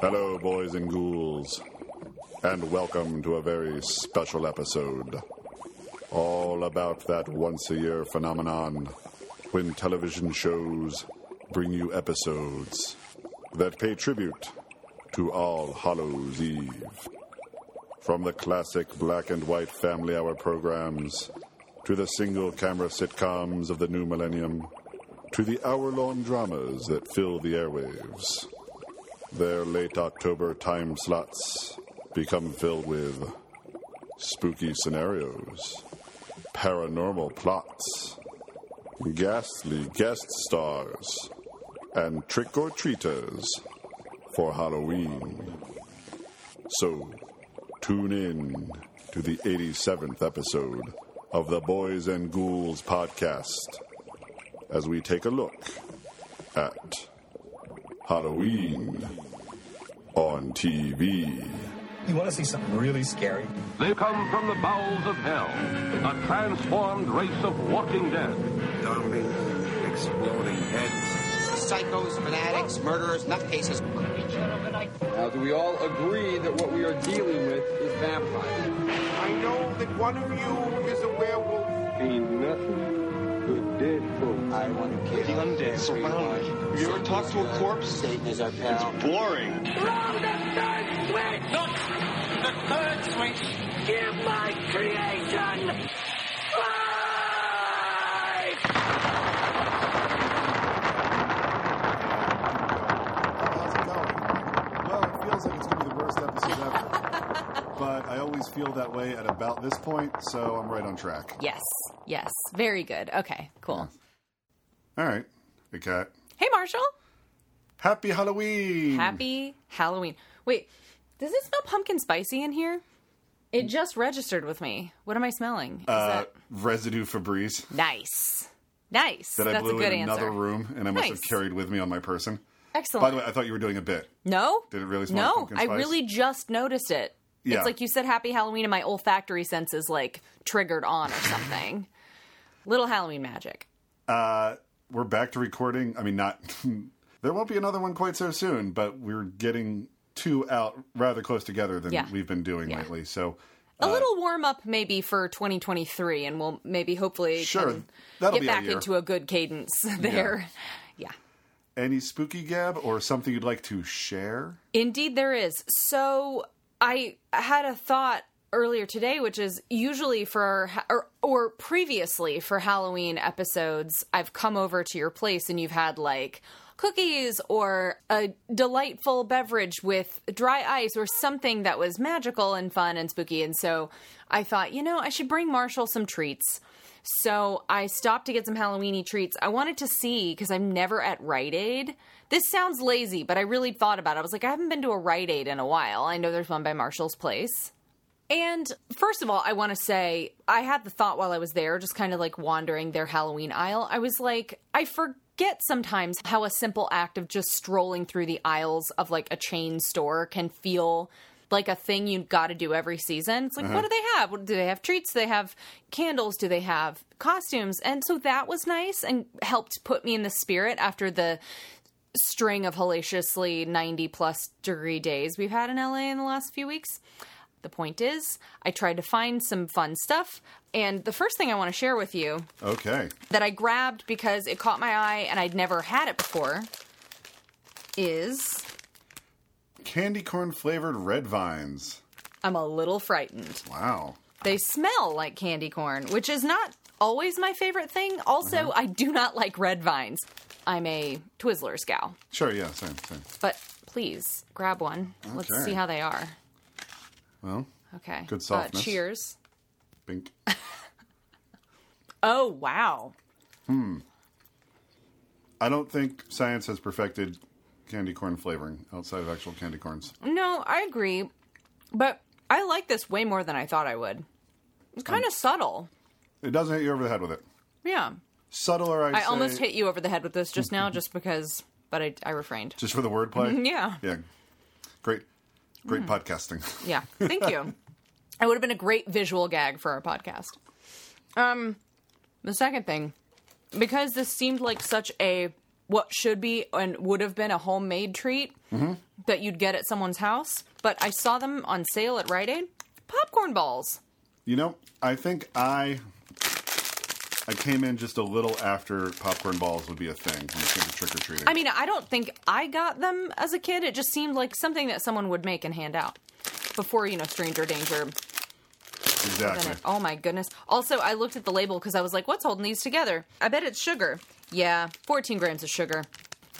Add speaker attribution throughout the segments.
Speaker 1: Hello, boys and ghouls, and welcome to a very special episode. All about that once a year phenomenon when television shows bring you episodes that pay tribute to All Hallows Eve. From the classic black and white family hour programs to the single camera sitcoms of the new millennium to the hour long dramas that fill the airwaves their late October time slots become filled with spooky scenarios, paranormal plots, ghastly guest stars, and trick or treaters for Halloween. So, tune in to the 87th episode of the Boys and Ghouls podcast as we take a look at. Halloween on TV.
Speaker 2: You want to see something really scary?
Speaker 3: They come from the bowels of hell, a transformed race of walking dead.
Speaker 4: Zombies, exploding heads.
Speaker 5: psychos, fanatics, murderers, nutcases.
Speaker 6: Now, do we all agree that what we are dealing with is vampires?
Speaker 4: I know that one of you is a werewolf.
Speaker 6: Ain't nothing but dead folks.
Speaker 5: I want to kill the undead surround you. You ever talk to a corpse? Satan is our pal.
Speaker 7: Throw the third switch! the third switch! Give my creation life!
Speaker 8: How's it going? Well, it feels like it's going to be the worst episode ever. but I always feel that way at about this point, so I'm right on track.
Speaker 9: Yes. Yes. Very good. Okay. Cool.
Speaker 8: All right. Hey, Cat.
Speaker 9: Hey, Marshall.
Speaker 8: Happy Halloween!
Speaker 9: Happy Halloween. Wait, does it smell pumpkin spicy in here? It just registered with me. What am I smelling?
Speaker 8: Mm.
Speaker 9: Is
Speaker 8: uh,
Speaker 9: that
Speaker 8: residue Febreze
Speaker 9: nice? Nice.
Speaker 8: that I
Speaker 9: That's
Speaker 8: blew
Speaker 9: a good
Speaker 8: in another
Speaker 9: answer.
Speaker 8: room and I must have
Speaker 9: Nice.
Speaker 8: carried with me on my person.
Speaker 9: Excellent.
Speaker 8: By the way, I thought you were doing a bit.
Speaker 9: no.
Speaker 8: Did it really smell like
Speaker 9: No,
Speaker 8: pumpkin
Speaker 9: I
Speaker 8: spice?
Speaker 9: really just noticed it.
Speaker 8: Yeah.
Speaker 9: It's like you said happy Halloween and my olfactory sense is like triggered on or something. Little Halloween magic.
Speaker 8: Uh, we're back to recording. I mean, not. there won't be another one quite so soon, but we're getting two out rather close together than
Speaker 9: Yeah.
Speaker 8: we've been doing
Speaker 9: Yeah.
Speaker 8: lately. So
Speaker 9: A
Speaker 8: Uh,
Speaker 9: little warm up maybe for 2023 and we'll maybe hopefully
Speaker 8: Sure,
Speaker 9: can
Speaker 8: that'll
Speaker 9: get
Speaker 8: be our
Speaker 9: back
Speaker 8: year.
Speaker 9: into a good cadence there. yeah.
Speaker 8: any spooky gab or something you'd like to share?
Speaker 9: Indeed, there is. So I had a thought earlier today, which is usually for or, or previously for Halloween episodes, I've come over to your place and you've had like cookies or a delightful beverage with dry ice or something that was magical and fun and spooky. And so I thought, you know, I should bring Marshall some treats. So I stopped to get some Halloweeny treats. I wanted to see because I'm never at Rite Aid. This sounds lazy, but I really thought about it. I was like, I haven't been to a Rite Aid in a while. I know there's one by Marshall's Place. And first of all, I want to say I had the thought while I was there, just kind of like wandering their Halloween aisle. I was like, I forget sometimes how a simple act of just strolling through the aisles of like a chain store can feel like a thing you got to do every season. It's like, what do they have? What, do they have treats? Do they have candles? Do they have costumes? And so that was nice and helped put me in the spirit after the string of hellaciously 90 plus degree days we've had in LA in the last few weeks. The point is, I tried to find some fun stuff. And the first thing I want to share with you
Speaker 8: Okay.
Speaker 9: that I grabbed because it caught my eye and I'd never had it before is
Speaker 8: Candy corn flavored red vines.
Speaker 9: I'm a little frightened.
Speaker 8: Wow.
Speaker 9: They smell like candy corn, which is not always my favorite thing. Also,
Speaker 8: Uh-huh.
Speaker 9: I do not like red vines. I'm a Twizzlers gal.
Speaker 8: Sure, yeah, same, same.
Speaker 9: But please grab one. Let's
Speaker 8: Okay.
Speaker 9: see how they are.
Speaker 8: Well,
Speaker 9: Okay.
Speaker 8: Good softness.
Speaker 9: Uh, cheers.
Speaker 8: bink.
Speaker 9: Oh wow.
Speaker 8: Hmm. I don't think science has perfected candy corn flavoring outside of actual candy corns.
Speaker 9: No, I agree, but I like this way more than I thought I would. It's
Speaker 8: Um,
Speaker 9: kind of subtle.
Speaker 8: It doesn't hit you over the head with it.
Speaker 9: Yeah.
Speaker 8: Subtler, I
Speaker 9: I almost hit you over the head with this just now, just because. But I, I refrained.
Speaker 8: Just for the wordplay?
Speaker 9: Yeah. Hmm.
Speaker 8: Yeah. Great. Great podcasting.
Speaker 9: Yeah. Thank you. It would have been a great visual gag for our podcast. Um, the second thing, because this seemed like such a what should be and would have been a homemade treat
Speaker 8: Mm-hmm.
Speaker 9: that you'd get at someone's house. But I saw them on sale at Rite Aid. Popcorn balls.
Speaker 8: You know, I think I I came in just a little after popcorn balls would be a thing when it came to trick or treating.
Speaker 9: I mean, I don't think I got them as a kid. It just seemed like something that someone would make and hand out before, you know, stranger danger. than
Speaker 8: exactly.
Speaker 9: it. Oh my goodness. Also, I looked at the label because I was like, what's holding these together? I bet it's sugar. Yeah, 14 grams of sugar.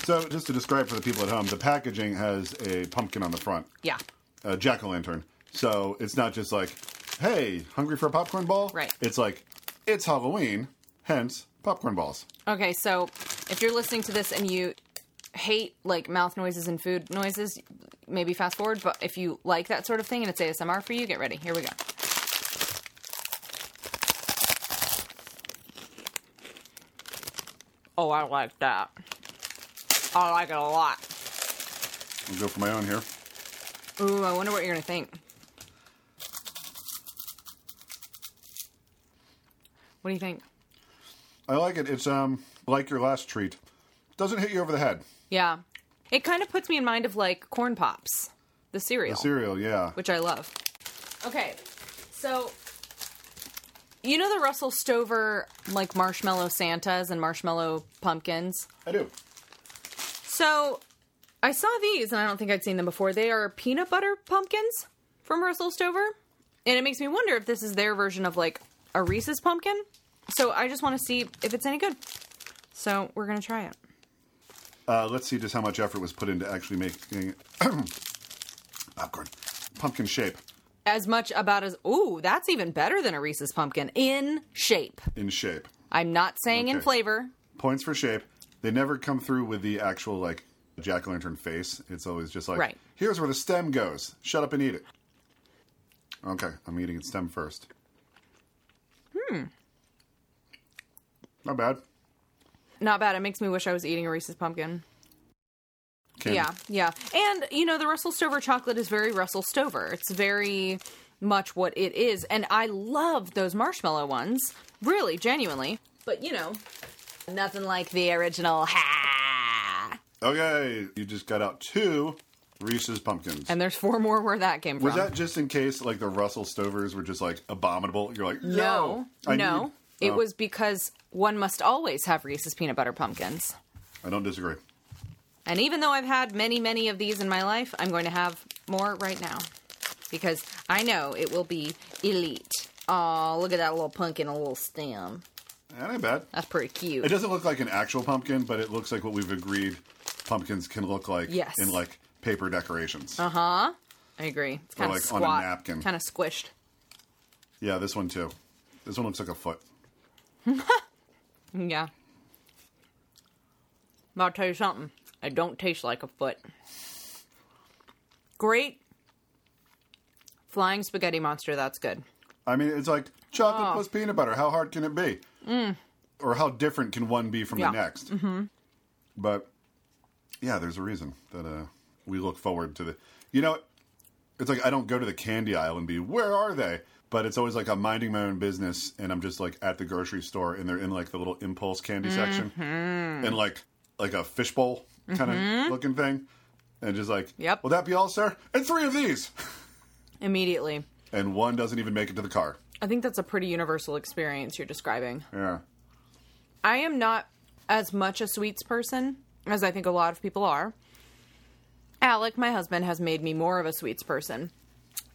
Speaker 8: So, just to describe for the people at home, the packaging has a pumpkin on the front,
Speaker 9: Yeah,
Speaker 8: a jack o' lantern. So it's not just like, "Hey, hungry for a popcorn ball?"
Speaker 9: Right.
Speaker 8: It's like, it's Halloween, hence popcorn balls.
Speaker 9: Okay, so if you're listening to this and you hate like mouth noises and food noises, maybe fast forward. But if you like that sort of thing and it's ASMR for you, get ready. Here we go. Oh, I like that. I like it a lot.
Speaker 8: I'll go for my own here.
Speaker 9: Ooh, I wonder what you're gonna think. What do you think?
Speaker 8: I like it. It's um like your last treat. Doesn't hit you over the head.
Speaker 9: Yeah. It kind of puts me in mind of like corn pops, the
Speaker 8: The
Speaker 9: cereal,
Speaker 8: cereal, yeah.
Speaker 9: which I love. Okay. So you know the Russell Stover like marshmallow Santas and marshmallow pumpkins?
Speaker 8: I do.
Speaker 9: So I saw these and I don't think I'd seen them before. They are peanut butter pumpkins from Russell Stover. And it makes me wonder if this is their version of like a Reese's pumpkin. So I just want to see if it's any good. So we're going to try it.
Speaker 8: Uh, let's see just how much effort was put into actually making popcorn, pumpkin shape
Speaker 9: as much about as ooh, that's even better than a Reese's pumpkin in shape.
Speaker 8: in shape.
Speaker 9: I'm not saying in
Speaker 8: Okay.
Speaker 9: flavor.
Speaker 8: Points for shape. They never come through with the actual like jack o' lantern face. It's always just like,
Speaker 9: Right.
Speaker 8: here's where the stem goes. Shut up and eat it. Okay, I'm eating its stem first. Hmm. Not bad.
Speaker 9: Not bad. It makes me wish I was eating a Reese's pumpkin.
Speaker 8: Candy.
Speaker 9: Yeah, yeah. And you know, the Russell Stover chocolate is very Russell Stover. It's very much what it is. And I love those marshmallow ones. Really, genuinely. But you know, nothing like the original. Ha!
Speaker 8: Okay, you just got out two Reese's pumpkins.
Speaker 9: And there's four more where that came
Speaker 8: was
Speaker 9: from.
Speaker 8: that just in case like the Russell Stovers were just like abominable? You're like,
Speaker 9: no,
Speaker 8: no, I
Speaker 9: no.
Speaker 8: need-
Speaker 9: It
Speaker 8: Oh,
Speaker 9: was because one must always have Reese's peanut butter pumpkins.
Speaker 8: I don't disagree.
Speaker 9: And even though I've had many, many of these in my life, I'm going to have more right now because I know it will be elite. Oh, look at that little pumpkin, a little stem.
Speaker 8: That ain't bad.
Speaker 9: That's pretty
Speaker 8: It
Speaker 9: cute.
Speaker 8: doesn't look like an actual pumpkin, but it looks like what we've agreed pumpkins can look like
Speaker 9: Yes.
Speaker 8: in like paper decorations.
Speaker 9: Uh-huh. I agree. It's kind of
Speaker 8: like, on
Speaker 9: squat,
Speaker 8: a napkin.
Speaker 9: kind of squished.
Speaker 8: Yeah, this one too. This one looks like a foot.
Speaker 9: Yeah. But I'll tell you something. It don't taste like a foot. Great flying spaghetti monster. That's good.
Speaker 8: I mean, it's like chocolate
Speaker 9: Oh.
Speaker 8: plus peanut butter. How hard can it be? Or how different can one be from
Speaker 9: Mm. Yeah.
Speaker 8: the next? Mm-hmm. But yeah, there's a reason that uh, we look forward to the. You know, it's like I don't go to the candy aisle and be, where are they? But it's always like I'm minding my own business and I'm just like at the grocery store and they're in like the little impulse candy section
Speaker 7: Mm-hmm.
Speaker 10: Mm-hmm.
Speaker 8: and like like a fishbowl kind of looking thing. And just like,
Speaker 9: Yep.
Speaker 8: will that be all, sir? And three of these.
Speaker 9: Immediately.
Speaker 8: And one doesn't even make it to the car.
Speaker 9: I think that's a pretty universal experience you're describing.
Speaker 8: Yeah.
Speaker 9: I am not as much a sweets person as I think a lot of people are. Alec, my husband, has made me more of a sweets person.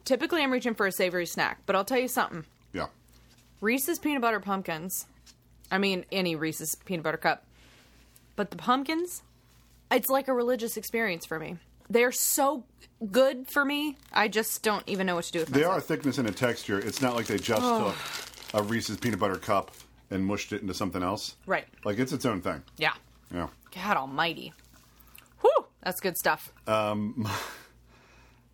Speaker 9: Typically, I'm reaching for a savory snack, but I'll tell you something
Speaker 8: Yeah.
Speaker 9: Reese's peanut butter pumpkins. I mean, any Reese's peanut butter cup. But the pumpkins, it's like a religious experience for me. They're so good for me. I just don't even know what to do with
Speaker 8: They
Speaker 9: myself.
Speaker 8: are a thickness and a texture. It's not like they just took a Reese's peanut butter cup and mushed it into something else.
Speaker 9: Right.
Speaker 8: Like it's its own thing.
Speaker 9: Yeah.
Speaker 8: Yeah.
Speaker 9: God almighty. Whew. That's good stuff.
Speaker 8: Um,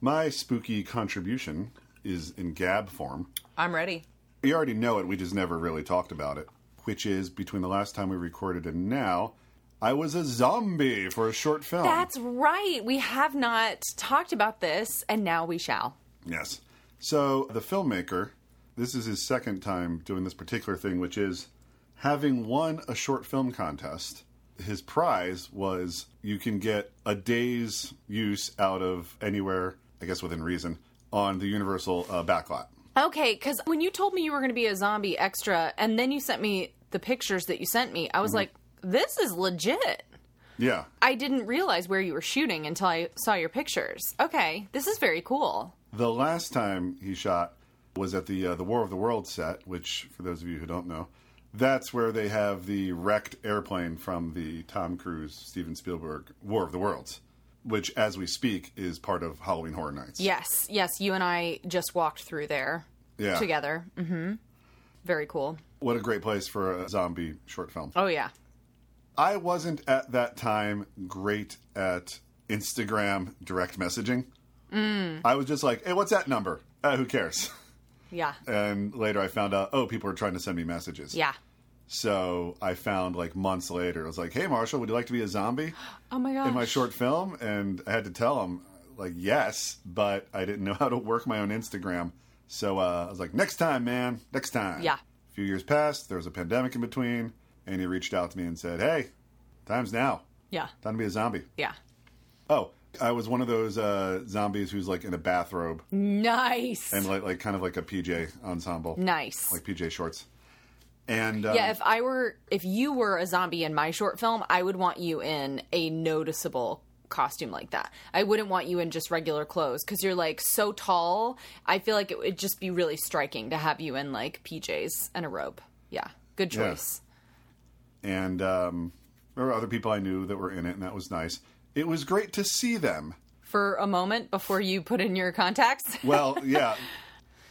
Speaker 8: My spooky contribution is in gab form.
Speaker 9: I'm ready.
Speaker 8: You already know it, we just never really talked about it. Which is between the last time we recorded and now, I was a zombie for a short film.
Speaker 9: That's right. We have not talked about this, and now we shall.
Speaker 8: Yes. So the filmmaker, this is his second time doing this particular thing, which is having won a short film contest his prize was you can get a day's use out of anywhere, I guess within reason, on the Universal uh, backlot.
Speaker 9: Okay, because when you told me you were going to be a zombie extra, and then you sent me the pictures that you sent me, I was
Speaker 8: Mm-hmm.
Speaker 9: like, this is legit.
Speaker 8: Yeah.
Speaker 9: I didn't realize where you were shooting until I saw your pictures. Okay, this is very cool.
Speaker 8: The last time he shot was at the uh, the War of the Worlds set, which for those of you who don't know, that's where they have the wrecked airplane from the Tom Cruise Steven Spielberg War of the Worlds, which as we speak is part of Halloween Horror Nights.
Speaker 9: Yes, yes, you and I just walked through there
Speaker 8: Yeah.
Speaker 9: together. hmm Very cool.
Speaker 8: What a great place for a zombie short film.
Speaker 9: Oh, yeah.
Speaker 8: I wasn't at that time great at Instagram direct messaging.
Speaker 9: Mm.
Speaker 8: I was just like, "Hey, what's that number? Uh, who cares?"
Speaker 9: Yeah.
Speaker 8: And later I found out, oh, people are trying to send me messages.
Speaker 9: Yeah.
Speaker 8: So I found like months later, I was like, hey, Marshall, would you like to be a zombie
Speaker 9: Oh, my gosh.
Speaker 8: in my short film? And I had to tell him, like, yes, but I didn't know how to work my own Instagram. So uh, I was like, next time, man, next time.
Speaker 9: Yeah.
Speaker 8: A few years passed, there was a pandemic in between, and he reached out to me and said, hey, time's now.
Speaker 9: Yeah.
Speaker 8: Time to be a zombie.
Speaker 9: Yeah.
Speaker 8: Oh, I was one of those uh, zombies who's like in a bathrobe
Speaker 9: Nice.
Speaker 8: and like, like kind of like a PJ ensemble.
Speaker 9: nice.
Speaker 8: Like PJ shorts. And um,
Speaker 9: yeah, if I were, if you were a zombie in my short film, I would want you in a noticeable costume like that. I wouldn't want you in just regular clothes because you're like so tall. I feel like it would just be really striking to have you in like PJs and a robe. Yeah, good
Speaker 8: Yeah.
Speaker 9: choice.
Speaker 8: and um, there were other people I knew that were in it, and that was nice. It was great to see them.
Speaker 9: For a moment before you put in your contacts.
Speaker 8: Well, yeah.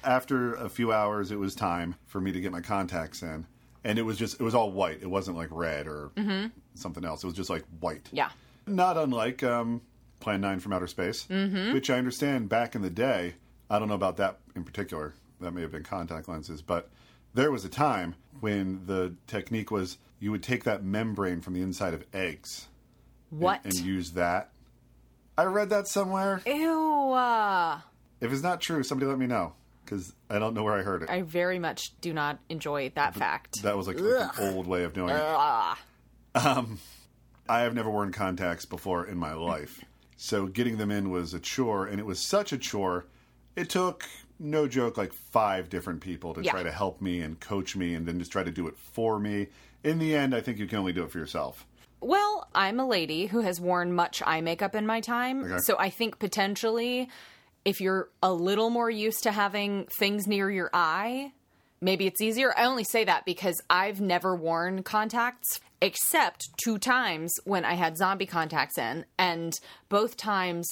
Speaker 8: After a few hours, it was time for me to get my contacts in, and it was just it was all white. It wasn't like red or
Speaker 9: Mm.
Speaker 8: something else. It was just like white.
Speaker 9: Mm-hmm. yeah.
Speaker 8: Not unlike um, Plan Nine from Outer Space, which I understand back in the day. I don't know about that in particular. That may have been contact lenses, but there was a time when the technique was you would take that membrane from the inside of eggs
Speaker 9: What?
Speaker 8: and use that. I read that somewhere.
Speaker 9: Ew. Uh,
Speaker 8: If it's not true, somebody let me know because I don't know where I heard it.
Speaker 9: I very much do not enjoy that fact.
Speaker 8: that was like an old way of doing it.
Speaker 9: Uh,
Speaker 8: Um, I have never worn contacts before in my life, so getting them in was a chore, and it was such a chore. It took no joke like five different people to
Speaker 9: Yeah.
Speaker 8: try to help me and coach me, and then just try to do it for me. In the end, I think you can only do it for yourself.
Speaker 9: Well, I'm a lady who has worn much eye makeup in my time.
Speaker 8: Okay.
Speaker 9: So I think potentially, if you're a little more used to having things near your eye, maybe it's easier. I only say that because I've never worn contacts except two times when I had zombie contacts in. And both times,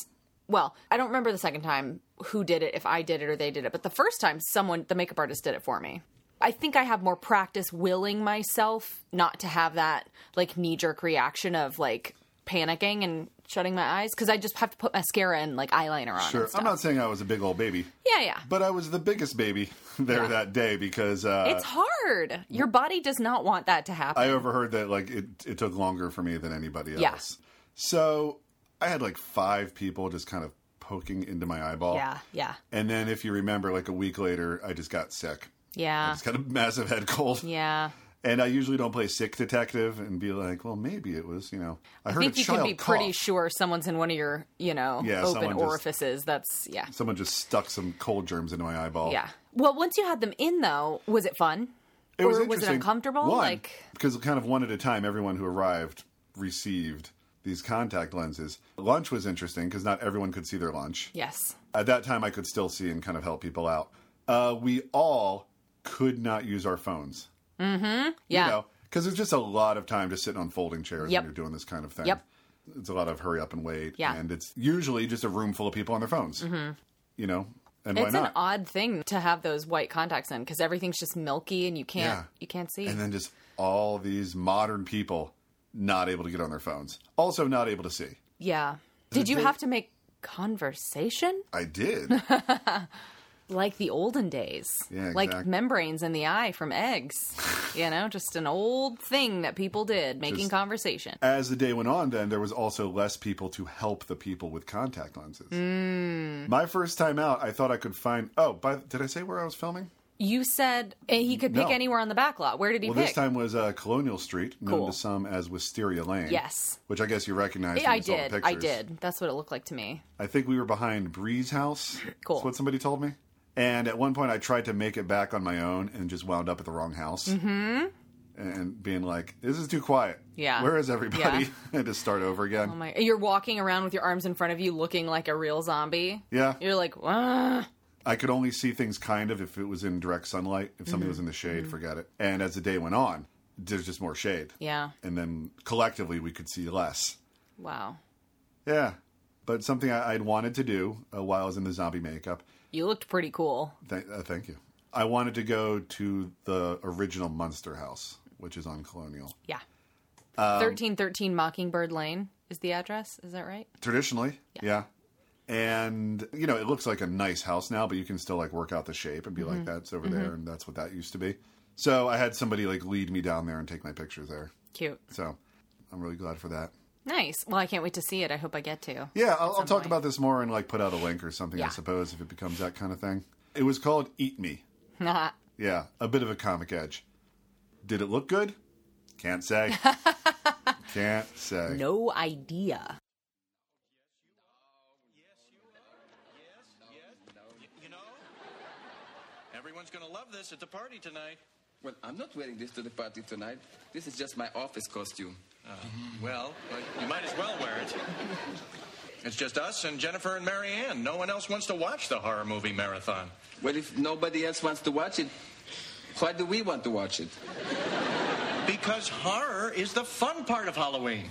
Speaker 9: well, I don't remember the second time who did it, if I did it or they did it. But the first time, someone, the makeup artist, did it for me. I think I have more practice willing myself not to have that like knee jerk reaction of like panicking and shutting my eyes because I just have to put mascara and like eyeliner on.
Speaker 8: Sure,
Speaker 9: and
Speaker 8: I'm
Speaker 9: stuff.
Speaker 8: not saying I was a big old baby,
Speaker 9: yeah, yeah.
Speaker 8: but I was the biggest baby there that day because uh,
Speaker 9: it's hard. Your body does not want that to happen.
Speaker 8: I overheard that like it, it took longer for me than anybody else.
Speaker 9: Yeah.
Speaker 8: So I had like five people just kind of poking into my eyeball.
Speaker 9: yeah, yeah,
Speaker 8: And then if you remember, like a week later, I just got sick. I
Speaker 9: yeah,
Speaker 8: just got a massive head cold.
Speaker 9: Ah. yeah.
Speaker 8: And I usually don't play sick detective and be like, well, maybe it was, you know, I
Speaker 9: I
Speaker 8: heard
Speaker 9: think
Speaker 8: a
Speaker 9: you can
Speaker 8: child
Speaker 9: be pretty
Speaker 8: cough.
Speaker 9: sure someone's in one of your, you know,
Speaker 8: Yeah,
Speaker 9: open
Speaker 8: someone just-
Speaker 9: orifices. That's yeah,
Speaker 8: Someone just stuck some cold germs into my eyeball.
Speaker 9: yeah. Well, once you had them in, though, was it fun?
Speaker 8: It
Speaker 9: or was it
Speaker 8: interesting.
Speaker 9: uncomfortable?
Speaker 8: One,
Speaker 9: Like-
Speaker 8: because kind of one at a time, everyone who arrived received these contact lenses. Lunch was interesting because not everyone could see their lunch.
Speaker 9: Yes.
Speaker 8: At that time, I could still see and kind of help people out. Uh, we all could not use our phones,
Speaker 9: Mm-hmm. Yeah.
Speaker 8: you know, because it's just a lot of time just sitting on folding chairs
Speaker 9: Yep.
Speaker 8: when you're doing this kind of thing.
Speaker 9: Yep.
Speaker 8: It's a lot of hurry up and wait.
Speaker 9: Yeah.
Speaker 8: And it's usually just a room full of people on their phones, mm-hmm. you know, and
Speaker 9: It's
Speaker 8: why
Speaker 9: an
Speaker 8: not?
Speaker 9: odd thing to have those white contacts in because everything's just milky and you can't
Speaker 8: Yeah.
Speaker 9: you can't see.
Speaker 8: and then just all these modern people not able to get on their phones, also not able to see.
Speaker 9: yeah. Did you
Speaker 8: they-
Speaker 9: have to make conversation
Speaker 8: I did.
Speaker 9: like the olden days?
Speaker 8: Yeah,
Speaker 9: Like
Speaker 8: exact-
Speaker 9: membranes in the eye from eggs. you know, just an old thing that people did, making
Speaker 8: Just-
Speaker 9: conversation.
Speaker 8: As the day went on, then there was also less people to help the people with
Speaker 9: Mm.
Speaker 8: contact lenses. My first time out, I thought I could find. Oh, by, did I say where I was filming?
Speaker 9: You said eh, he could pick
Speaker 8: No.
Speaker 9: anywhere on the back lot. Where did he
Speaker 8: Well,
Speaker 9: pick?
Speaker 8: this time was uh, Colonial Street, known
Speaker 9: Cool.
Speaker 8: to some as Wisteria Lane.
Speaker 9: Yes.
Speaker 8: Which I guess you recognize.
Speaker 9: Eh,
Speaker 8: from
Speaker 9: I
Speaker 8: you saw the
Speaker 9: did. I
Speaker 8: pictures.
Speaker 9: did. That's what it looked like to me.
Speaker 8: I think we were behind Bree's house.
Speaker 9: Cool.
Speaker 8: That's what somebody told me. And at one point, I tried to make it back on my own and just wound up at the wrong house. Mm-hmm. And being like, "This is too quiet.
Speaker 9: Yeah.
Speaker 8: Where is everybody?" and to start over again.
Speaker 9: Oh my! You're walking around with your arms in front of you, looking like a real zombie.
Speaker 8: Yeah.
Speaker 9: You're like, "Wah."
Speaker 8: I could only see things kind of if it was in direct sunlight. If
Speaker 9: Mm-hmm.
Speaker 8: something was in the shade, forget it. And as the day went on, there's just more shade.
Speaker 9: yeah.
Speaker 8: And then collectively, we could see less.
Speaker 9: Wow.
Speaker 8: Yeah. But something I, I'd wanted to do uh, while I was in the zombie makeup.
Speaker 9: You looked pretty cool.
Speaker 8: Th- uh, thank you. I wanted to go to the original Munster house, which is on Colonial. Um,
Speaker 9: Yeah. Thirteen thirteen Mockingbird Lane is the address. Is that right?
Speaker 8: Traditionally, yeah. And, you know, it looks like a nice house now, but you can still, like, work out the shape and be
Speaker 9: Mm-hmm.
Speaker 8: like, that's over there, and that's what that used to be. So I had somebody, like, lead me down there and take my pictures there.
Speaker 9: Cute.
Speaker 8: So I'm really glad for that.
Speaker 9: Nice. Well, I can't wait to see it. I hope I get to.
Speaker 8: Yeah, I'll, I'll talk
Speaker 9: point.
Speaker 8: about this more and, like, put out a link or something, I
Speaker 9: Yeah.
Speaker 8: suppose, if it becomes that kind of thing. It was called Eat Me. Yeah, a bit of a comic edge. Did it look good? Can't say. Can't say.
Speaker 9: no idea.
Speaker 11: You know, everyone's going to love this at the party tonight.
Speaker 6: Well, I'm not wearing this to the party tonight. This is just my office costume.
Speaker 11: Uh, Well, you might as well wear it. It's just us and Jennifer and Mary Ann. No one else wants to watch the horror movie marathon.
Speaker 6: Well, if nobody else wants to watch it, why do we want to watch it?
Speaker 11: Because horror is the fun part of Halloween.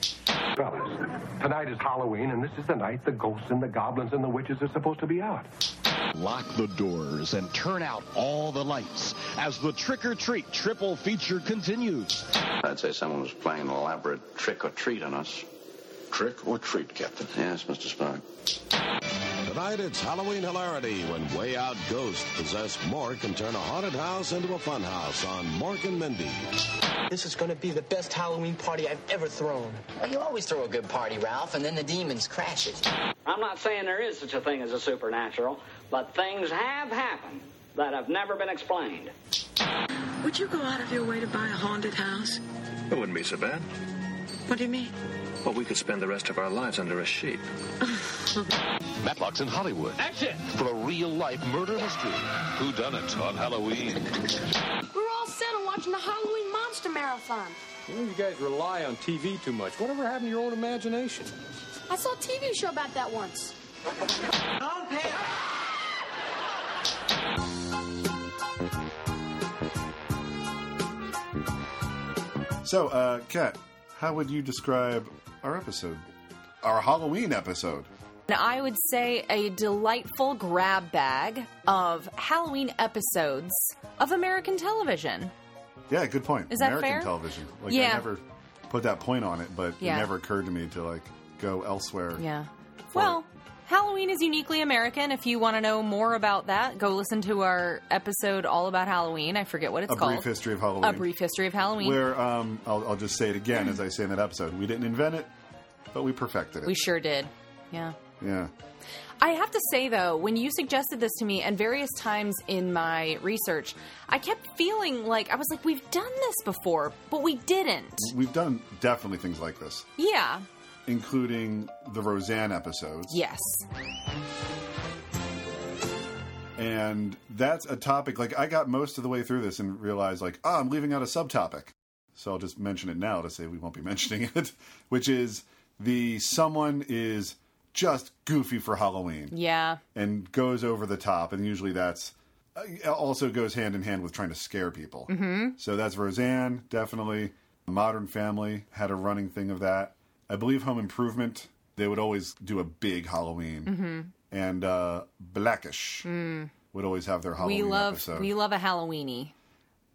Speaker 12: Fellas, tonight is Halloween, and this is the night the ghosts and the goblins and the witches are supposed to be out.
Speaker 5: Lock the doors and turn out all the lights as the trick or treat triple feature continues. I'd say someone was playing an elaborate trick or treat on us. Trick or treat, Captain? Yes, Mr. Spock. Tonight it's Halloween hilarity when Way Out Ghost possessed Mork can turn a haunted house into a fun house on Mork and Mindy.
Speaker 7: This is going to be the best Halloween party I've ever thrown. Well, you always throw a good party, Ralph, and then the demons crash it.
Speaker 5: I'm not saying there is such a thing as a supernatural, but things have happened that have never been explained.
Speaker 7: Would you go out of your way to buy a haunted house?
Speaker 12: It wouldn't be so bad.
Speaker 7: What do you mean?
Speaker 12: Well, we could spend the rest of our lives under a sheep.
Speaker 5: Matlock's in Hollywood. Action! For a real life murder mystery. Who done it on Halloween?
Speaker 7: We're all set on watching the Halloween Monster Marathon.
Speaker 6: you guys rely on TV too much. Whatever happened to your own imagination?
Speaker 7: I saw a TV show about that once.
Speaker 8: So, uh, Kat, how would you describe our episode? Our Halloween episode?
Speaker 9: And I would say a delightful grab bag of Halloween episodes of American television.
Speaker 8: Yeah, good point.
Speaker 9: Is that
Speaker 8: American
Speaker 9: fair?
Speaker 8: television. Like, I
Speaker 9: Yeah.
Speaker 8: never put that point on it, but
Speaker 9: Yeah.
Speaker 8: it never occurred to me to, like, go elsewhere.
Speaker 9: Yeah. Well, Halloween is uniquely American. If you want to know more about that, go listen to our episode all about Halloween. I forget what it's
Speaker 8: A
Speaker 9: called.
Speaker 8: Brief History of Halloween.
Speaker 9: A brief history of Halloween. Hmm.
Speaker 8: Where, um, I'll, I'll just say it again as I say in that episode. We didn't invent it, but we perfected it.
Speaker 9: we sure did. Yeah.
Speaker 8: yeah.
Speaker 9: I have to say though, when you suggested this to me and various times in my research, I kept feeling like I was like, we've done this before, but we didn't.
Speaker 8: We've done definitely things like this,
Speaker 9: Yeah.
Speaker 8: including the Roseanne episodes.
Speaker 9: Yes.
Speaker 8: and that's a topic like i got most of the way through this and realized like ah, i'm leaving out a subtopic so i'll just mention it now to say we won't be mentioning it which is the someone is just goofy for halloween
Speaker 9: Yeah.
Speaker 8: and goes over the top and usually that's uh, also goes hand in hand with trying to scare people mm-hmm. so that's roseanne definitely modern family had a running thing of that i believe home improvement they would always do a big halloween mm-hmm. and uh, blackish would always have their halloween
Speaker 9: Mm. we love
Speaker 8: episode
Speaker 9: we love a Halloweeny.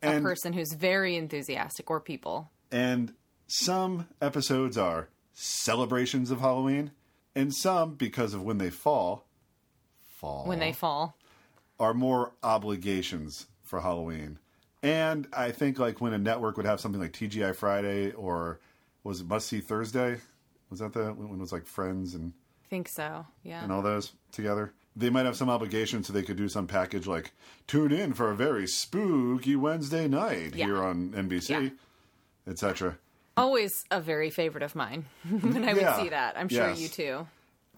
Speaker 8: and,
Speaker 9: person who's very enthusiastic or people.
Speaker 8: and some episodes are celebrations of halloween and some because of when they fall fall
Speaker 9: when they fall.
Speaker 8: are more obligations for Halloween. And I think like when a network would have something like TGI Friday or was it Must See Thursday? Was that the when it was like Friends and,
Speaker 9: I think so. Yeah.
Speaker 8: and all those together? they might have some obligation, so they could do some package like tune in for a very spooky Wednesday night
Speaker 9: Yeah.
Speaker 8: here on NBC, etc.
Speaker 9: Always a very favorite of mine when I
Speaker 8: Yeah.
Speaker 9: would see that. I'm sure
Speaker 8: Yes.
Speaker 9: you too.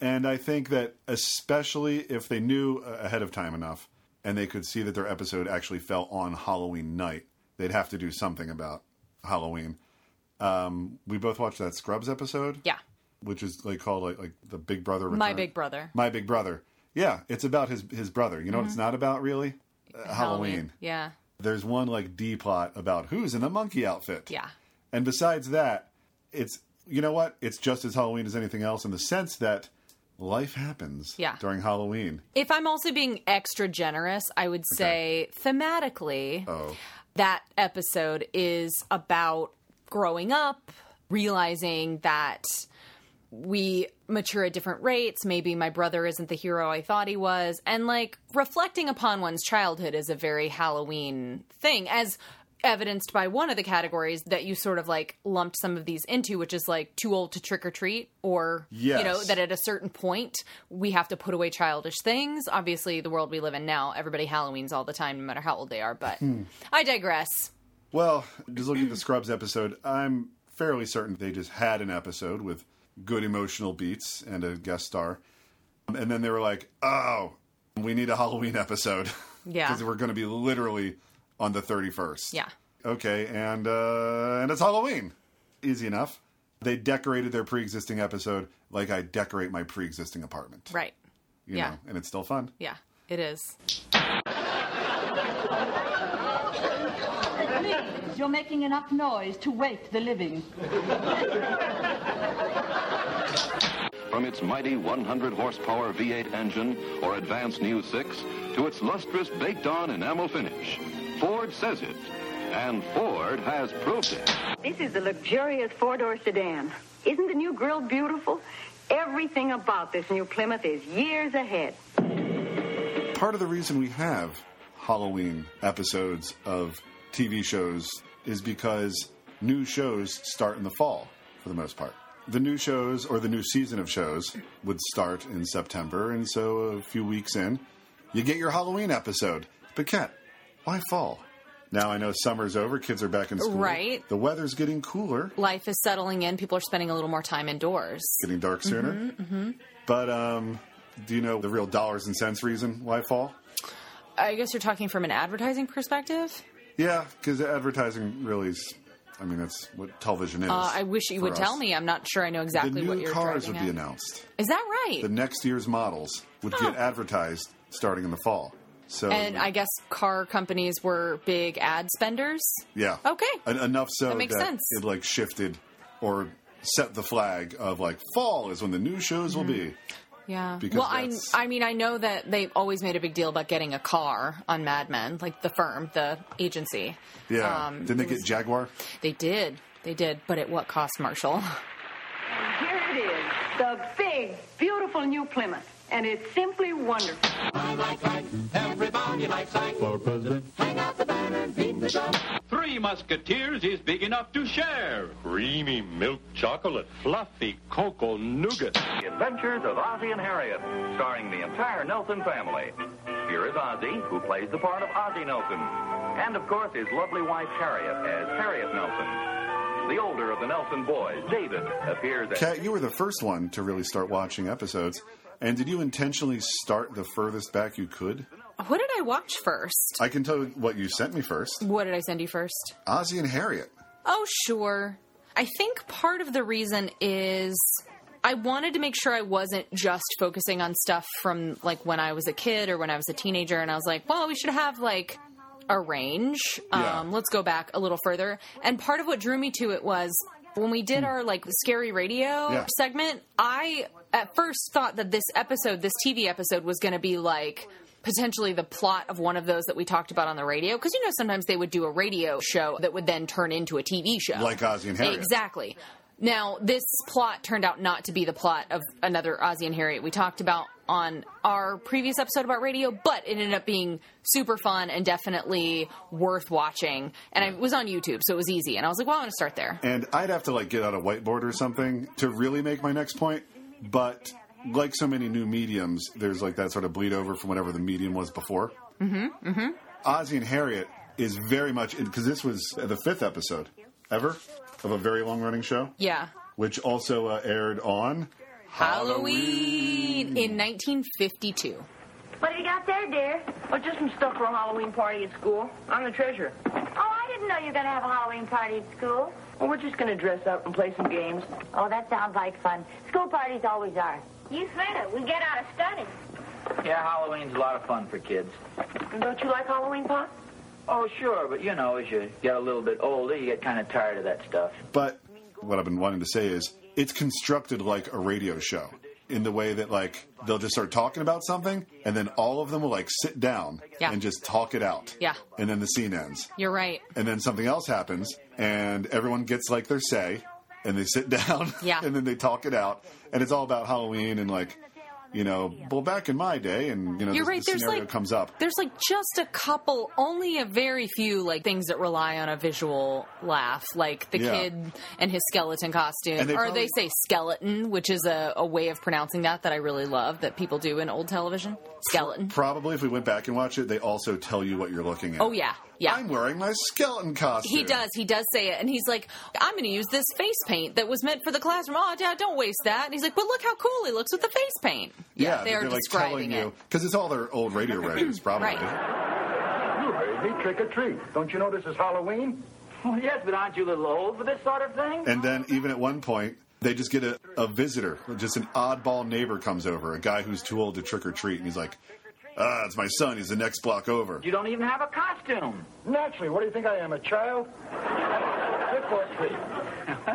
Speaker 8: And I think that especially if they knew uh, ahead of time enough and they could see that their episode actually fell on Halloween night, they'd have to do something about Halloween. Um, we both watched that Scrubs episode,
Speaker 9: Yeah.
Speaker 8: which is like called like, like the Big Brother. Return.
Speaker 9: My Big Brother. Mm-hmm.
Speaker 8: My Big Brother. Yeah, it's about his his brother. You know what it's not about really? Uh, Halloween.
Speaker 9: Yeah.
Speaker 8: There's one like D plot about who's in the monkey outfit.
Speaker 9: Yeah.
Speaker 8: And besides that, it's you know what? It's just as Halloween as anything else in the sense that life happens
Speaker 9: Yeah.
Speaker 8: during Halloween.
Speaker 9: If I'm also being extra generous, I would say thematically
Speaker 8: Oh.
Speaker 9: that episode is about growing up, realizing that we mature at different rates. Maybe my brother isn't the hero I thought he was. And like reflecting upon one's childhood is a very Halloween thing, as evidenced by one of the categories that you sort of like lumped some of these into, which is like too old to trick or treat, or, you know,
Speaker 13: Yes.
Speaker 9: that at a certain point we have to put away childish things. Obviously, the world we live in now, everybody Halloween's all the time, no matter how old they are. But
Speaker 8: Hmm.
Speaker 9: I digress.
Speaker 8: Well, just looking at the Scrubs episode, I'm fairly certain they just had an episode with good emotional beats and a guest star. And then they were like, oh, we need a Halloween episode.
Speaker 9: Yeah.
Speaker 8: Because we're going to be literally on the 31st.
Speaker 9: Yeah.
Speaker 8: Okay, and uh, and it's Halloween. Easy enough. They decorated their pre-existing episode like I decorate my pre-existing apartment.
Speaker 9: Right.
Speaker 8: You
Speaker 9: Yeah.
Speaker 8: know, and it's still fun.
Speaker 9: Yeah, it is.
Speaker 14: Please, you're making enough noise to wake the living.
Speaker 5: From its mighty 100 horsepower V8 engine or advanced new 6 to its lustrous baked on enamel finish, Ford says it, and Ford has proved it.
Speaker 15: This is a luxurious four-door sedan. Isn't the new grill beautiful? Everything about this new Plymouth is years ahead.
Speaker 8: Part of the reason we have Halloween episodes of TV shows is because new shows start in the fall for the most part. The new shows or the new season of shows would start in September, and so a few weeks in, you get your Halloween episode. But Kat, why fall? Now I know summer's over, kids are back in school.
Speaker 9: Right.
Speaker 8: The weather's getting cooler,
Speaker 9: Life is settling in. People are spending a little more time indoors.
Speaker 8: getting dark sooner.
Speaker 9: hmm
Speaker 8: But um, do you know the real dollars and cents reason why fall?
Speaker 9: I guess you're talking from an advertising perspective.
Speaker 8: Yeah, because advertising really is. I mean, that's what television is.
Speaker 9: Uh, I wish you
Speaker 8: for
Speaker 9: would
Speaker 8: us.
Speaker 9: tell me. I'm not sure I know exactly
Speaker 8: the new
Speaker 9: what you're
Speaker 8: cars
Speaker 9: driving
Speaker 8: would
Speaker 9: at.
Speaker 8: be announced.
Speaker 9: Is that right?
Speaker 8: The next year's models would get advertised starting in the fall. So,
Speaker 9: and I guess car companies were big ad spenders.
Speaker 8: yeah,
Speaker 9: Okay.
Speaker 8: En- enough so
Speaker 9: That makes sense.
Speaker 8: it like shifted or set the flag of like fall is when the new shows will be.
Speaker 9: Yeah.
Speaker 8: Because
Speaker 9: well, I
Speaker 8: that's-
Speaker 9: I mean I know that they've always made a big deal about getting a car on Mad Men, like the firm, the agency.
Speaker 8: Yeah.
Speaker 9: Um,
Speaker 8: Didn't they
Speaker 9: it
Speaker 8: get
Speaker 9: was-
Speaker 8: Jaguar?
Speaker 9: They did. They did, but at what cost, Marshall?
Speaker 15: Here it is, the big, beautiful new Plymouth, and it's simply wonderful.
Speaker 16: Everybody likes life. For president. Hang out the banner and beat the drum.
Speaker 17: Three Musketeers is big enough to share. Creamy milk chocolate, fluffy cocoa nougat.
Speaker 18: The Adventures of Ozzie and Harriet, starring the entire Nelson family. Here is Ozzie, who plays the part of Ozzie Nelson. And, of course, his lovely wife Harriet as Harriet Nelson. The older of the Nelson boys, David, appears as...
Speaker 8: Kat, you were the first one to really start watching episodes. And did you intentionally start the furthest back you could?
Speaker 9: what did I watch first?
Speaker 8: I can tell you what you sent me first.
Speaker 9: What did I send you first?
Speaker 8: Ozzy and Harriet.
Speaker 9: Oh, sure. I think part of the reason is I wanted to make sure I wasn't just focusing on stuff from like when I was a kid or when I was a teenager. And I was like, well, we should have like a range. Um,
Speaker 13: Yeah.
Speaker 9: Let's go back a little further. And part of what drew me to it was when we did our like scary radio
Speaker 13: Yeah.
Speaker 9: segment, I at first thought that this episode, this TV episode, was going to be like potentially the plot of one of those that we talked about on the radio because you know sometimes they would do a radio show that would then turn into a TV show
Speaker 8: Like Ozzie and Harriet.
Speaker 9: exactly now this plot turned out not to be the plot of another Ozzie and Harriet we talked about on our previous episode about radio but it ended up being super fun and definitely worth watching and I it was on YouTube so it was easy and I was like well I'm going to start there
Speaker 8: And I'd have to like get out a whiteboard or something to really make my next point. But like so many new mediums, there's like that sort of bleed over from whatever the medium was before.
Speaker 9: Mm-hmm. Mm-hmm.
Speaker 8: Ozzy and Harriet is very much because this was the fifth episode ever of a very long running show,
Speaker 9: Yeah.
Speaker 8: which also uh, aired on
Speaker 9: Halloween, in 1952.
Speaker 13: What have you got there, dear? Oh, just some stuff for a Halloween party at school. I'm the treasurer. Oh, I didn't know you were going to have a Halloween party at school. Well, we're just going to dress up and play some games.
Speaker 10: Oh, that sounds like fun. School parties always are.
Speaker 13: You said it. We get out of study.
Speaker 19: Yeah, Halloween's a lot of fun for kids.
Speaker 13: Don't you like Halloween, Pop?
Speaker 19: Oh, sure, but you know, as you get a little bit older, you get kind of tired of that stuff.
Speaker 8: But what I've been wanting to say is it's constructed like a radio show in the way that like they'll just start talking about something and then all of them will like sit down
Speaker 9: Yeah.
Speaker 8: and just talk it out.
Speaker 9: Yeah.
Speaker 8: And then the scene ends.
Speaker 9: You're right.
Speaker 8: And then something else happens and everyone gets like their say and they sit down
Speaker 9: Yeah.
Speaker 8: and then they talk it out and it's all about Halloween and like you know, well back in my day and you know
Speaker 9: You're
Speaker 8: this,
Speaker 9: right,
Speaker 8: this
Speaker 9: there's,
Speaker 8: scenario
Speaker 9: like-
Speaker 8: comes up.
Speaker 9: There's like just a couple, only a very few like things that rely on a visual laugh, like the
Speaker 8: Yeah.
Speaker 9: kid and his skeleton costume,
Speaker 8: And they
Speaker 9: or
Speaker 8: probably-
Speaker 9: they say skeleton, which is a, a way of pronouncing that that I really love that people do in old television. Skeleton.
Speaker 8: Probably if we went back and watched it, they also tell you what you're looking at.
Speaker 9: Oh yeah, yeah.
Speaker 8: I'm wearing my skeleton costume.
Speaker 9: He does. He does say it, and he's like, "I'm going to use this face paint that was meant for the classroom." Oh, Dad, don't waste that. And he's like, "But look how cool he looks with the face paint."
Speaker 8: Yeah,
Speaker 9: they
Speaker 8: they're
Speaker 9: are
Speaker 8: like
Speaker 9: describing
Speaker 8: telling
Speaker 9: it.
Speaker 8: you because it's all their old radio writers, probably.
Speaker 9: Right.
Speaker 20: You heard me, trick or treat. Don't you know this is Halloween?
Speaker 19: Well, yes, but aren't you a little old for this sort of thing?
Speaker 8: And then even at one point, they just get a, a visitor, just an oddball neighbor comes over, a guy who's too old to trick or treat, and he's like, "Ah, it's my son. He's the next block over."
Speaker 19: You don't even have a costume.
Speaker 20: Naturally, what do you think I am, a child? Trick or treat.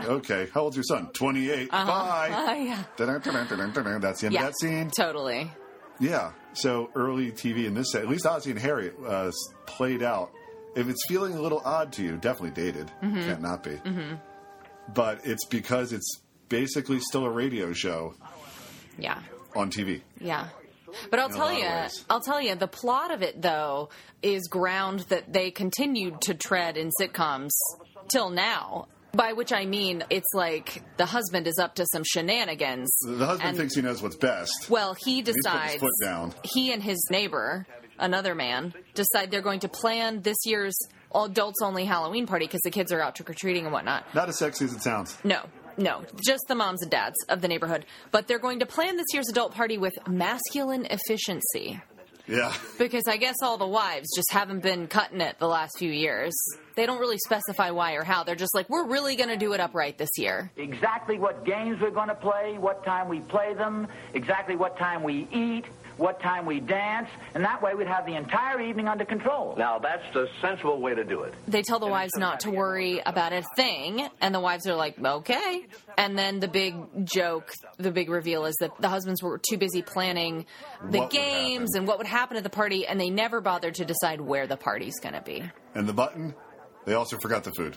Speaker 8: okay, how old's your son? Twenty-eight.
Speaker 9: Uh-huh.
Speaker 8: Bye.
Speaker 9: Oh, yeah.
Speaker 8: Dun, dun, dun, dun, dun, dun. That's the end
Speaker 9: yeah.
Speaker 8: of that scene.
Speaker 9: Totally.
Speaker 8: Yeah. So early TV in this set, at least Ozzy and Harriet uh, s- played out. If it's feeling a little odd to you, definitely dated.
Speaker 9: Mhm.
Speaker 8: Can't not be.
Speaker 9: hmm
Speaker 8: But it's because it's basically still a radio show
Speaker 9: Yeah.
Speaker 8: on TV.
Speaker 9: Yeah. But I'll
Speaker 8: In a
Speaker 9: tell
Speaker 8: lot of
Speaker 9: you,
Speaker 8: ways.
Speaker 9: I'll tell you, the plot of it though is ground that they continued to tread in sitcoms till now. By which I mean, it's like the husband is up to some shenanigans.
Speaker 8: The husband
Speaker 9: and-
Speaker 8: thinks he knows what's best.
Speaker 9: Well, he
Speaker 8: He's putting
Speaker 9: decides.
Speaker 8: his foot down.
Speaker 9: He and his neighbor, another man, decide they're going to plan this year's adults only Halloween party because the kids are out trick or treating and whatnot.
Speaker 8: Not as sexy as it sounds.
Speaker 9: No, no, just the moms and dads of the neighborhood. But they're going to plan this year's adult party with masculine efficiency.
Speaker 8: Yeah.
Speaker 9: Because I guess all the wives just haven't been cutting it the last few years. They don't really specify why or how. They're just like, we're really going to do it upright this year.
Speaker 19: Exactly what games we're going to play, what time we play them, exactly what time we eat, what time we dance, and that way we'd have the entire evening under control.
Speaker 18: Now, that's the sensible way to do it.
Speaker 9: They tell the wives not to worry about a thing, and the wives are like, okay. And then the big joke, the big reveal is that the husbands were too busy planning the
Speaker 8: What would
Speaker 9: games and what would happen at the party, and they never bothered to decide where the party's going to be.
Speaker 8: And the button, they also forgot the food.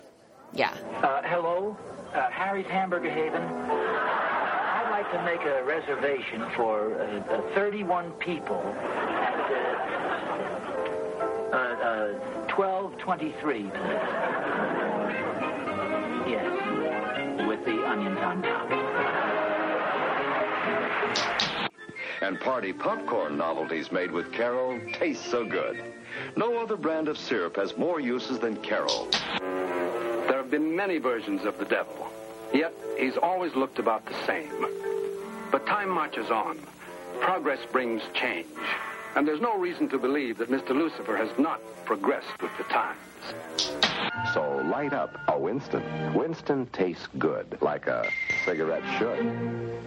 Speaker 9: Yeah.
Speaker 19: Uh, hello, uh, Harry's Hamburger Haven. I'd like to make a reservation for uh, uh, 31 people at uh, uh, uh, 1223. Yes, with the onions on top.
Speaker 5: And party popcorn novelties made with Carol taste so good. No other brand of syrup has more uses than Carol.
Speaker 21: There have been many versions of the devil, yet he's always looked about the same. But time marches on. Progress brings change. And there's no reason to believe that Mr. Lucifer has not progressed with the times.
Speaker 5: So light up a Winston. Winston tastes good, like a cigarette should.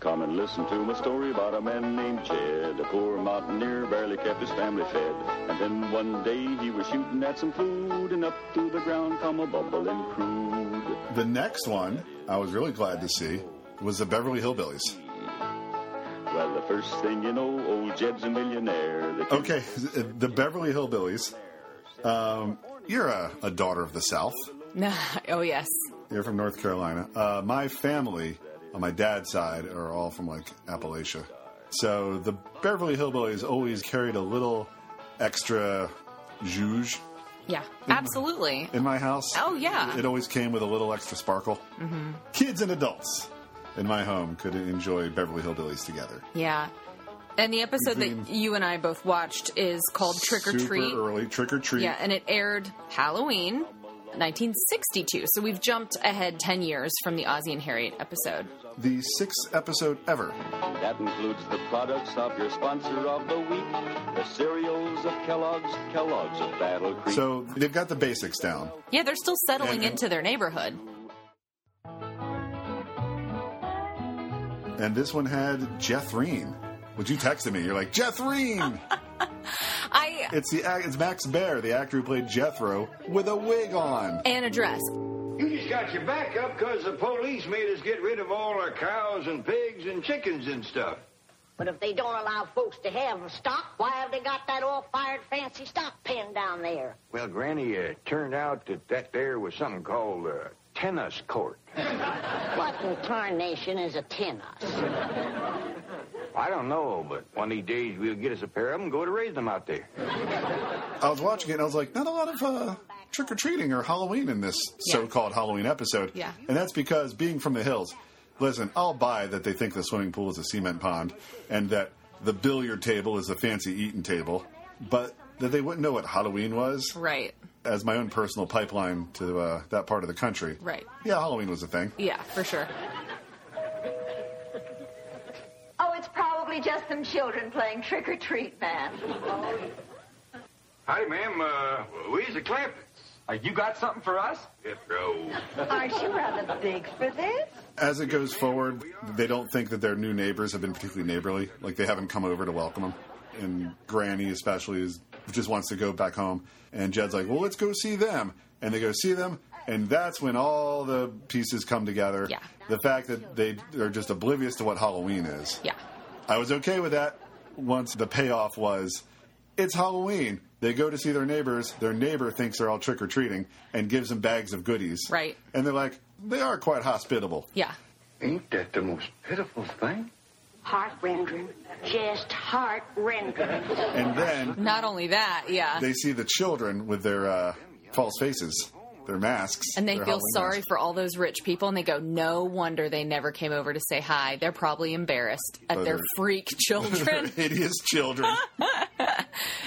Speaker 5: Come and listen to my story about a man named Jed. A poor mountaineer barely kept his family fed. And then one day he was shooting at some food, and up through the ground come a bubbling crude.
Speaker 8: The next one I was really glad to see was the Beverly Hillbillies.
Speaker 5: Well, the first thing you know, old Jed's a millionaire. The kid-
Speaker 8: Okay, the Beverly Hillbillies. Um, you're a, a daughter of the South.
Speaker 9: oh, yes.
Speaker 8: You're from North Carolina. Uh, my family on my dad's side are all from like Appalachia. So the Beverly Hillbillies always carried a little extra juge
Speaker 9: Yeah.
Speaker 8: Mm-hmm.
Speaker 9: Absolutely.
Speaker 8: in my house.
Speaker 9: Oh, yeah.
Speaker 8: It always came with a little extra sparkle.
Speaker 9: hmm
Speaker 8: Kids and adults. in my home could enjoy Beverly Hillbillies together.
Speaker 9: Yeah. And the episode that you and I both watched is called Trick or
Speaker 8: Mm-hmm. Super
Speaker 9: Treat.
Speaker 8: early, Trick or Treat.
Speaker 9: Yeah, and it aired Halloween 1962. So we've jumped ahead 10 years from the Ozzy and Harriet episode.
Speaker 8: The sixth episode ever.
Speaker 1: That includes the products of your sponsor of the week, the cereals of Kellogg's, Kellogg's of Battle Creek.
Speaker 8: So they've got the basics down.
Speaker 9: Yeah, they're still settling
Speaker 8: And- and-
Speaker 9: into their neighborhood.
Speaker 8: And this one had Jeff Reen. Would you texted me? You're like, Jeff Reen!
Speaker 9: I
Speaker 8: it's the act- it's Max Baer, the actor who played Jethro, with a wig on.
Speaker 9: and a dress.
Speaker 22: You just got your back up 'cause the police made us get rid of all our cows and pigs and chickens and stuff.
Speaker 10: But if they don't allow folks to have stock, why have they got that all-fired fancy stock pen down there?
Speaker 22: Well, Granny, uh, turned out that that there was something called a tennis court.
Speaker 10: What in tarnation is a tennis?
Speaker 22: I don't know, but one of these days we'll get us a pair of 'em and go to raise them out there.
Speaker 8: I was watching it and I was like, not a lot of uh, trick or treating or Halloween in this so called Halloween episode.
Speaker 23: Yeah.
Speaker 8: And that's because being from the hills, listen, I'll buy that they think the swimming pool is a cement pond and that the billiard table is a fancy eating table, but that they wouldn't know what Halloween was
Speaker 9: Right,
Speaker 8: as my own personal pipeline to uh, that part of the country.
Speaker 9: right.
Speaker 8: Yeah, Halloween was a thing.
Speaker 9: Yeah, for sure.
Speaker 24: Oh, it's probably just some children playing trick or treat, man.
Speaker 22: Hi, ma'am. Uh, we's the Clampets. Uh, you got something for us? Yeah, bro.
Speaker 24: Aren't you rather big for this?
Speaker 8: As it goes forward, they don't think that their new neighbors have been particularly neighborly. Like they haven't come over to welcome them. And Granny, especially, is just wants to go back home. And Jed's like, "Well, let's go see them." And they go see them, and that's when all the pieces come together. Yeah. The fact that they are just oblivious to what Halloween is.
Speaker 9: Yeah.
Speaker 8: I was okay with that once the payoff was it's Halloween. They go to see their neighbors. Their neighbor thinks they're all trick or treating and gives them bags of goodies.
Speaker 9: Right.
Speaker 8: And they're like, they are quite hospitable.
Speaker 9: Yeah.
Speaker 22: Ain't that the most pitiful thing?
Speaker 10: Heart-rendering. Just heart-rendering.
Speaker 8: And then
Speaker 9: Not only that, yeah.
Speaker 8: they see the children with their uh, false faces, their masks,
Speaker 9: and they
Speaker 8: their
Speaker 9: feel
Speaker 8: Halloween
Speaker 9: sorry
Speaker 8: masks.
Speaker 9: for all those rich people, and they go, "No wonder they never came over to say hi. They're probably embarrassed at
Speaker 8: Oh,
Speaker 9: their
Speaker 8: they're-
Speaker 9: freak children."
Speaker 8: Their hideous children.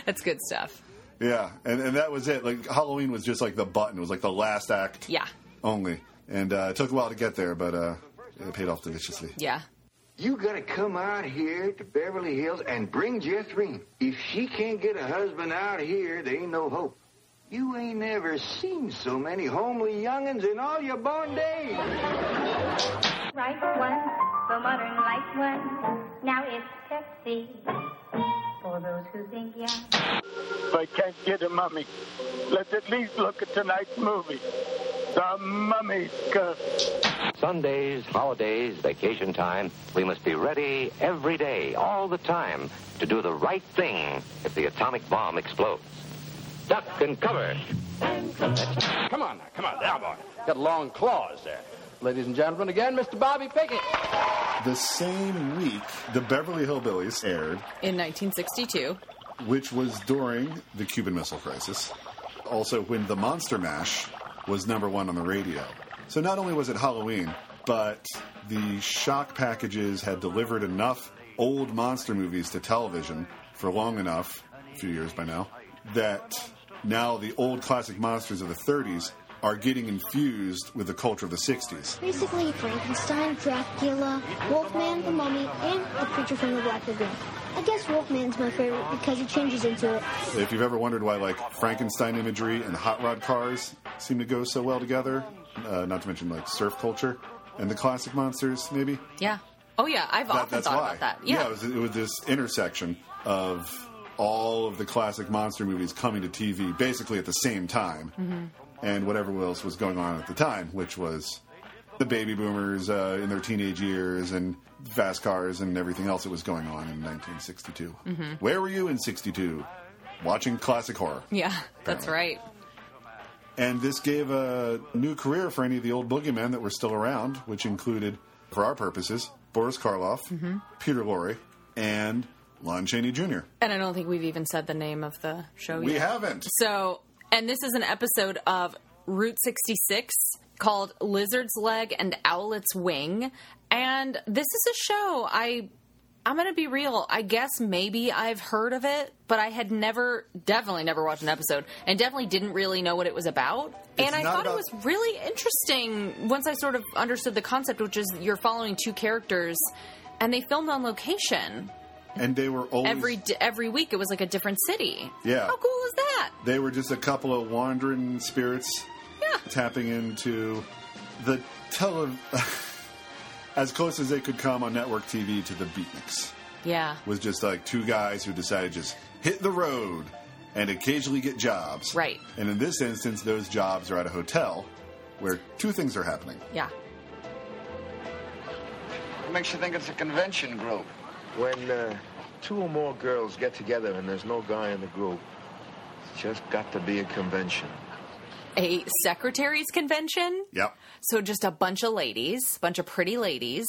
Speaker 9: That's good stuff.
Speaker 8: yeah, and and that was it. Like Halloween was just like the button. It was like the last act
Speaker 9: Yeah,
Speaker 8: only, and uh, it took a while to get there, but uh, it paid off deliciously.
Speaker 9: yeah.
Speaker 22: You gotta come out here to Beverly Hills and bring Jethreen. If she can't get a husband out here, there ain't no hope. You ain't never seen so many homely youngins in all your born days.
Speaker 25: Right one, the modern light one. Now it's Pepsi. For those who think young.
Speaker 26: If I can't get a mummy, let's at least look at tonight's movie. The Mummy Curse.
Speaker 27: Sundays, holidays, vacation time, we must be ready every day, all the time, to do the right thing if the atomic bomb explodes. Duck and cover.
Speaker 28: Come on now, come on, now, boy. Got long claws there. Ladies and gentlemen, again, Mr. Bobby Pickett.
Speaker 8: The same week, the Beverly Hillbillies aired,
Speaker 9: In 1962,
Speaker 8: which was during the Cuban Missile Crisis, also when the Monster Mash was number one on the radio. So not only was it Halloween, but the shock packages had delivered enough old monster movies to television for long enough, a few years by now, that now the old classic monsters of the 30s are getting infused with the culture of the 60s.
Speaker 29: Basically, Frankenstein, Dracula, Wolfman, the Mummy, and the creature from the Black Lagoon. I guess Wolfman's my favorite because he changes into it.
Speaker 8: If you've ever wondered why, like, Frankenstein imagery and hot rod cars seem to go so well together, uh, not to mention, like, surf culture and the classic monsters, maybe.
Speaker 9: yeah. Oh yeah, I've
Speaker 8: That-
Speaker 9: often thought about that. Yeah,
Speaker 8: it, was, it was this intersection of all of the classic monster movies coming to TV basically at the same time
Speaker 16: Mm-hmm.
Speaker 8: and whatever else was going on at the time, which was the baby boomers uh, in their teenage years and fast cars and everything else that was going on in 1962.
Speaker 9: Mhm.
Speaker 8: Where were you in 62? Watching classic horror.
Speaker 9: yeah. That's right.
Speaker 8: And this gave a new career for any of the old boogeymen that were still around, which included, for our purposes, Boris Karloff,
Speaker 9: Mhm.
Speaker 8: Peter Lorre, and Lon Chaney Jr.
Speaker 9: And I don't think we've even said the name of the show
Speaker 8: We
Speaker 9: yet.
Speaker 8: haven't.
Speaker 9: So, and this is an episode of Route 66 called Lizard's Leg and Owlet's Wing. And this is a show I I'm going to be real. I guess maybe I've heard of it, but I had never definitely never watched an episode and definitely didn't really know what it was about. and
Speaker 2: It's
Speaker 9: I
Speaker 2: not
Speaker 9: thought
Speaker 2: about-
Speaker 9: it was really interesting once I sort of understood the concept, which is you're following two characters and they filmed on location.
Speaker 8: And they were always
Speaker 9: Every d- every week it was like a different city.
Speaker 8: yeah.
Speaker 9: How cool is that?
Speaker 8: They were just a couple of wandering spirits tapping into the tele as close as they could come on network TV to the beatniks.
Speaker 9: Yeah.
Speaker 8: Was just like two guys who decided to just hit the road and occasionally get jobs.
Speaker 9: Right.
Speaker 8: And in this instance, those jobs are at a hotel where two things are happening.
Speaker 9: Yeah.
Speaker 3: What makes you think it's a convention group? When uh, two or more girls get together and there's no guy in the group, it's just got to be a convention.
Speaker 9: A secretaries convention.
Speaker 8: Yep.
Speaker 9: So just a bunch of ladies, bunch of pretty ladies.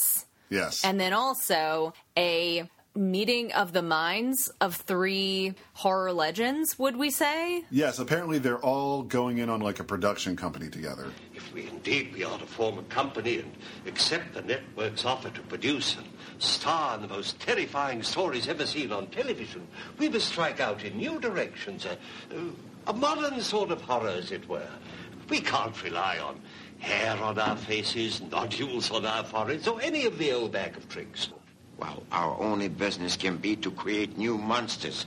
Speaker 8: Yes.
Speaker 9: And then also a meeting of the minds of three horror legends, would we say?
Speaker 8: Yes, apparently they're all going in on like a production company together.
Speaker 4: Indeed, we ought to form a company and accept the network's offer to produce and star in the most terrifying stories ever seen on television. We must strike out in new directions, a, a modern sort of horror, as it were. We can't rely on hair on our faces, nodules on our foreheads, or any of the old bag of tricks.
Speaker 3: Well, our only business can be to create new monsters.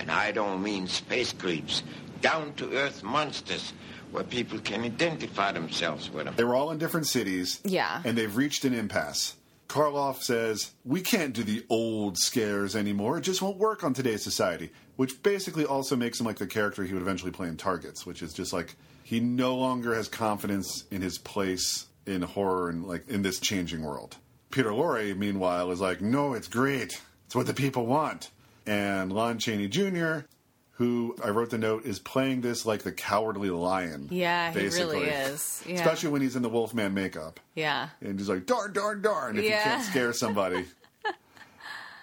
Speaker 3: And I don't mean space creeps, down-to-earth monsters where people can identify themselves with them.
Speaker 8: They were all in different cities.
Speaker 3: Yeah.
Speaker 8: And they've reached an impasse. Karloff says, We can't do the old scares anymore. It just won't work on today's society. Which basically also makes him like the character he would eventually play in Targets, which is just like he no longer has confidence in his place in horror and like in this changing world. Peter Lorre, meanwhile, is like, No, it's great. It's what the people want. And Lon Chaney Jr., who I wrote the note, is playing this like the cowardly lion.
Speaker 9: Yeah, he
Speaker 8: basically.
Speaker 9: really is. Yeah.
Speaker 8: Especially when he's in the Wolfman makeup.
Speaker 9: Yeah.
Speaker 8: And he's like, darn, darn, darn, if
Speaker 9: Yeah.
Speaker 8: you can't scare somebody.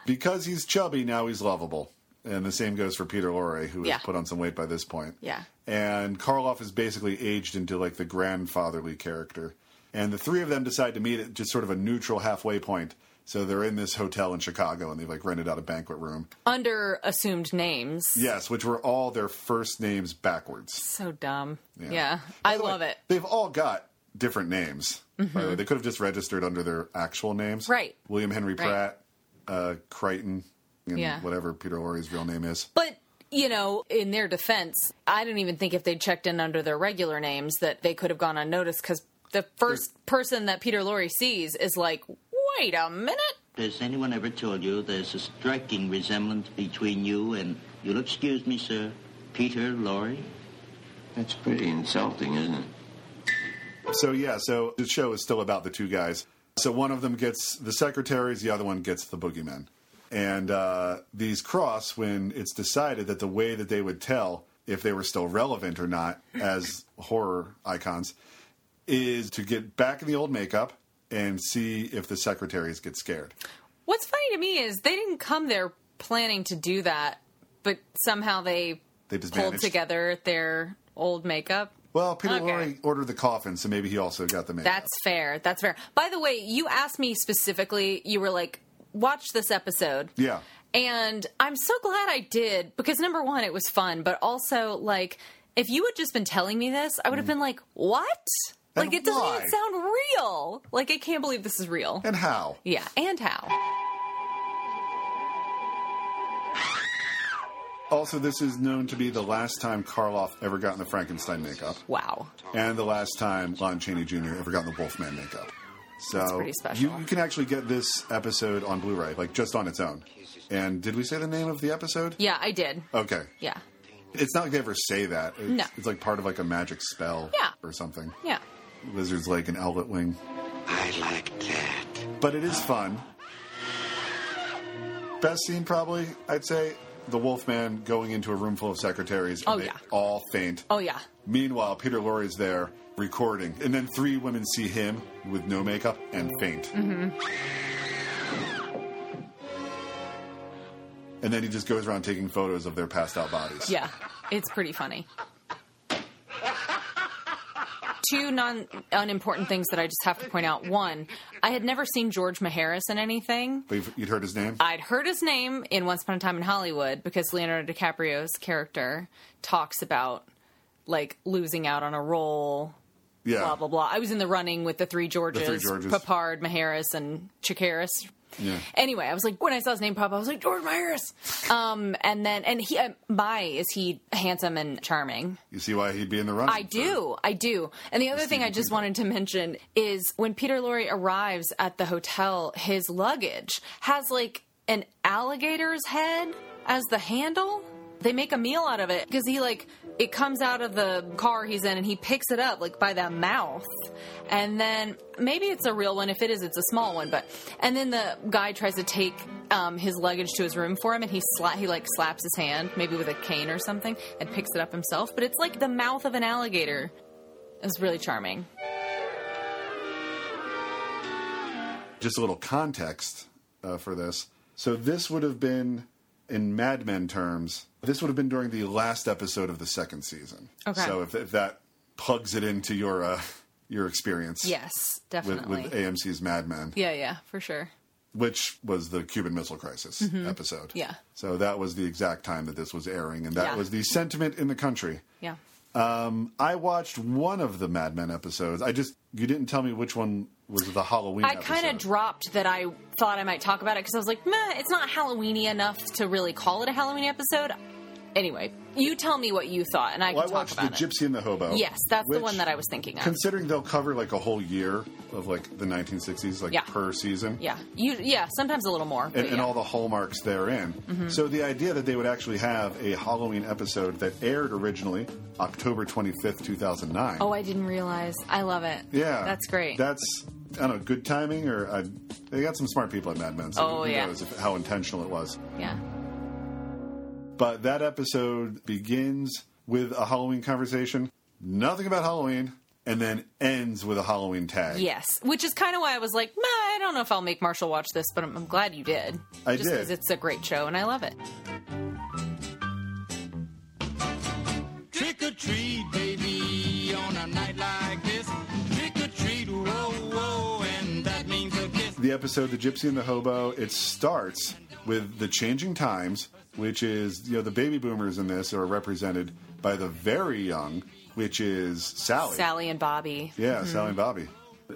Speaker 8: because he's chubby, now he's lovable. And the same goes for Peter Lorre, who
Speaker 9: Yeah.
Speaker 8: has put on some weight by this point.
Speaker 9: Yeah.
Speaker 8: And Karloff is basically aged into like the grandfatherly character. And the three of them decide to meet at just sort of a neutral halfway point. So they're in this hotel in Chicago and they've like rented out a banquet room.
Speaker 9: Under assumed names.
Speaker 8: Yes, which were all their first names backwards.
Speaker 9: So dumb.
Speaker 8: Yeah.
Speaker 9: Yeah. I love it.
Speaker 8: They've all got different names. By the way,
Speaker 9: Mhm.
Speaker 8: they could have just registered under their actual names.
Speaker 9: Right.
Speaker 8: William Henry
Speaker 9: Right.
Speaker 8: Pratt, uh, Crichton, and
Speaker 9: Yeah.
Speaker 8: whatever Peter Lorre's real name is.
Speaker 9: But, you know, in their defense, I don't even think if they checked in under their regular names that they could have gone unnoticed because the first person that Peter Lorre sees is like, wait a minute.
Speaker 6: Has anyone ever told you there's a striking resemblance between you and, you'll excuse me, sir, Peter Lorre?
Speaker 3: That's pretty insulting, isn't it?
Speaker 8: So, yeah, so the show is still about the two guys. So one of them gets the secretaries, the other one gets the boogeyman. And uh, these cross when it's decided that the way that they would tell if they were still relevant or not as horror icons is to get back in the old makeup and see if the secretaries get scared.
Speaker 9: What's funny to me is they didn't come there planning to do that, but somehow they
Speaker 8: They just
Speaker 9: pulled
Speaker 8: managed.
Speaker 9: together their old makeup.
Speaker 8: Well, Peter
Speaker 9: Okay.
Speaker 8: Lorre ordered the coffin, so maybe he also got the makeup.
Speaker 9: That's fair. That's fair. By the way, you asked me specifically, you were like, watch this episode.
Speaker 8: yeah.
Speaker 9: And I'm so glad I did because number one, it was fun, but also, like, if you had just been telling me this, I would have been like, what?
Speaker 8: Mm. And
Speaker 9: like, it doesn't
Speaker 8: why?
Speaker 9: even sound real. Like, I can't believe this is real.
Speaker 8: And how?
Speaker 9: Yeah, and how.
Speaker 8: Also, this is known to be the last time Karloff ever got in the Frankenstein makeup.
Speaker 9: Wow.
Speaker 8: And the last time Lon Chaney Jr. ever got in the Wolfman makeup. So
Speaker 9: That's pretty special.
Speaker 8: You, you can actually get this episode on Blu-ray, like just on its own. And did we say the name of the episode?
Speaker 9: Yeah, I did.
Speaker 8: Okay.
Speaker 9: Yeah.
Speaker 8: It's not like they ever say that. It's,
Speaker 9: No.
Speaker 8: it's like part of like a magic spell
Speaker 9: Yeah.
Speaker 8: or something.
Speaker 9: Yeah.
Speaker 8: Lizard's Lake and Owlet Wing. I like that. But it is fun. Best scene probably, I'd say, the Wolfman going into a room full of secretaries and
Speaker 9: Oh,
Speaker 8: they
Speaker 9: yeah.
Speaker 8: all faint.
Speaker 9: Oh, yeah.
Speaker 8: Meanwhile, Peter Lorre's there recording, and then three women see him with no makeup and faint.
Speaker 9: Mm-hmm.
Speaker 8: And then he just goes around taking photos of their passed out bodies.
Speaker 9: Yeah, it's pretty funny. two non unimportant things that I just have to point out. One, I had never seen George Maharis in anything.
Speaker 8: But you've, you'd heard his name?
Speaker 9: I'd heard his name in Once Upon a Time in Hollywood because Leonardo DiCaprio's character talks about like losing out on a role.
Speaker 8: Yeah.
Speaker 9: Blah blah blah. I was in the running with the three Georges,
Speaker 8: Georges.
Speaker 9: Papard, Maharis, and Chikaris.
Speaker 8: Yeah.
Speaker 9: Anyway, I was like, when I saw his name pop, up, I was like, George Myers. Um, and then, and he, uh, my, is he handsome and charming?
Speaker 8: You see why he'd be in the running?
Speaker 9: I do, I do. And the other thing I just wanted to mention is when Peter Lorre arrives at the hotel, his luggage has like an alligator's head as the handle. They make a meal out of it because he like it comes out of the car he's in and he picks it up like by the mouth. And then maybe it's a real one. If it is, it's a small one. But and then the guy tries to take um, his luggage to his room for him, and he sla- he like slaps his hand, maybe with a cane or something, and picks it up himself. But it's like the mouth of an alligator. It's really charming.
Speaker 8: Just a little context uh, for this. So this would have been, in Mad Men terms, this would have been during the last episode of the second season.
Speaker 9: Okay.
Speaker 8: So if, if that plugs it into your uh, your experience,
Speaker 9: Yes,
Speaker 8: with,
Speaker 9: definitely.
Speaker 8: with AMC's Mad Men,
Speaker 9: yeah, yeah, for sure.
Speaker 8: which was the Cuban Missile Crisis
Speaker 9: Mhm.
Speaker 8: episode.
Speaker 9: Yeah,
Speaker 8: So that was the exact time that this was airing, and that
Speaker 9: Yeah.
Speaker 8: was the sentiment in the country.
Speaker 9: yeah.
Speaker 8: Um, I watched one of the Mad Men episodes. I just you didn't tell me which one was the Halloween.
Speaker 9: I kind of dropped that I thought I might talk about it because I was like, meh, it's not Halloweeny enough to really call it a Halloween episode. Anyway, you tell me what you thought, and I
Speaker 8: Well, I
Speaker 9: can talk
Speaker 8: watched the
Speaker 9: about it.
Speaker 8: Gypsy and the Hobo.
Speaker 9: yes, that's the
Speaker 8: which,
Speaker 9: one that I was thinking of.
Speaker 8: Considering they'll cover like a whole year of like the 1960s, like
Speaker 9: Yeah.
Speaker 8: per season.
Speaker 9: yeah, you yeah, sometimes a little more.
Speaker 8: and,
Speaker 9: but
Speaker 8: and
Speaker 9: yeah.
Speaker 8: all the hallmarks therein.
Speaker 9: Mhm.
Speaker 8: So the idea that they would actually have a Halloween episode that aired originally October 25th, 2009.
Speaker 9: oh, I didn't realize. I love it.
Speaker 8: yeah.
Speaker 9: that's great.
Speaker 8: That's, I don't know, good timing or I, they got some smart people at Mad Men. So
Speaker 9: Oh,
Speaker 8: who
Speaker 9: yeah.
Speaker 8: knows if, how intentional it was.
Speaker 9: yeah.
Speaker 8: But that episode begins with a Halloween conversation, nothing about Halloween, and then ends with a Halloween tag.
Speaker 9: Yes, which is kind of why I was like, meh, I don't know if I'll make Marshall watch this, but I'm, I'm glad you did.
Speaker 8: I
Speaker 9: Just
Speaker 8: did.
Speaker 9: because it's a great show and I love it.
Speaker 16: Trick or treat, baby, on a night like this. Trick or treat, whoa, whoa, and that means a kiss.
Speaker 8: the episode the gypsy and the hobo it starts with the changing times which is you know the baby boomers in this are represented by the very young which is sally
Speaker 9: Sally and Bobby.
Speaker 8: yeah
Speaker 9: Mhm.
Speaker 8: sally and bobby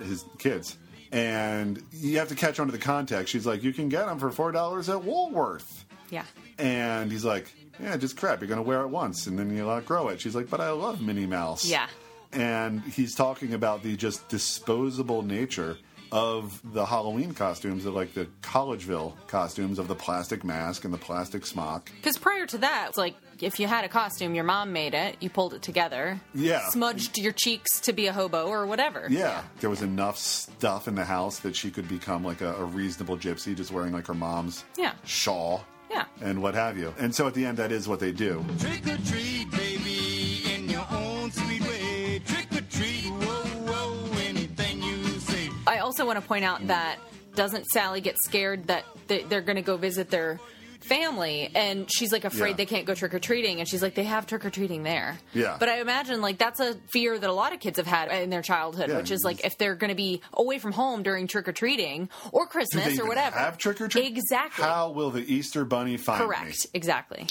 Speaker 8: his kids and you have to catch on to the context she's like you can get them for four dollars at woolworth
Speaker 9: Yeah.
Speaker 8: and he's like yeah just crap you're gonna wear it once and then you'll outgrow it she's like but i love minnie mouse
Speaker 9: Yeah.
Speaker 8: and he's talking about the just disposable nature of the Halloween costumes, of like the Collegeville costumes of the plastic mask and the plastic smock.
Speaker 9: Because prior to that, it's like if you had a costume, your mom made it, you pulled it together,
Speaker 8: Yeah.
Speaker 9: smudged your cheeks to be a hobo or whatever.
Speaker 8: Yeah, there was enough stuff in the house that she could become like a, a reasonable gypsy, just wearing like her mom's
Speaker 9: Yeah.
Speaker 8: shawl
Speaker 9: Yeah.
Speaker 8: and what have you. And so at the end, that is what they do.
Speaker 16: Trick or treat, baby, in your own sweet way. Trick or treat, whoa, whoa, anything you say.
Speaker 9: I also want to point out that doesn't Sally get scared that they- they're going to go visit their family and she's like afraid
Speaker 8: Yeah.
Speaker 9: they can't go trick or treating and she's like they have trick or treating there.
Speaker 8: Yeah.
Speaker 9: But I imagine like that's a fear that a lot of kids have had in their childhood,
Speaker 8: Yeah,
Speaker 9: which is like if they're going to be away from home during trick or treating or
Speaker 8: do they
Speaker 9: Christmas or
Speaker 8: even
Speaker 9: whatever.
Speaker 8: have trick or treat?
Speaker 9: Exactly.
Speaker 8: How will the Easter Bunny find me?
Speaker 9: Correct. Exactly.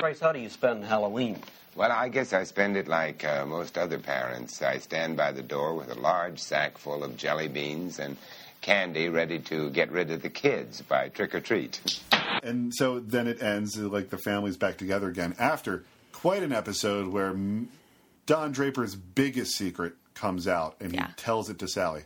Speaker 2: Bryce, how do you spend Halloween?
Speaker 7: Well, I guess I spend it like uh, most other parents. I stand by the door with a large sack full of jelly beans and candy ready to get rid of the kids by trick or treat.
Speaker 8: And so then it ends uh, like the family's back together again after quite an episode where mm, Don Draper's biggest secret comes out and he tells it to Sally.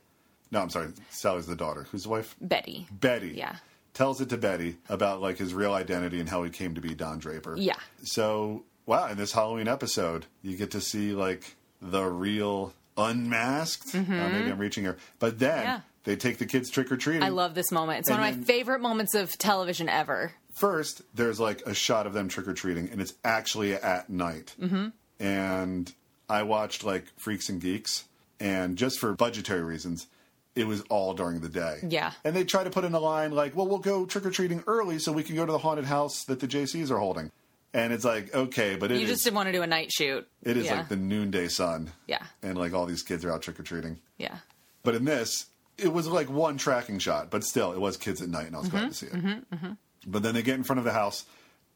Speaker 8: No, I'm sorry, Sally's the daughter. Who's the wife?
Speaker 9: Betty.
Speaker 8: Betty.
Speaker 9: Yeah.
Speaker 8: Tells it to Betty about like his real identity and how he came to be Don Draper.
Speaker 9: Yeah.
Speaker 8: So, wow, in this Halloween episode, you get to see like the real unmasked. Uh,
Speaker 9: Mhm.
Speaker 8: maybe I'm reaching here. But then
Speaker 9: Yeah.
Speaker 8: they take the kids trick or treating.
Speaker 9: I love this moment. It's
Speaker 8: And
Speaker 9: one of
Speaker 8: then-
Speaker 9: my favorite moments of television ever.
Speaker 8: First, there's like a shot of them trick or treating, and it's actually at night.
Speaker 9: Mhm.
Speaker 8: And I watched like Freaks and Geeks, and just for budgetary reasons, it was all during the day.
Speaker 9: Yeah.
Speaker 8: And they try to put in a line like, well, we'll go trick or treating early so we can go to the haunted house that the JCs are holding. And it's like, okay, but it
Speaker 9: you just
Speaker 8: is-
Speaker 9: didn't want to do a night shoot.
Speaker 8: it is
Speaker 9: yeah.
Speaker 8: like the noonday sun.
Speaker 9: Yeah.
Speaker 8: And like all these kids are out trick or treating.
Speaker 9: Yeah.
Speaker 8: But in this, it was like one tracking shot, but still, it was kids at night, and I was glad to see it.
Speaker 16: Mm-hmm, mm-hmm.
Speaker 8: But then they get in front of the house,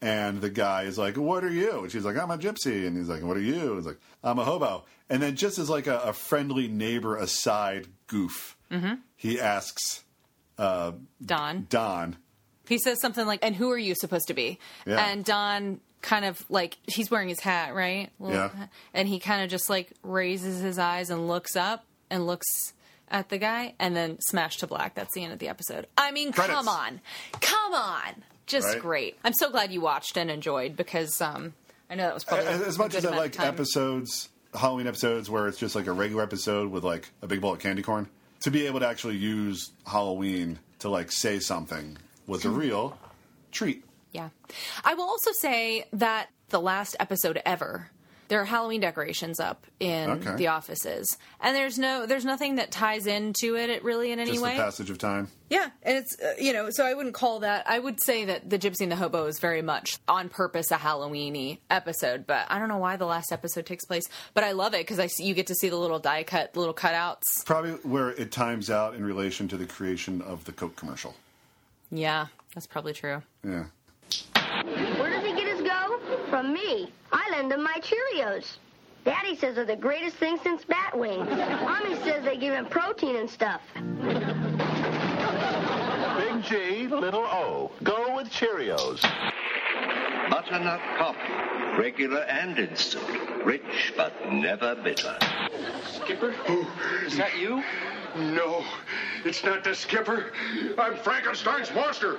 Speaker 8: and the guy is like, "What are you?" And she's like, "I'm a gypsy," and he's like, "What are you?" And he's like, "I'm a hobo." And then just as like a, a friendly neighbor aside goof,
Speaker 9: Mm-hmm.
Speaker 8: he asks uh,
Speaker 9: Don.
Speaker 8: Don,
Speaker 9: He says something like, "And who are you supposed to be?"
Speaker 8: Yeah.
Speaker 9: And Don kind of like he's wearing his hat, right?
Speaker 8: Yeah.
Speaker 9: hat. And he kind of just like raises his eyes and looks up and looks at the guy, and then smash to black. That's the end of the episode. I mean,
Speaker 11: Credits.
Speaker 9: come on, come on, just
Speaker 8: Right.
Speaker 9: great. I'm so glad you watched and enjoyed because um, I know that was probably
Speaker 8: as,
Speaker 9: a
Speaker 8: as much
Speaker 9: good
Speaker 8: as I
Speaker 9: amount of
Speaker 8: like
Speaker 9: time.
Speaker 8: episodes, Halloween episodes where it's just like a regular episode with like a big bowl of candy corn, to be able to actually use Halloween to like say something was a
Speaker 9: Hmm.
Speaker 8: real treat.
Speaker 9: Yeah. I will also say that the last episode ever, there are Halloween decorations up in
Speaker 8: Okay.
Speaker 9: the offices. And there's no there's nothing that ties into it it really in any
Speaker 8: Just
Speaker 9: way.
Speaker 8: the passage of time.
Speaker 9: yeah, and it's uh, you know, so I wouldn't call that I would say that The Gypsy and the Hobo is very much on purpose a Halloweeny episode, but I don't know why the last episode takes place, but I love it cuz I see, you get to see the little die cut little cutouts.
Speaker 8: Probably where it times out in relation to the creation of the Coke commercial.
Speaker 9: Yeah, that's probably true.
Speaker 8: Yeah.
Speaker 12: Where does he get his go? From me. I lend him my Cheerios. Daddy says they're the greatest thing since Batwing. Mommy says they give him protein and stuff.
Speaker 13: Big G, little O. Go with Cheerios.
Speaker 4: Butternut coffee, regular and instant. Rich but never bitter.
Speaker 14: Skipper? Is that you? No, it's not the skipper. I'm Frankenstein's monster.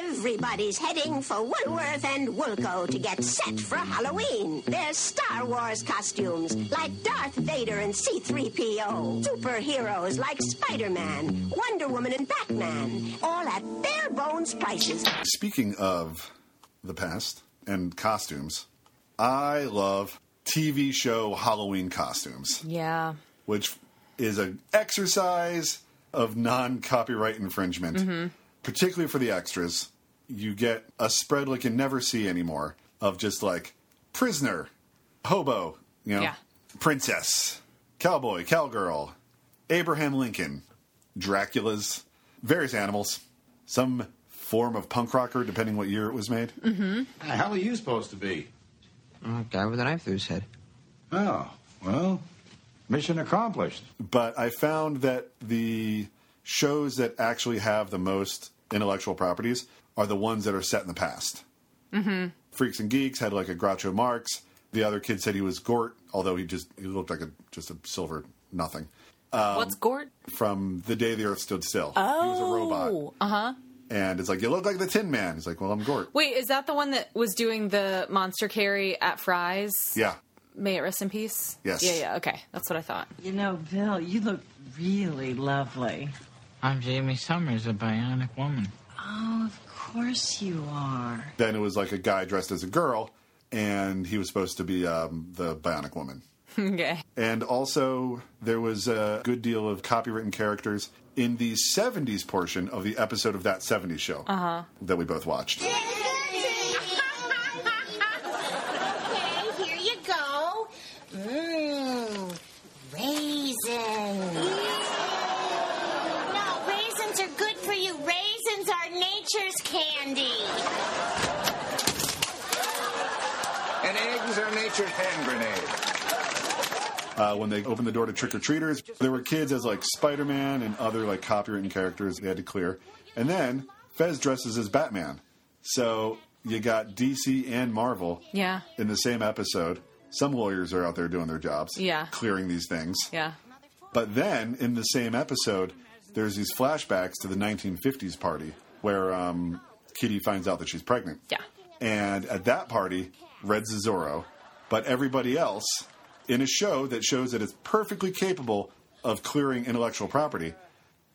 Speaker 15: Everybody's heading for Woolworth and Woolco to get set for Halloween. There's Star Wars costumes like Darth Vader and C3PO, superheroes like Spider Man, Wonder Woman, and Batman, all at bare bones prices.
Speaker 8: Speaking of the past and costumes, I love TV show Halloween costumes,
Speaker 9: Yeah.
Speaker 8: which is an exercise of non copyright infringement,
Speaker 9: Mhm.
Speaker 8: particularly for the extras. You get a spread like you never see anymore of just like prisoner, hobo, you know,
Speaker 9: Yeah.
Speaker 8: princess, cowboy, cowgirl, Abraham Lincoln, Dracula's, various animals, some form of punk rocker, depending what year it was made.
Speaker 17: Mm-hmm.
Speaker 15: The hell are you supposed to be?
Speaker 17: A guy with a knife through his head.
Speaker 15: Oh, well, mission accomplished.
Speaker 8: But I found that the shows that actually have the most intellectual properties are the ones that are set in the past.
Speaker 9: Mm-hmm.
Speaker 8: Freaks and Geeks had like a Groucho Marx. The other kid said he was Gort, although he just he looked like a just a silver nothing. Um,
Speaker 9: What's Gort?
Speaker 8: From the day the Earth stood still.
Speaker 9: Oh.
Speaker 8: He was a robot,
Speaker 9: Uh-huh.
Speaker 8: and it's like you look like the Tin Man. He's like, well, I'm Gort.
Speaker 9: Wait, is that the one that was doing the monster carry at Fry's?
Speaker 8: Yeah,
Speaker 9: May it rest in peace?
Speaker 8: Yes.
Speaker 9: Yeah, yeah, okay. That's what I thought.
Speaker 17: You know, Bill, you look really lovely.
Speaker 18: I'm Jamie Summers, a bionic woman.
Speaker 17: Oh, of course you are.
Speaker 8: Then it was like a guy dressed as a girl, and he was supposed to be um, the Bionic Woman.
Speaker 9: okay.
Speaker 8: And also, there was a good deal of copywritten characters in the 70s portion of the episode of that 70s show
Speaker 9: Uh huh.
Speaker 8: that we both watched.
Speaker 20: okay, here you go. Mmm, raisins. No, raisins are good for you. Raisins are nature's candy.
Speaker 15: And eggs are nature's hand grenade.
Speaker 8: Uh, when they opened the door to trick or treaters, there were kids as like Spider Man and other like copywritten characters they had to clear. And then Fez dresses as Batman. So you got DC and Marvel
Speaker 9: Yeah.
Speaker 8: in the same episode. Some lawyers are out there doing their jobs,
Speaker 9: Yeah.
Speaker 8: clearing these things.
Speaker 9: Yeah.
Speaker 8: But then in the same episode, there's these flashbacks to the 1950s party where um, Kitty finds out that she's pregnant.
Speaker 9: Yeah.
Speaker 8: And at that party, Red's a Zorro, but everybody else in a show that shows that it's perfectly capable of clearing intellectual property,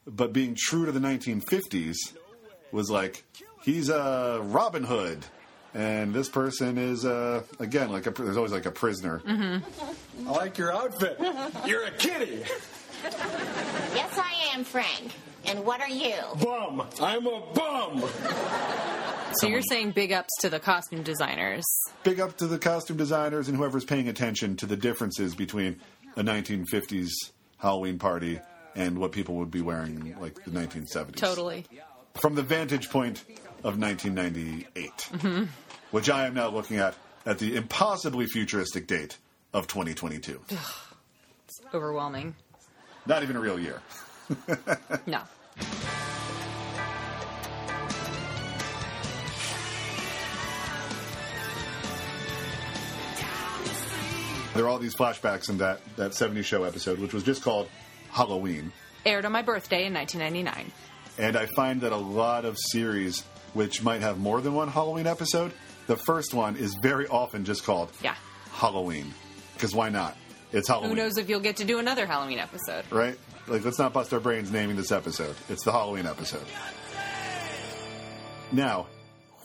Speaker 8: but being true to the 1950s was like, he's a Robin Hood. And this person is, uh, again, like a, pr- there's always like a prisoner.
Speaker 15: I like your outfit. You're a kitty.
Speaker 20: Yes, I am, Frank. And what are you?
Speaker 1: Bum. I'm a bum.
Speaker 9: So you're saying big ups to the costume designers.
Speaker 8: Big up to the costume designers and whoever's paying attention to the differences between a 1950s Halloween party and what people would be wearing in, like the 1970s.
Speaker 9: Totally.
Speaker 8: From the vantage point of 1998,
Speaker 9: hmm
Speaker 8: which I am now looking at at the impossibly futuristic date of 2022.
Speaker 9: It's overwhelming.
Speaker 8: Not even a real year.
Speaker 9: No.
Speaker 8: There are all these flashbacks in that, that 70s show episode, which was just called Halloween.
Speaker 9: Aired on my birthday in 1999.
Speaker 8: And I find that a lot of series which might have more than one Halloween episode, the first one is very often just called
Speaker 9: Yeah.
Speaker 8: Halloween. Because why not? It's Halloween.
Speaker 9: Who knows if you'll get to do another Halloween episode?
Speaker 8: Right? Like, let's not bust our brains naming this episode. It's the Halloween episode. Now,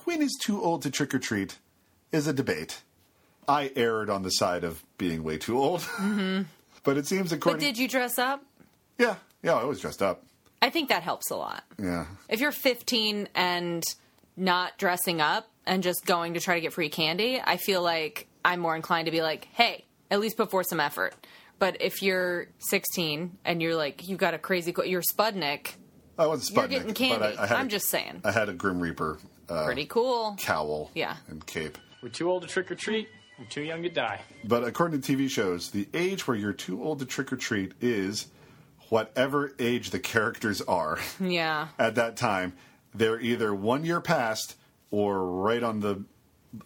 Speaker 8: when is too old to trick or treat is a debate. I erred on the side of being way too old,
Speaker 9: hmm
Speaker 8: but it seems
Speaker 9: But
Speaker 8: according.
Speaker 9: did you dress up?
Speaker 8: yeah, yeah, I was dressed up.
Speaker 9: I think that helps a lot.
Speaker 8: Yeah,
Speaker 9: If you're 15 and not dressing up and just going to try to get free candy, I feel like I'm more inclined to be like, hey, at least put forth some effort. But if you're 16 and you're like, you got a crazy, co- you're Spudnik,
Speaker 8: I wasn't Sputnik.
Speaker 9: you're getting
Speaker 8: but
Speaker 9: candy.
Speaker 8: I, I had
Speaker 9: I'm
Speaker 8: a-
Speaker 9: just saying.
Speaker 8: I had a Grim Reaper. Uh,
Speaker 9: Pretty cool.
Speaker 8: Cowl.
Speaker 9: Yeah.
Speaker 8: And cape.
Speaker 1: We're too old to trick or treat. We're too young to die.
Speaker 8: But according to TV shows, the age where you're too old to trick or treat is whatever age the characters are.
Speaker 9: Yeah.
Speaker 8: at that time, they're either one year past or right on the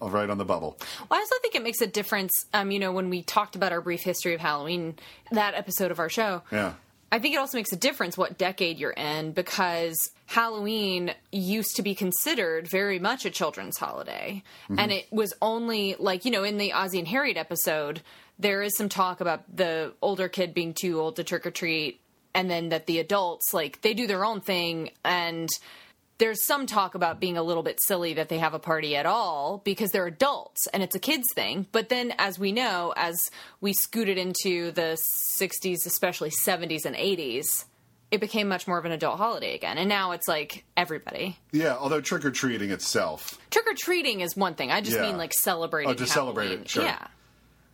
Speaker 8: right on the bubble.
Speaker 9: Well, I also think it makes a difference, um, you know, when we talked about our brief history of Halloween, that episode of our show.
Speaker 8: Yeah.
Speaker 9: I think it also makes a difference what decade you're in because Halloween used to be considered very much a children's holiday.
Speaker 5: Mhm.
Speaker 9: And it was only like, you know, in the Ozzy and Harriet episode, there is some talk about the older kid being too old to trick or treat and then that the adults like they do their own thing and there's some talk about being a little bit silly that they have a party at all because they're adults and it's a kids thing. But then, as we know, as we scooted into the 60s, especially 70s and 80s, it became much more of an adult holiday again. And now it's like everybody.
Speaker 8: Yeah, although trick or treating itself,
Speaker 9: Trick or treating is one thing. I just
Speaker 8: Yeah.
Speaker 9: mean like celebrating.
Speaker 8: Oh, to celebrate it,
Speaker 9: Halloween.
Speaker 8: sure.
Speaker 9: Yeah.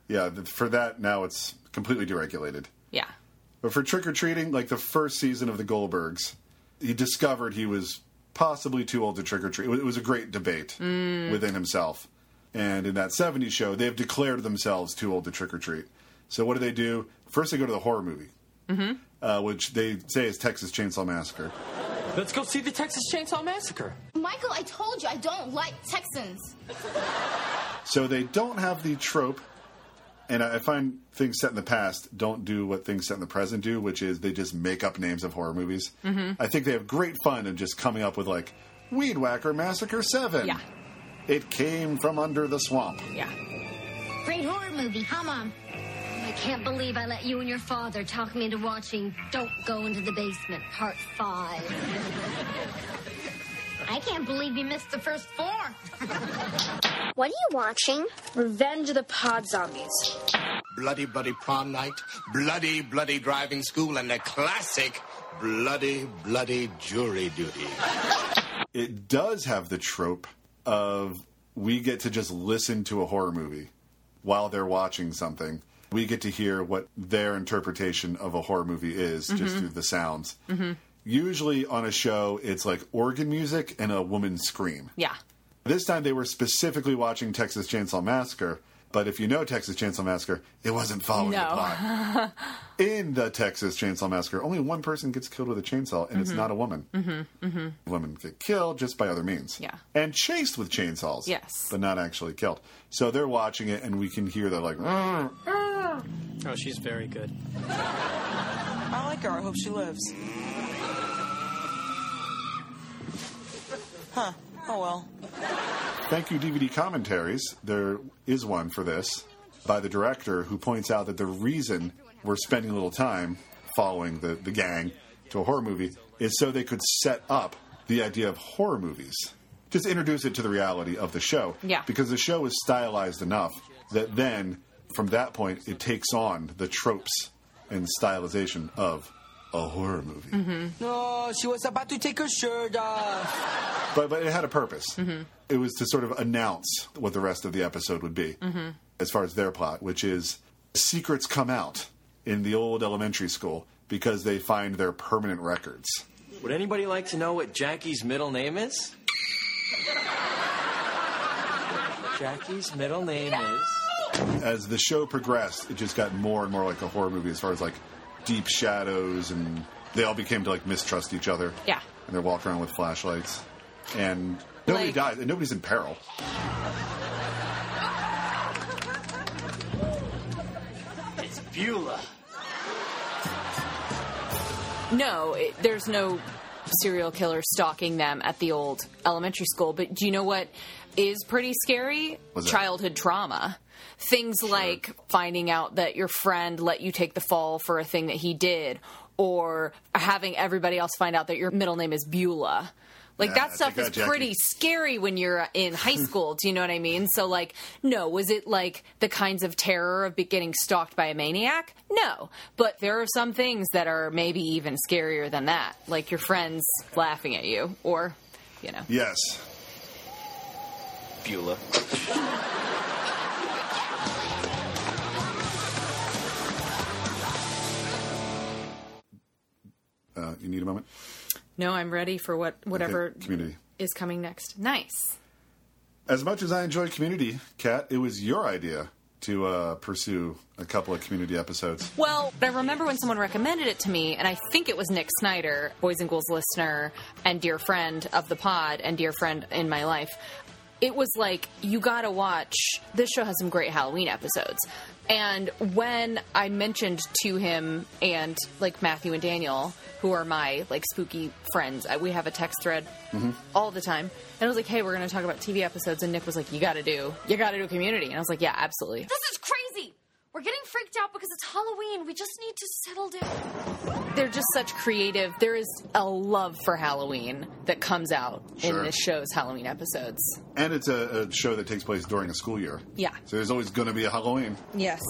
Speaker 8: yeah, th- for that now it's completely deregulated.
Speaker 9: Yeah.
Speaker 8: But for trick or treating, like the first season of the Goldbergs, he discovered he was possibly too old to trick or treat. It wa- it was a great debate
Speaker 11: Mm.
Speaker 8: within himself. And in that 70s show, they've declared themselves too old to trick or treat. So what do they do? First, they go to the horror movie,
Speaker 11: Mm-hmm.
Speaker 8: uh, which they say is Texas Chainsaw Massacre.
Speaker 11: Let's go see the Texas Chainsaw Massacre.
Speaker 10: Michael, I told you I don't like Texans.
Speaker 8: So they don't have the trope, and I I find things set in the past don't do what things set in the present do, which is they just make up names of horror movies.
Speaker 11: Mhm.
Speaker 8: I think they have great fun in just coming up with like Weed Whacker Massacre Seven.
Speaker 10: Yeah.
Speaker 8: It came from under the swamp.
Speaker 9: Yeah.
Speaker 10: Great horror movie, huh, Mom? I can't believe I let you and your father talk me into watching Don't Go Into the Basement, Part 5. I can't believe you missed the first four.
Speaker 29: What are you watching? Revenge of the Pod Zombies.
Speaker 19: bloody, bloody prom night, bloody, bloody driving school, and the classic bloody, bloody jury duty.
Speaker 8: It does have the trope of we get to just listen to a horror movie while they're watching something. We get to hear what their interpretation of a horror movie is just
Speaker 11: Mhm.
Speaker 8: through the sounds.
Speaker 11: Mm-hmm.
Speaker 8: Usually on a show, it's like organ music and a woman scream.
Speaker 9: Yeah.
Speaker 8: This time they were specifically watching Texas Chainsaw Massacre, but if you know Texas Chainsaw Massacre, it wasn't following the plot.
Speaker 9: No.
Speaker 8: In the Texas Chainsaw Massacre, only one person gets killed with a chainsaw, and it's
Speaker 9: Mhm.
Speaker 8: not a woman.
Speaker 9: hmm hmm
Speaker 8: Women get killed just by other means.
Speaker 9: Yeah.
Speaker 8: And chased with chainsaws.
Speaker 9: Yes.
Speaker 8: But not actually killed. So they're watching it, and we can hear they're like, "Rrr."
Speaker 22: Ah.
Speaker 21: Oh, she's very good.
Speaker 22: I like her. I hope she lives. Huh. Oh well.
Speaker 8: Thank you, DVD commentaries. There is one for this by the director who points out that the reason we're spending a little time following the, the gang to a horror movie is so they could set up the idea of horror movies. Just introduce it to the reality of the show.
Speaker 11: Yeah.
Speaker 8: Because the show is stylized enough that then, from that point, it takes on the tropes and stylization of a horror movie.
Speaker 3: No, she was about to take her shirt off.
Speaker 8: But, but it had a purpose. It was to sort of announce what the rest of the episode would be
Speaker 10: Mm-hmm.
Speaker 3: Mhm.
Speaker 8: as far as their plot, which is secrets come out in the old elementary school because they find their permanent records.
Speaker 11: Would anybody like to know what Jackie's middle name is? Jackie's middle name is.
Speaker 8: As the show progressed, it just got more and more like a horror movie as far as like deep shadows and they all became to like mistrust each other.
Speaker 9: Yeah.
Speaker 8: And they're walking around with flashlights. And nobody
Speaker 9: Like-
Speaker 8: dies and nobody's in peril.
Speaker 11: It's Beulah.
Speaker 9: No, it, there's no serial killer stalking them at the old elementary school. But do you know what is pretty scary?
Speaker 5: What's that?
Speaker 9: Childhood trauma. Things like finding out that your friend let you take the fall for a thing that he did, or having everybody else find out that your middle name is Beulah. Like
Speaker 5: Yeah,
Speaker 9: that stuff
Speaker 5: take
Speaker 9: is
Speaker 5: that, Jackie.
Speaker 9: pretty scary when you're in high
Speaker 8: Hmm.
Speaker 9: school. do you know what I mean? So, like, no, was it like the kinds of terror of be- getting stalked by a maniac? No, but there are some things that are maybe even scarier than that, like your friends laughing at you, or you know,
Speaker 8: Yes.
Speaker 11: Beulah.
Speaker 8: Uh, you need a moment?
Speaker 9: no, I'm ready for what whatever
Speaker 8: Okay, community.
Speaker 9: is coming next. Nice.
Speaker 8: As much as I enjoy Community, Kat, it was your idea to uh, pursue a couple of Community episodes.
Speaker 9: Well, I remember when someone recommended it to me, and I think it was Nick Snyder, Boys and Ghouls listener and dear friend of the pod and dear friend in my life. It was like, you gotta watch, this show has some great Halloween episodes. And when I mentioned to him and like Matthew and Daniel, who are my like spooky friends, I- we have a text thread
Speaker 5: Mm-hmm.
Speaker 9: all the time. And I was like, hey, we're gonna talk about TV episodes. And Nick was like, you gotta do, you gotta do community. And I was like, yeah, absolutely.
Speaker 20: This is crazy. We're getting freaked out because it's Halloween. We just need to settle down.
Speaker 9: they're just such creative. There is a love for Halloween that comes out
Speaker 8: Sure.
Speaker 9: in this show's Halloween episodes.
Speaker 8: And it's a, a show that takes place during a school year.
Speaker 9: Yeah.
Speaker 8: So there's always going to be a Halloween.
Speaker 9: Yes.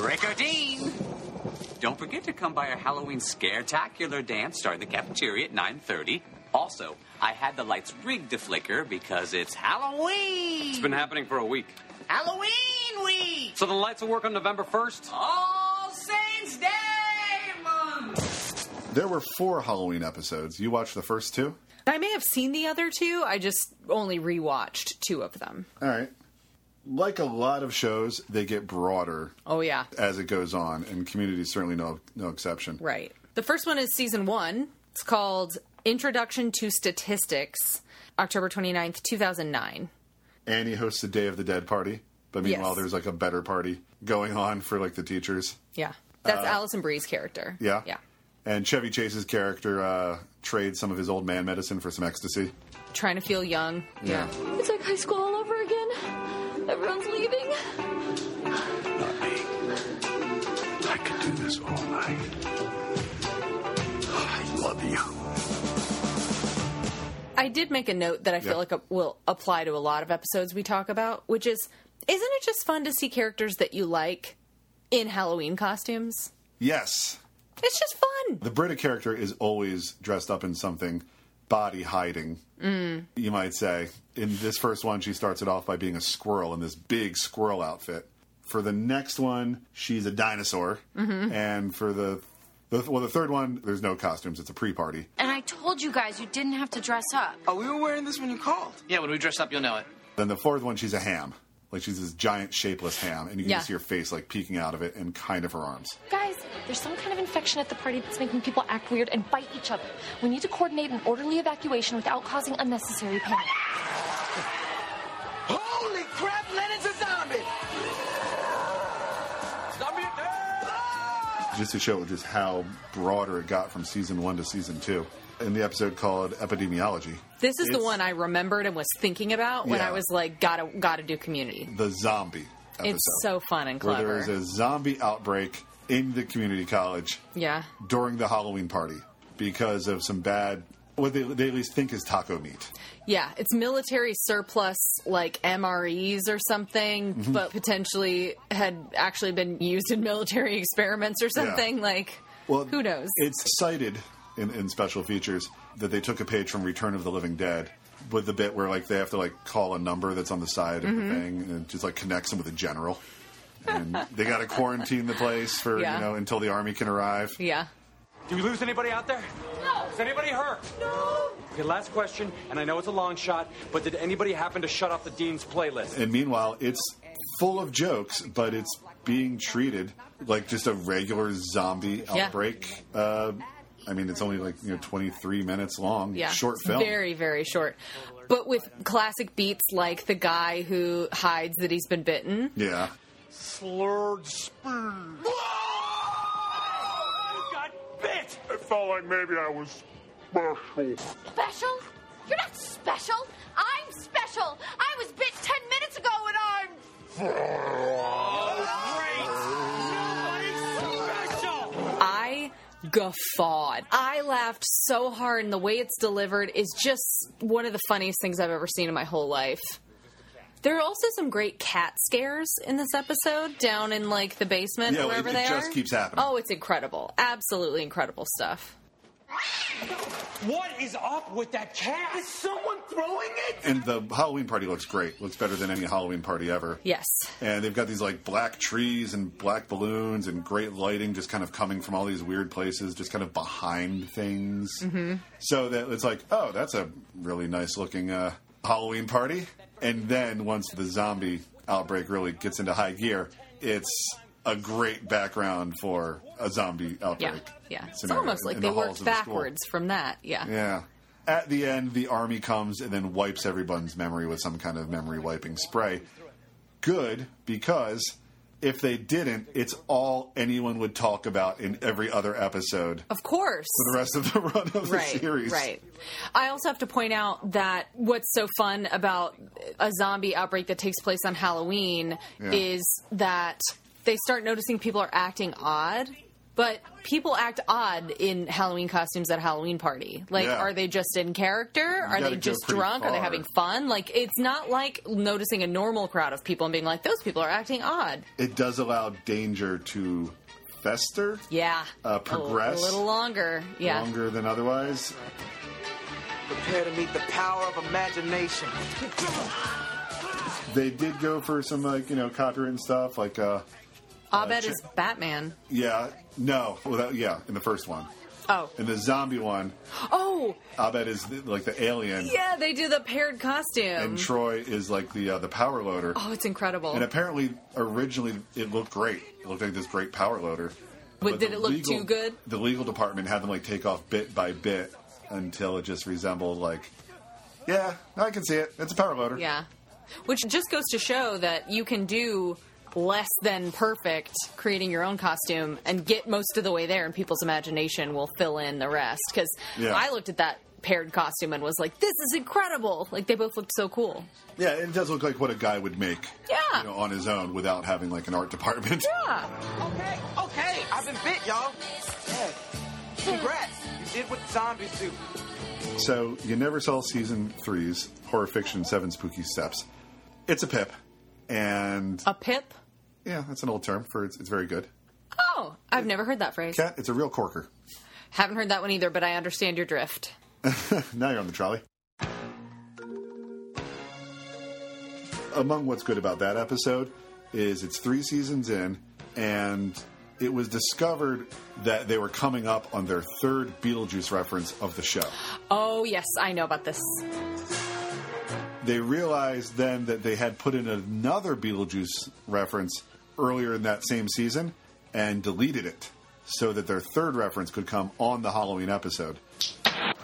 Speaker 6: Rickardine! Don't forget to come by our Halloween Scare-tacular dance starting the cafeteria at 9.30. Also, I had the lights rigged to flicker because it's Halloween!
Speaker 23: It's been happening for a week.
Speaker 6: Halloween week!
Speaker 23: So the lights will work on November 1st?
Speaker 6: All Saints Day month!
Speaker 8: There were four Halloween episodes. You watched the first two?
Speaker 9: I may have seen the other two. I just only rewatched two of them.
Speaker 8: All right. Like a lot of shows, they get broader
Speaker 9: Oh yeah.
Speaker 8: as it goes on, and Community is certainly no, no exception.
Speaker 9: Right. The first one is season 1. It's called Introduction to Statistics, October 29th, 2009.
Speaker 8: Annie hosts a Day of the Dead party, but meanwhile,
Speaker 9: Yes.
Speaker 8: there's like a better party going on for like the teachers.
Speaker 9: Yeah. That's
Speaker 8: Uh,
Speaker 9: Allison Bree's character.
Speaker 8: Yeah.
Speaker 9: Yeah.
Speaker 8: And Chevy Chase's character uh, trades some of his old man medicine for some ecstasy.
Speaker 9: Trying to feel young.
Speaker 8: Yeah.
Speaker 20: It's like high school all over again. Everyone's leaving.
Speaker 24: I could do this all night. I love you.
Speaker 9: I did make a note that I feel
Speaker 24: Yeah.
Speaker 9: like it will apply to a lot of episodes we talk about, which is isn't it just fun to see characters that you like in Halloween costumes?
Speaker 8: Yes.
Speaker 9: It's just fun.
Speaker 8: The Brita character is always dressed up in something body hiding,
Speaker 9: Mm.
Speaker 8: you might say. In this first one, she starts it off by being a squirrel in this big squirrel outfit. For the next one, she's a dinosaur.
Speaker 9: Mm-hmm.
Speaker 20: Mhm.
Speaker 8: And for the, the, well, the third one, there's no costumes. It's a pre party.
Speaker 20: And I told you guys you didn't have to dress up.
Speaker 3: Oh, we were wearing this when you called.
Speaker 6: Yeah, when we dress up, you'll know it.
Speaker 8: Then the fourth one, she's a ham. Like she's this giant, shapeless ham. And you can
Speaker 20: Yeah.
Speaker 8: just see her face like peeking out of it and kind of her arms.
Speaker 20: Guys, there's some kind of infection at the party that's making people act weird and bite each other. We need to coordinate an orderly evacuation without causing unnecessary panic.
Speaker 3: Holy crap, Leonard's a zombie! Zombie
Speaker 8: just to show just how broader it got from season one to season two in the episode called epidemiology
Speaker 9: This is the
Speaker 8: It's
Speaker 9: one I remembered and was thinking about when
Speaker 8: Yeah.
Speaker 9: I was like, gotta gotta do community.
Speaker 8: the zombie episode
Speaker 9: It's so fun and
Speaker 8: where there
Speaker 9: clever.
Speaker 8: is a zombie outbreak in the community college
Speaker 9: yeah.
Speaker 8: during the halloween party because of some bad what they, they at least think is taco meat
Speaker 9: Yeah. It's military surplus like MREs or something,
Speaker 8: Mhm.
Speaker 9: but potentially had actually been used in military experiments or
Speaker 8: Yeah.
Speaker 9: something. Like
Speaker 8: Well,
Speaker 9: Who knows?
Speaker 8: It's cited in, in special features that they took a page from Return of the Living Dead with the bit where like they have to like call a number that's on the side of
Speaker 9: Mhm.
Speaker 8: the thing and it just like connects them with a general. And they got to quarantine the place for
Speaker 9: Yeah.
Speaker 8: you know until the army can arrive.
Speaker 9: Yeah.
Speaker 2: Do we lose anybody out there? No. Is anybody hurt? No. Okay, last question, and I know it's a long shot, but did anybody happen to shut off the dean's playlist?
Speaker 8: And meanwhile, it's full of jokes, but it's being treated like just a regular zombie
Speaker 9: Yeah.
Speaker 8: outbreak. Uh, I mean, it's only like you know 23 minutes long,
Speaker 9: Yeah.
Speaker 8: Um, short
Speaker 9: It's
Speaker 8: film.
Speaker 9: Very, very short. But with classic beats like the guy who hides that he's been bitten.
Speaker 8: yeah.
Speaker 2: Slurred spoon. got bit! It felt like maybe I was special.
Speaker 10: Special? You're not special. I'm special. I was bit ten minutes ago and I'm.
Speaker 9: I guffawed. I laughed so hard, and the way it's delivered is just one of the funniest things I've ever seen in my whole life. There are also some great cat scares in this episode down in like the basement
Speaker 8: Yeah,
Speaker 9: or
Speaker 8: well,
Speaker 9: wherever
Speaker 8: it-
Speaker 9: they
Speaker 8: it just
Speaker 9: are.
Speaker 8: keeps happening.
Speaker 9: Oh, it's incredible. Absolutely incredible stuff.
Speaker 2: What is up with that cat? Is someone throwing it?
Speaker 8: And the Halloween party looks great. Looks better than any Halloween party ever.
Speaker 9: Yes.
Speaker 8: And they've got these like black trees and black balloons and great lighting just kind of coming from all these weird places, just kind of behind things.
Speaker 9: Mm-hmm.
Speaker 5: Mhm.
Speaker 8: So that it's like, oh, that's a really nice looking uh, Halloween party. And then once the zombie outbreak really gets into high gear, it's a great background for a zombie
Speaker 9: Yeah.
Speaker 8: outbreak.
Speaker 9: Yeah. It's
Speaker 8: scenario
Speaker 9: almost
Speaker 8: in-
Speaker 9: like
Speaker 8: in
Speaker 9: they
Speaker 8: the halls
Speaker 9: worked
Speaker 8: of the school.
Speaker 9: backwards from that. Yeah.
Speaker 8: Yeah. At the end, the army comes and then wipes everyone's memory with some kind of memory wiping spray. Good, because if they didn't, it's all anyone would talk about in every other episode
Speaker 9: Of course.
Speaker 8: for the rest of the run of the
Speaker 9: right,
Speaker 8: series.
Speaker 9: Right. I also have to point out that what's so fun about a zombie outbreak that takes place on Halloween
Speaker 7: Yeah.
Speaker 9: is that they start noticing people are acting odd. But people act odd in Halloween costumes at a Halloween party. Like,
Speaker 7: Yeah.
Speaker 9: are they just in character? Are
Speaker 7: gotta
Speaker 9: they
Speaker 7: go
Speaker 9: just
Speaker 7: pretty
Speaker 9: drunk? Are they
Speaker 7: far.
Speaker 9: having fun? Like, it's not like noticing a normal crowd of people and being like, those people are acting odd.
Speaker 8: It does allow danger to fester,
Speaker 9: Yeah.
Speaker 8: uh,
Speaker 9: A l-
Speaker 8: progress
Speaker 9: A, little longer. Yeah.
Speaker 8: longer than otherwise.
Speaker 12: Prepare to meet the power of imagination.
Speaker 8: They did go for some like you know copyright and stuff like uh,
Speaker 9: Abed is Batman.
Speaker 8: yeah no well, that, yeah in the first one
Speaker 9: Oh.
Speaker 8: in the zombie one
Speaker 9: Oh,
Speaker 8: Abed Ah, is the, like the alien,
Speaker 9: yeah, they do the paired costume.
Speaker 8: and Troy is like the uh, the power loader.
Speaker 9: Oh, it's incredible.
Speaker 8: And apparently, originally it looked great. It looked like this great power loader.
Speaker 9: But did
Speaker 8: the
Speaker 9: it look
Speaker 8: legal-
Speaker 9: too good?
Speaker 8: The legal department had them like take off bit by bit until it just resembled like, yeah, I can see it. It's a power loader.
Speaker 9: Yeah. Which just goes to show that you can do less than perfect creating your own costume and get most of the way there, and people's imagination will fill in the rest. Because
Speaker 8: Yeah.
Speaker 9: I looked at that paired costume and was like, this is incredible. Like, they both look so cool.
Speaker 8: Yeah, it does look like what a guy would make.
Speaker 9: Yeah.
Speaker 8: You know, on his own without having like an art department.
Speaker 9: Yeah.
Speaker 12: Okay, okay, I've been bit, y'all. Yeah. Congrats, you did what the zombies do.
Speaker 8: So you never saw season three's horror fiction Seven Spooky Steps. It's a pip, and
Speaker 9: a pip.
Speaker 8: Yeah, that's an old term for it's, it's very good.
Speaker 9: Oh, I've never heard that phrase.
Speaker 8: Cat, it's a real corker.
Speaker 9: Haven't heard that one either, but I understand your drift.
Speaker 8: now you're on the trolley. Among what's good about that episode is it's three seasons in, and it was discovered that they were coming up on their third Beetlejuice reference of the show.
Speaker 9: Oh, yes, I know about this.
Speaker 8: They realized then that they had put in another Beetlejuice reference earlier in that same season and deleted it so that their third reference could come on the Halloween episode.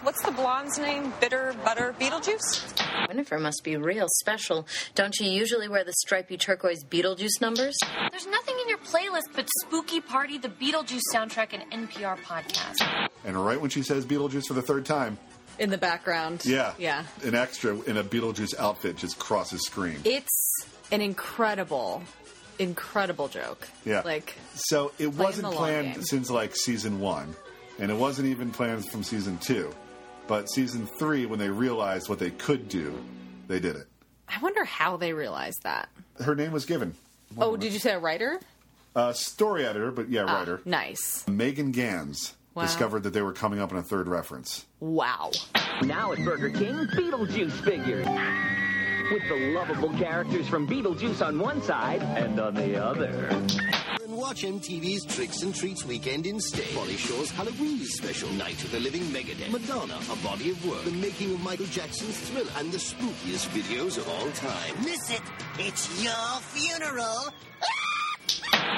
Speaker 16: What's the blonde's name? Bitter Butter Beetlejuice?
Speaker 25: Winifred must be real special. Don't you usually wear the stripy turquoise Beetlejuice numbers?
Speaker 10: There's nothing in your playlist but Spooky Party, the Beetlejuice soundtrack, and NPR podcast.
Speaker 8: And right when she says Beetlejuice for the third time,
Speaker 9: In the background.
Speaker 8: Yeah.
Speaker 9: Yeah.
Speaker 8: An extra in a Beetlejuice outfit just crosses screen.
Speaker 9: It's an incredible, incredible joke.
Speaker 8: Yeah.
Speaker 9: Like,
Speaker 8: so it
Speaker 9: the
Speaker 8: wasn't
Speaker 9: long game.
Speaker 8: planned since like season one, and it wasn't even planned from season two. But season three, when they realized what they could do, they did it.
Speaker 9: I wonder how they realized that.
Speaker 8: Her name was given.
Speaker 9: oh, did you say a writer?
Speaker 8: Uh, story editor, but yeah, writer.
Speaker 9: Ah, Nice.
Speaker 8: Megan Gans
Speaker 9: Wow.
Speaker 8: discovered that they were coming up on a third reference.
Speaker 9: Wow.
Speaker 4: Now at Burger King, Beetlejuice figures. With the lovable characters from Beetlejuice on one side and on the other.
Speaker 5: And watch MTV's Tricks and Treats Weekend instead. Polly Shaw's Halloween special, Night of the Living Megadeth, Madonna, A Body of Work, The Making of Michael Jackson's Thriller, and the spookiest videos of all time.
Speaker 7: Miss it. It's your funeral.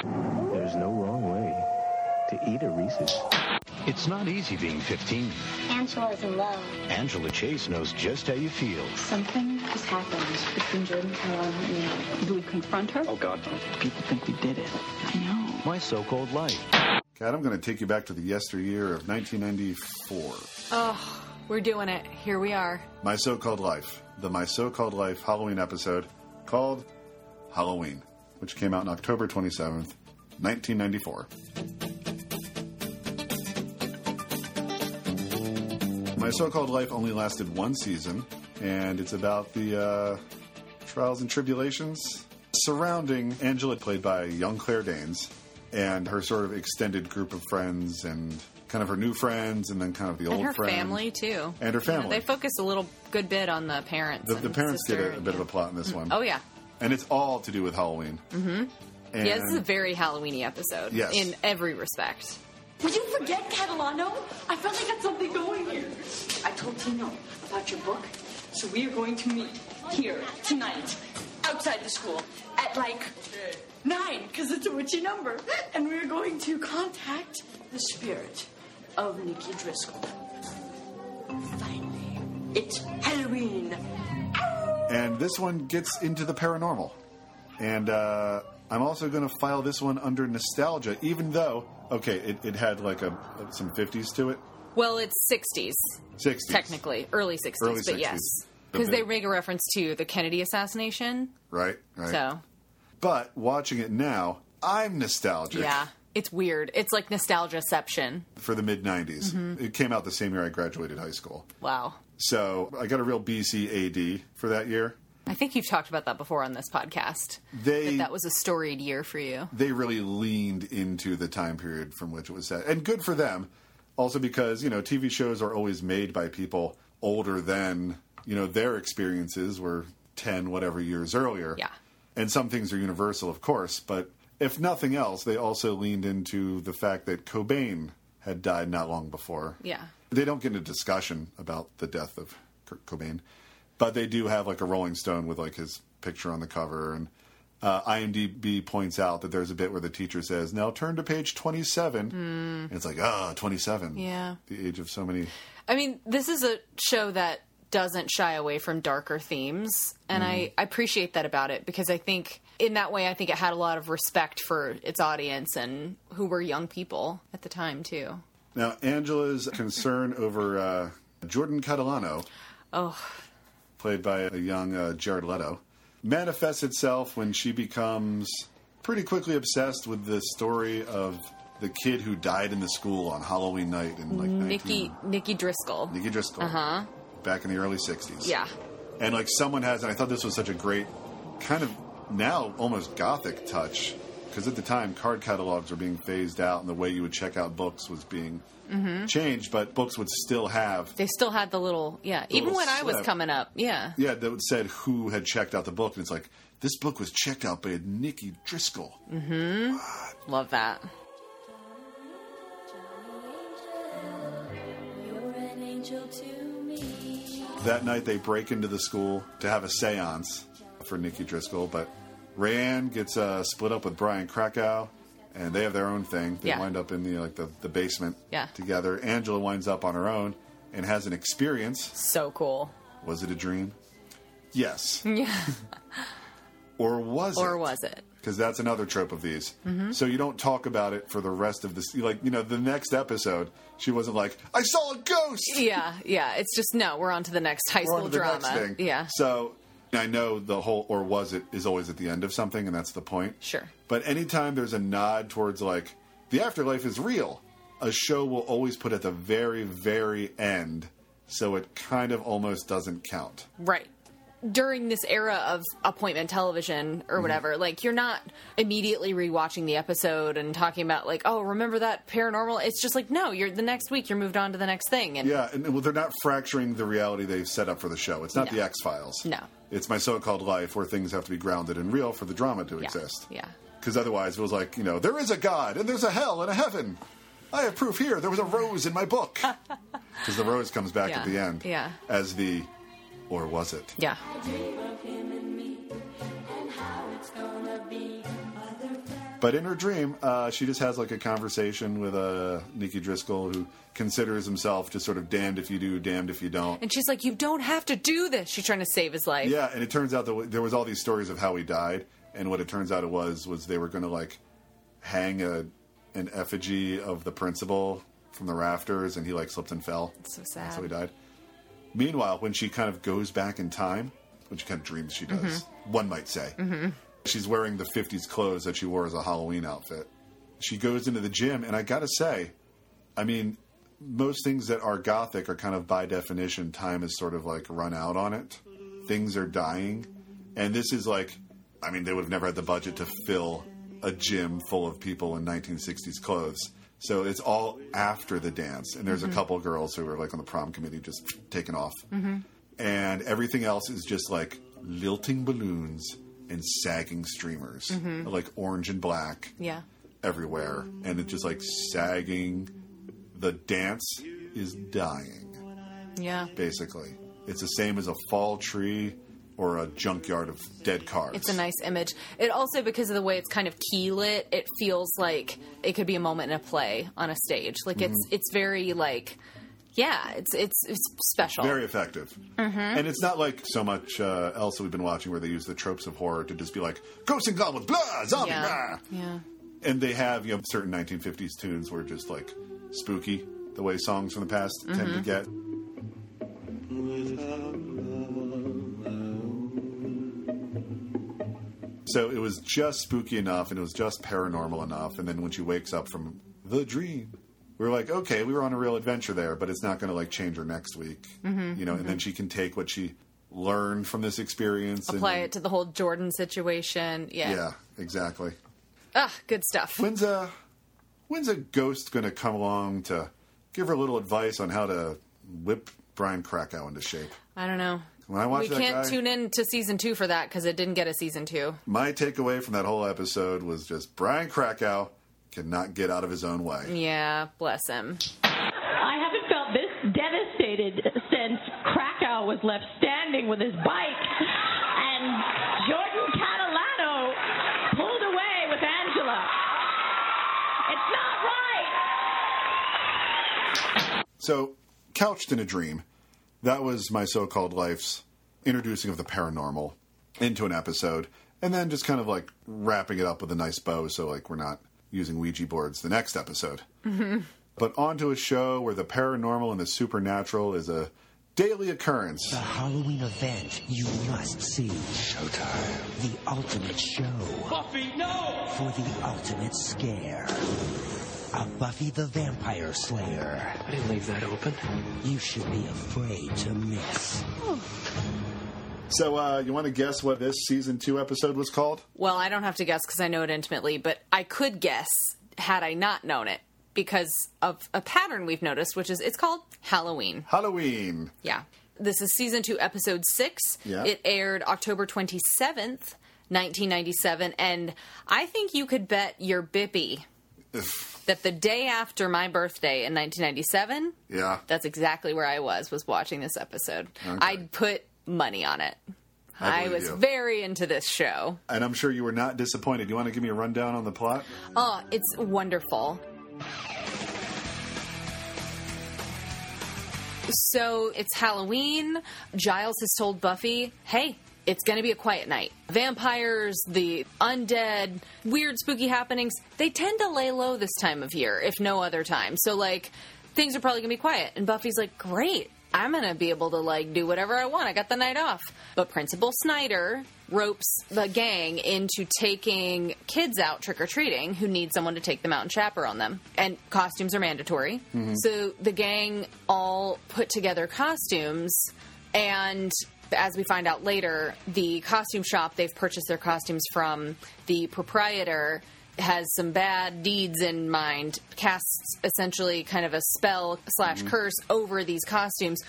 Speaker 13: There's no wrong way to eat a Reese's. It's not easy being 15.
Speaker 7: Angela's in love.
Speaker 13: Angela Chase knows just how you feel.
Speaker 7: Something has happened between Jordan Carroll and me. Do we confront her?
Speaker 13: Oh, God. People think we did it. I know. My so called life.
Speaker 8: Kat, I'm going to take you back to the yesteryear of 1994.
Speaker 9: Oh, we're doing it. Here we are.
Speaker 8: My So Called Life, the My So Called Life Halloween episode called Halloween, which came out on October 27th, 1994. My So Called Life only lasted one season, and it's about the uh, trials and tribulations surrounding Angela, played by young Claire Danes, and her sort of extended group of friends and kind of her new friends and then kind of the
Speaker 9: and
Speaker 8: old
Speaker 9: her
Speaker 8: friends.
Speaker 9: family too.
Speaker 8: And her
Speaker 9: You know,
Speaker 8: family.
Speaker 9: they focus a little good bit on the parents.
Speaker 8: The,
Speaker 9: and
Speaker 8: the parents
Speaker 9: sister
Speaker 8: get a, a bit of a plot in this one.
Speaker 9: Oh yeah.
Speaker 8: And it's all to do with Halloween.
Speaker 9: Mm-hmm. yeah, this is a
Speaker 8: And-
Speaker 9: very Halloweeny episode.
Speaker 8: Yes.
Speaker 9: In every respect.
Speaker 14: Would you forget Catalano? I felt I got something going here. I told Tino about your book, so we are going to meet here tonight, outside the school, at like nine, because it's a witchy number, and we are going to contact the spirit of Nikki Driscoll. Finally, it's Halloween.
Speaker 8: And this one gets into the paranormal. And uh, I'm also going to file this one under nostalgia, even though, okay, it, it had like a some 50s to it.
Speaker 9: Well, it's sixties.
Speaker 8: 60s.
Speaker 9: Technically, early sixties,
Speaker 8: Early
Speaker 9: but
Speaker 8: 60s.
Speaker 9: yes,
Speaker 8: The
Speaker 9: because they
Speaker 8: big-
Speaker 9: make a reference to the Kennedy assassination.
Speaker 8: Right, right.
Speaker 9: So
Speaker 8: But watching it now, I'm nostalgic
Speaker 9: yeah, it's weird. It's like nostalgiaception.
Speaker 8: for the mid 90s.
Speaker 9: Mhm.
Speaker 8: It came out the same year I graduated high school.
Speaker 9: Wow.
Speaker 8: So I got a real BCAD for that year.
Speaker 9: I think you've talked about that before on this podcast.
Speaker 8: They-
Speaker 9: that, that was a storied year for you.
Speaker 8: they really leaned into the time period from which it was set. And good for them. Also because, you know, TV shows are always made by people older than, you know, their experiences were 10 whatever years earlier. Yeah. And some things are universal, of course, but if nothing else, they also leaned into the fact that Cobain had died not long before.
Speaker 9: Yeah.
Speaker 8: They don't get into discussion about the death of Kurt Cobain, but they do have like a Rolling Stone with like his picture on the cover. And uh, IMDb points out that there's a bit where the teacher says, "Now turn to page 27."
Speaker 9: Mm.
Speaker 8: And it's like, ah, 27.
Speaker 9: Yeah.
Speaker 8: The age of so many.
Speaker 9: I mean, this is a show that doesn't shy away from darker themes, and I,
Speaker 8: Mm-hmm.
Speaker 9: I appreciate that about it because I think in that way I think it had a lot of respect for its audience and who were young people at the time too.
Speaker 8: Now Angela's concern over uh, Jordan Catalano,
Speaker 9: Oh,
Speaker 8: played by a young uh, Jared Leto, manifests itself when she becomes pretty quickly obsessed with the story of the kid who died in the school on Halloween night in like 19-
Speaker 9: Nikki Nikki Driscoll.
Speaker 8: Nikki Driscoll.
Speaker 9: Uh huh.
Speaker 8: back in the early 60s.
Speaker 9: Yeah.
Speaker 8: And like someone has, and I thought this was such a great kind of now almost gothic touch because at the time card catalogs were being phased out and the way you would check out books was being
Speaker 9: Mm-hmm.
Speaker 8: changed, but books would still have,
Speaker 9: They still had the little yeah.
Speaker 8: The
Speaker 9: Even
Speaker 8: little
Speaker 9: when I was
Speaker 8: slip.
Speaker 9: coming up, yeah.
Speaker 8: yeah, that said who had checked out the book. And it's like, this book was checked out by Nikki Driscoll.
Speaker 9: Mm-hmm. Love that.
Speaker 18: You're an angel to me.
Speaker 8: That night they break into the school to have a seance for Nikki Driscoll, but Rayanne gets uh, split up with Brian Krakow, and they have their own thing. They
Speaker 9: Yeah.
Speaker 8: wind up in the like the, the basement
Speaker 9: Yeah.
Speaker 8: together. Angela winds up on her own and has an experience.
Speaker 9: So cool.
Speaker 8: Was it a dream? Yes.
Speaker 9: Yeah.
Speaker 8: Or was
Speaker 9: or
Speaker 8: it?
Speaker 9: was it?
Speaker 8: Because that's another trope of these.
Speaker 9: Mhm.
Speaker 8: So you don't talk about it for the rest of this. Like you know, the next episode, she wasn't like, "I saw a ghost."
Speaker 9: Yeah, yeah. It's just no. We're on to the next high
Speaker 8: We're
Speaker 9: school
Speaker 8: on to the
Speaker 9: drama.
Speaker 8: next thing.
Speaker 9: Yeah.
Speaker 8: So I know the whole or was it is always at the end of something, and that's the point.
Speaker 9: Sure.
Speaker 8: But anytime there's a nod towards like the afterlife is real, a show will always put at the very, very end, so it kind of almost doesn't count.
Speaker 9: Right. during this era of appointment television
Speaker 8: Mm-hmm.
Speaker 9: or whatever, like you're not immediately rewatching the episode and talking about like, oh, remember that paranormal? It's just like, no, you're the next week you're moved on to the next thing. And
Speaker 8: Yeah, and well, they're not fracturing the reality they've set up for the show. It's not
Speaker 9: No.
Speaker 8: the X Files.
Speaker 9: No.
Speaker 8: It's my so called life where things have to be grounded and real for the drama to
Speaker 9: Yeah.
Speaker 8: exist.
Speaker 9: Yeah.
Speaker 8: Because otherwise it was like, you know, there is a God and there's a hell and a heaven. I have proof here. There was a rose in my book. Because the rose comes back at
Speaker 9: Yeah.
Speaker 8: the end
Speaker 9: Yeah.
Speaker 8: as the, or was it?
Speaker 9: Yeah.
Speaker 8: But in her dream, uh, she just has like a conversation with uh, Nikki Driscoll who considers himself just sort of damned if you do, damned if you don't.
Speaker 9: And she's like, you don't have to do this. She's trying to save his life.
Speaker 8: Yeah, and it turns out that there was all these stories of how he died, and what it turns out it was was they were going to like hang a an effigy of the principal from the rafters, and he like slipped and fell.
Speaker 9: It's so
Speaker 8: That's
Speaker 9: sad.
Speaker 8: how he died. Meanwhile, when she kind of goes back in time, when she kind of dreams she does, one might say,
Speaker 18: Mm-hmm.
Speaker 8: she's wearing the '50s clothes that she wore as a Halloween outfit. She goes into the gym, and I gotta say, I mean. Most things that are gothic are kind of by definition, time is sort of like run out on it. Things are dying. And this is like, I mean, they would have never had the budget to fill a gym full of people in 1960s clothes. So it's all after the dance. And there's
Speaker 18: Mhm.
Speaker 8: a couple girls who are like on the prom committee just taken off.
Speaker 18: Mm-hmm.
Speaker 8: And everything else is just like lilting balloons and sagging streamers,
Speaker 18: Mhm.
Speaker 8: like orange and black
Speaker 9: Yeah.
Speaker 8: everywhere. And it's just like sagging. The dance is dying
Speaker 9: Yeah.
Speaker 8: basically. It's the same as a fall tree or a junkyard of dead cars.
Speaker 9: It's a nice image. It also, because of the way it's kind of key lit, it feels like it could be a moment in a play on a stage. Like it's
Speaker 8: Mhm.
Speaker 9: it's very like, yeah, it's it's, it's special.
Speaker 8: Very effective.
Speaker 9: Mhm.
Speaker 8: And it's not like so much uh, else that we've been watching where they use the tropes of horror to just be like, ghosts and goblins, blah, zombie,
Speaker 18: Yeah.
Speaker 8: blah.
Speaker 9: Yeah.
Speaker 8: And they have, you know, certain 1950s tunes were just like spooky, the way songs from the past tend
Speaker 9: Mm-hmm.
Speaker 8: to
Speaker 18: Mhm.
Speaker 8: get. So it was just spooky enough and it was just paranormal enough. And then when she wakes up from the dream, we were like, okay, we were on a real adventure there, but it's not going to like change her next week.
Speaker 9: Mhm,
Speaker 8: You know,
Speaker 9: mhm.
Speaker 8: and then she can take what she learned from this experience
Speaker 9: Mm-hmm. Apply
Speaker 8: and
Speaker 9: it to the whole Jordan situation. Yeah.
Speaker 8: yeah, exactly.
Speaker 9: Ah, good stuff.
Speaker 8: When's a when's a ghost going to come along to give her a little advice on how to whip Brian Krakow into shape?
Speaker 9: I don't know.
Speaker 8: When I watch
Speaker 9: we
Speaker 8: that
Speaker 9: can't
Speaker 8: guy-
Speaker 9: tune in to season two for that because it didn't get a season two.
Speaker 8: My takeaway from that whole episode was just Brian Krakow cannot get out of his own way.
Speaker 9: Yeah, bless him.
Speaker 1: I haven't felt this devastated since Krakow was left standing with his bike and Jordan Catalano pulled away with Angela. It's not right.
Speaker 8: So, Couched in a Dream, that was my so called life's introducing of the paranormal into an episode, and then just kind of like wrapping it up with a nice bow so, like, we're not using Ouija boards the next episode.
Speaker 18: Mm-hmm.
Speaker 8: But onto a show where the paranormal and the supernatural is a daily occurrence.
Speaker 15: Halloween event you must see. Showtime. The ultimate show.
Speaker 18: Buffy, no!
Speaker 15: For the ultimate scare. A Buffy the Vampire Slayer. I didn't leave that open. You should be afraid to miss.
Speaker 8: So, uh, you want to guess what this season two episode was called?
Speaker 9: Well, I don't have to guess because I know it intimately, but I could guess had I not known it because of a pattern we've noticed, which is it's called Halloween.
Speaker 8: Halloween.
Speaker 9: Yeah. This is season two, episode six.
Speaker 8: Yeah.
Speaker 9: It aired October 27th, 1997. And I think you could bet your bippy that the day after my birthday in 1997,
Speaker 8: Yeah.
Speaker 9: that's exactly where I was, was watching this episode.
Speaker 8: Okay.
Speaker 9: I'd put money on it.
Speaker 8: I
Speaker 9: I,
Speaker 8: believe
Speaker 9: was
Speaker 8: you.
Speaker 9: very into this show.
Speaker 8: And I'm sure you were not disappointed. You want to give me a rundown on the plot?
Speaker 9: Oh, it's wonderful. So it's Halloween. Giles has told Buffy, hey, it's going to be a quiet night. Vampires, the undead, weird, spooky happenings, they tend to lay low this time of year, if no other time. So, like, things are probably going to be quiet. And Buffy's like, great. I'm going to be able to, like, do whatever I want. I got the night off. But Principal Snyder ropes the gang into taking kids out trick or treating who need someone to take them out and chaperone them. And costumes are mandatory.
Speaker 18: Mhm.
Speaker 9: So the gang all put together costumes and as we find out later, the costume shop they've purchased their costumes from, the proprietor has some bad deeds in mind, casts essentially kind of a spell slash curse over these costumes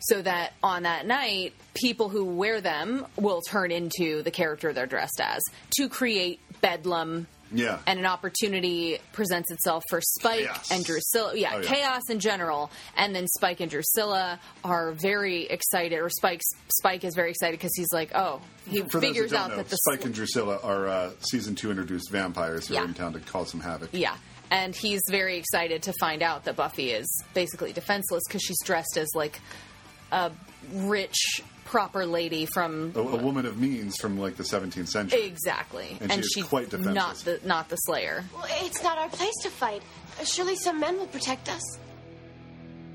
Speaker 9: so that on that night, people who wear them will turn into the character they're dressed as to create bedlam.
Speaker 8: Yeah.
Speaker 9: And an opportunity presents itself for Spike
Speaker 8: Chaos.
Speaker 9: and Drusilla. Yeah,
Speaker 8: Oh, yeah.
Speaker 9: chaos in general. And then Spike and Drusilla are very excited, or Spike's, Spike is very excited because he's like, oh, he
Speaker 8: For those who
Speaker 9: figures
Speaker 8: don't
Speaker 9: out
Speaker 8: know,
Speaker 9: that the
Speaker 8: Spike and Drusilla are uh, season two introduced vampires who
Speaker 9: Yeah.
Speaker 8: are in town to cause some havoc.
Speaker 9: Yeah. And he's very excited to find out that Buffy is basically defenseless because she's dressed as like a rich, proper lady from.
Speaker 8: A, a woman of means from like the 17th century.
Speaker 9: Exactly.
Speaker 8: And she is quite defenseless.
Speaker 9: Not the, not the Slayer.
Speaker 11: Well, it's not our place to fight. Surely some men will protect us.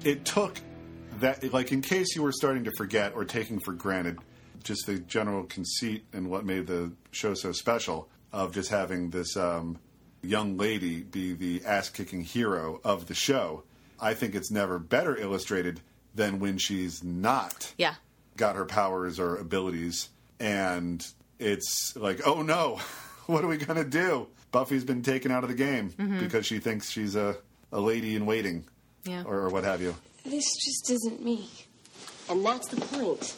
Speaker 8: it took that like in case you were starting to forget or taking for granted just the general conceit and what made the show so special of just having this um, young lady be the ass-kicking hero of the show i think it's never better illustrated than when she's not
Speaker 9: Yeah.
Speaker 8: got her powers or abilities and it's like oh no what are we going to do buffy's been taken out of the game
Speaker 11: Mhm.
Speaker 8: because she thinks she's a, a lady in waiting
Speaker 11: Yeah.
Speaker 8: or, or what have you
Speaker 11: This just isn't me. And that's the point.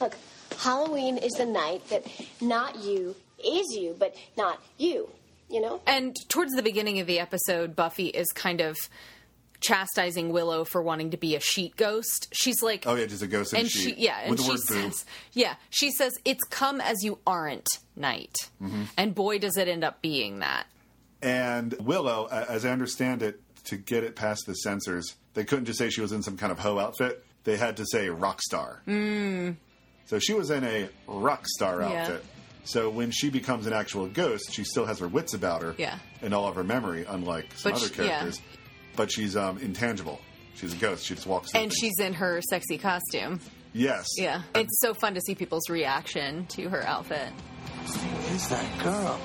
Speaker 11: Look, Halloween is the night that not you is you, but not you. You know?
Speaker 9: And towards the beginning of the episode, Buffy is kind of chastising Willow for wanting to be a sheet ghost. She's like,
Speaker 8: Oh yeah, just a ghost in
Speaker 9: and
Speaker 8: a sheet.
Speaker 9: she, yeah, and
Speaker 8: with the
Speaker 9: she
Speaker 8: word boo.
Speaker 9: says, yeah, she says it's come as you aren't night,
Speaker 8: Mhm.
Speaker 9: and boy does it end up being that.
Speaker 8: And Willow, a- as I understand it, to get it past the censors, they couldn't just say she was in some kind of hoe outfit. They had to say rock star.
Speaker 9: Mm.
Speaker 8: So she was in a rock star
Speaker 9: Yeah.
Speaker 8: outfit. So when she becomes an actual ghost, she still has her wits about her
Speaker 9: Yeah.
Speaker 8: and all of her memory, unlike some
Speaker 9: But
Speaker 8: other
Speaker 9: she- yeah.
Speaker 8: characters. But she's um, intangible. She's a ghost. She just walks. through
Speaker 9: And
Speaker 8: things.
Speaker 9: she's in her sexy costume.
Speaker 8: yes,
Speaker 9: Yeah. It's so fun to see people's reaction to her outfit.
Speaker 8: Who's that girl?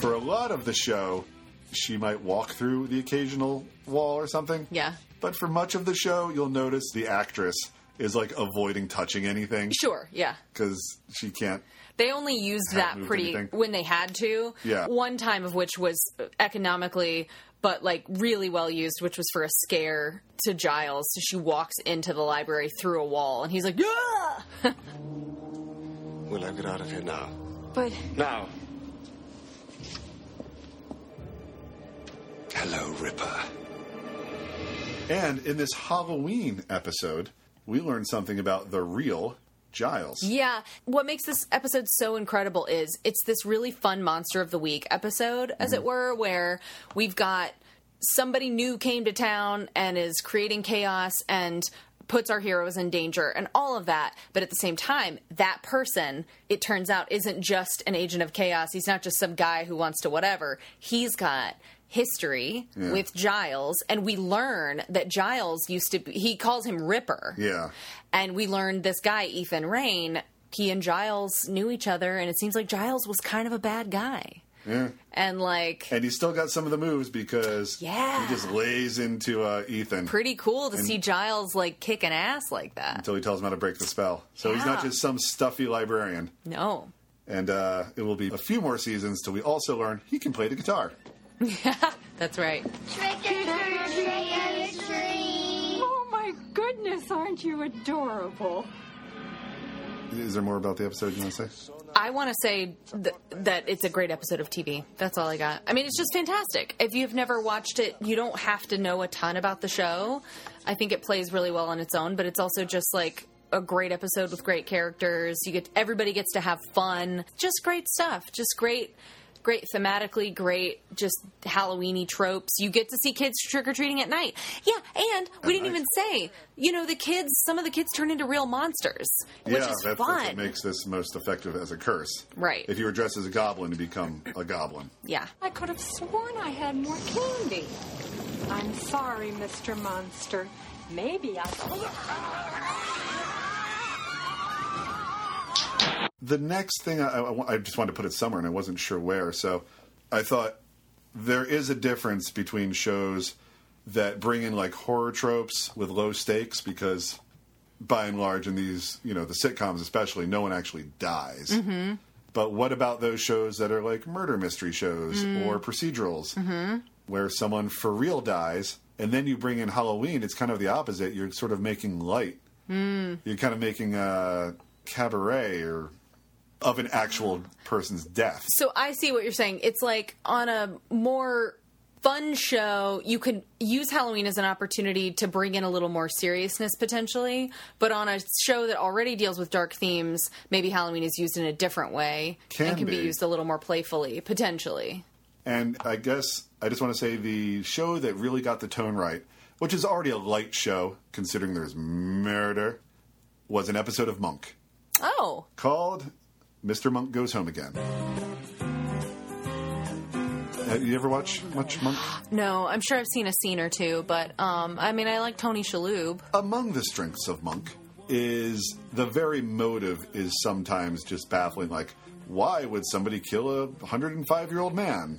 Speaker 8: For a lot of the show, she might walk through the occasional wall or something.
Speaker 9: Yeah.
Speaker 8: But for much of the show, you'll notice the actress is like avoiding touching anything.
Speaker 9: Sure, yeah.
Speaker 8: Because she can't.
Speaker 9: They only used
Speaker 8: Haven't
Speaker 9: that
Speaker 8: moved
Speaker 9: pretty
Speaker 8: anything.
Speaker 9: when they had to.
Speaker 8: Yeah.
Speaker 9: One time of which was economically, but like really well used, which was for a scare to Giles. So she walks into the library through a wall, and he's like, "Yeah!"
Speaker 24: Will I get out of here now?
Speaker 11: But
Speaker 24: Now. Hello, Ripper.
Speaker 8: And in this Halloween episode, we learned something about the real Giles.
Speaker 9: Yeah. What makes this episode so incredible is it's this really fun monster of the week episode, as it were, where we've got somebody new came to town and is creating chaos and puts our heroes in danger and all of that. But at the same time, that person, it turns out, isn't just an agent of chaos. He's not just some guy who wants to whatever. He's got history
Speaker 8: Yeah.
Speaker 9: with Giles and we learn that Giles used to be, he calls him Ripper
Speaker 8: Yeah.
Speaker 9: and we learned this guy Ethan Rain. He and Giles knew each other, and it seems like Giles was kind of a bad guy.
Speaker 8: Yeah.
Speaker 9: And like,
Speaker 8: And he's still got some of the moves because
Speaker 9: Yeah.
Speaker 8: he just lays into uh, Ethan.
Speaker 9: pretty cool to
Speaker 8: And-
Speaker 9: see Giles like kick an ass like that.
Speaker 8: Until he tells him how to break the spell. So he's not
Speaker 9: Yeah.
Speaker 8: just some stuffy librarian.
Speaker 9: No,
Speaker 8: And uh, it will be a few more seasons till we also learn he can play the guitar.
Speaker 9: that's right.
Speaker 11: Oh my goodness, aren't you adorable?
Speaker 8: Is there more about the episode you want to say?
Speaker 9: I want to say th- that it's a great episode of TV. That's all I got. I mean, it's just fantastic. If you've never watched it, you don't have to know a ton about the show. I think it plays really well on its own, but it's also just like a great episode with great characters. You get everybody gets to have fun. Just great stuff. Just great great thematically, great just Halloweeny tropes. You get to see kids trick or treating at night. Yeah, and we didn't even say, you know, the kids some of the kids turn into real monsters, which
Speaker 8: yeah,
Speaker 9: is
Speaker 8: that's, that's
Speaker 9: fun.
Speaker 8: what makes this most effective as a curse.
Speaker 9: Right.
Speaker 8: If you were dressed as a goblin, you become a goblin.
Speaker 9: yeah.
Speaker 17: I could have sworn I had more candy. I'm sorry, Mr. Monster. Maybe I.
Speaker 8: The next thing I, I- I just wanted to put it somewhere, and I wasn't sure where, so I thought there is a difference between shows that bring in like horror tropes with low stakes because by and large in these, you know, the sitcoms especially, no one actually dies.
Speaker 9: Mm-hmm.
Speaker 8: But what about those shows that are like murder mystery shows
Speaker 9: Mm.
Speaker 8: or procedurals
Speaker 9: Mm-hmm.
Speaker 8: where someone for real dies and then you bring in Halloween, it's kind of the opposite. You're sort of making light.
Speaker 9: Mm.
Speaker 8: You're kind of making a cabaret or of an actual person's death.
Speaker 9: So I see what you're saying. It's like on a more fun show, you could use Halloween as an opportunity to bring in a little more seriousness potentially, but on a show that already deals with dark themes, maybe Halloween is used in a different way
Speaker 8: Can
Speaker 9: and can be.
Speaker 8: be.
Speaker 9: used a little more playfully potentially.
Speaker 8: And I guess I just want to say the show that really got the tone right, which is already a light show considering there's murder, was an episode of Monk
Speaker 9: Oh,
Speaker 8: called Mr. Monk Goes Home Again. Have you ever watched much Monk?
Speaker 9: no, I'm sure I've seen a scene or two, but um I mean I like Tony Shalhoub.
Speaker 8: Among the strengths of Monk is the very motive is sometimes just baffling. Like, why would somebody kill a 105 year old man?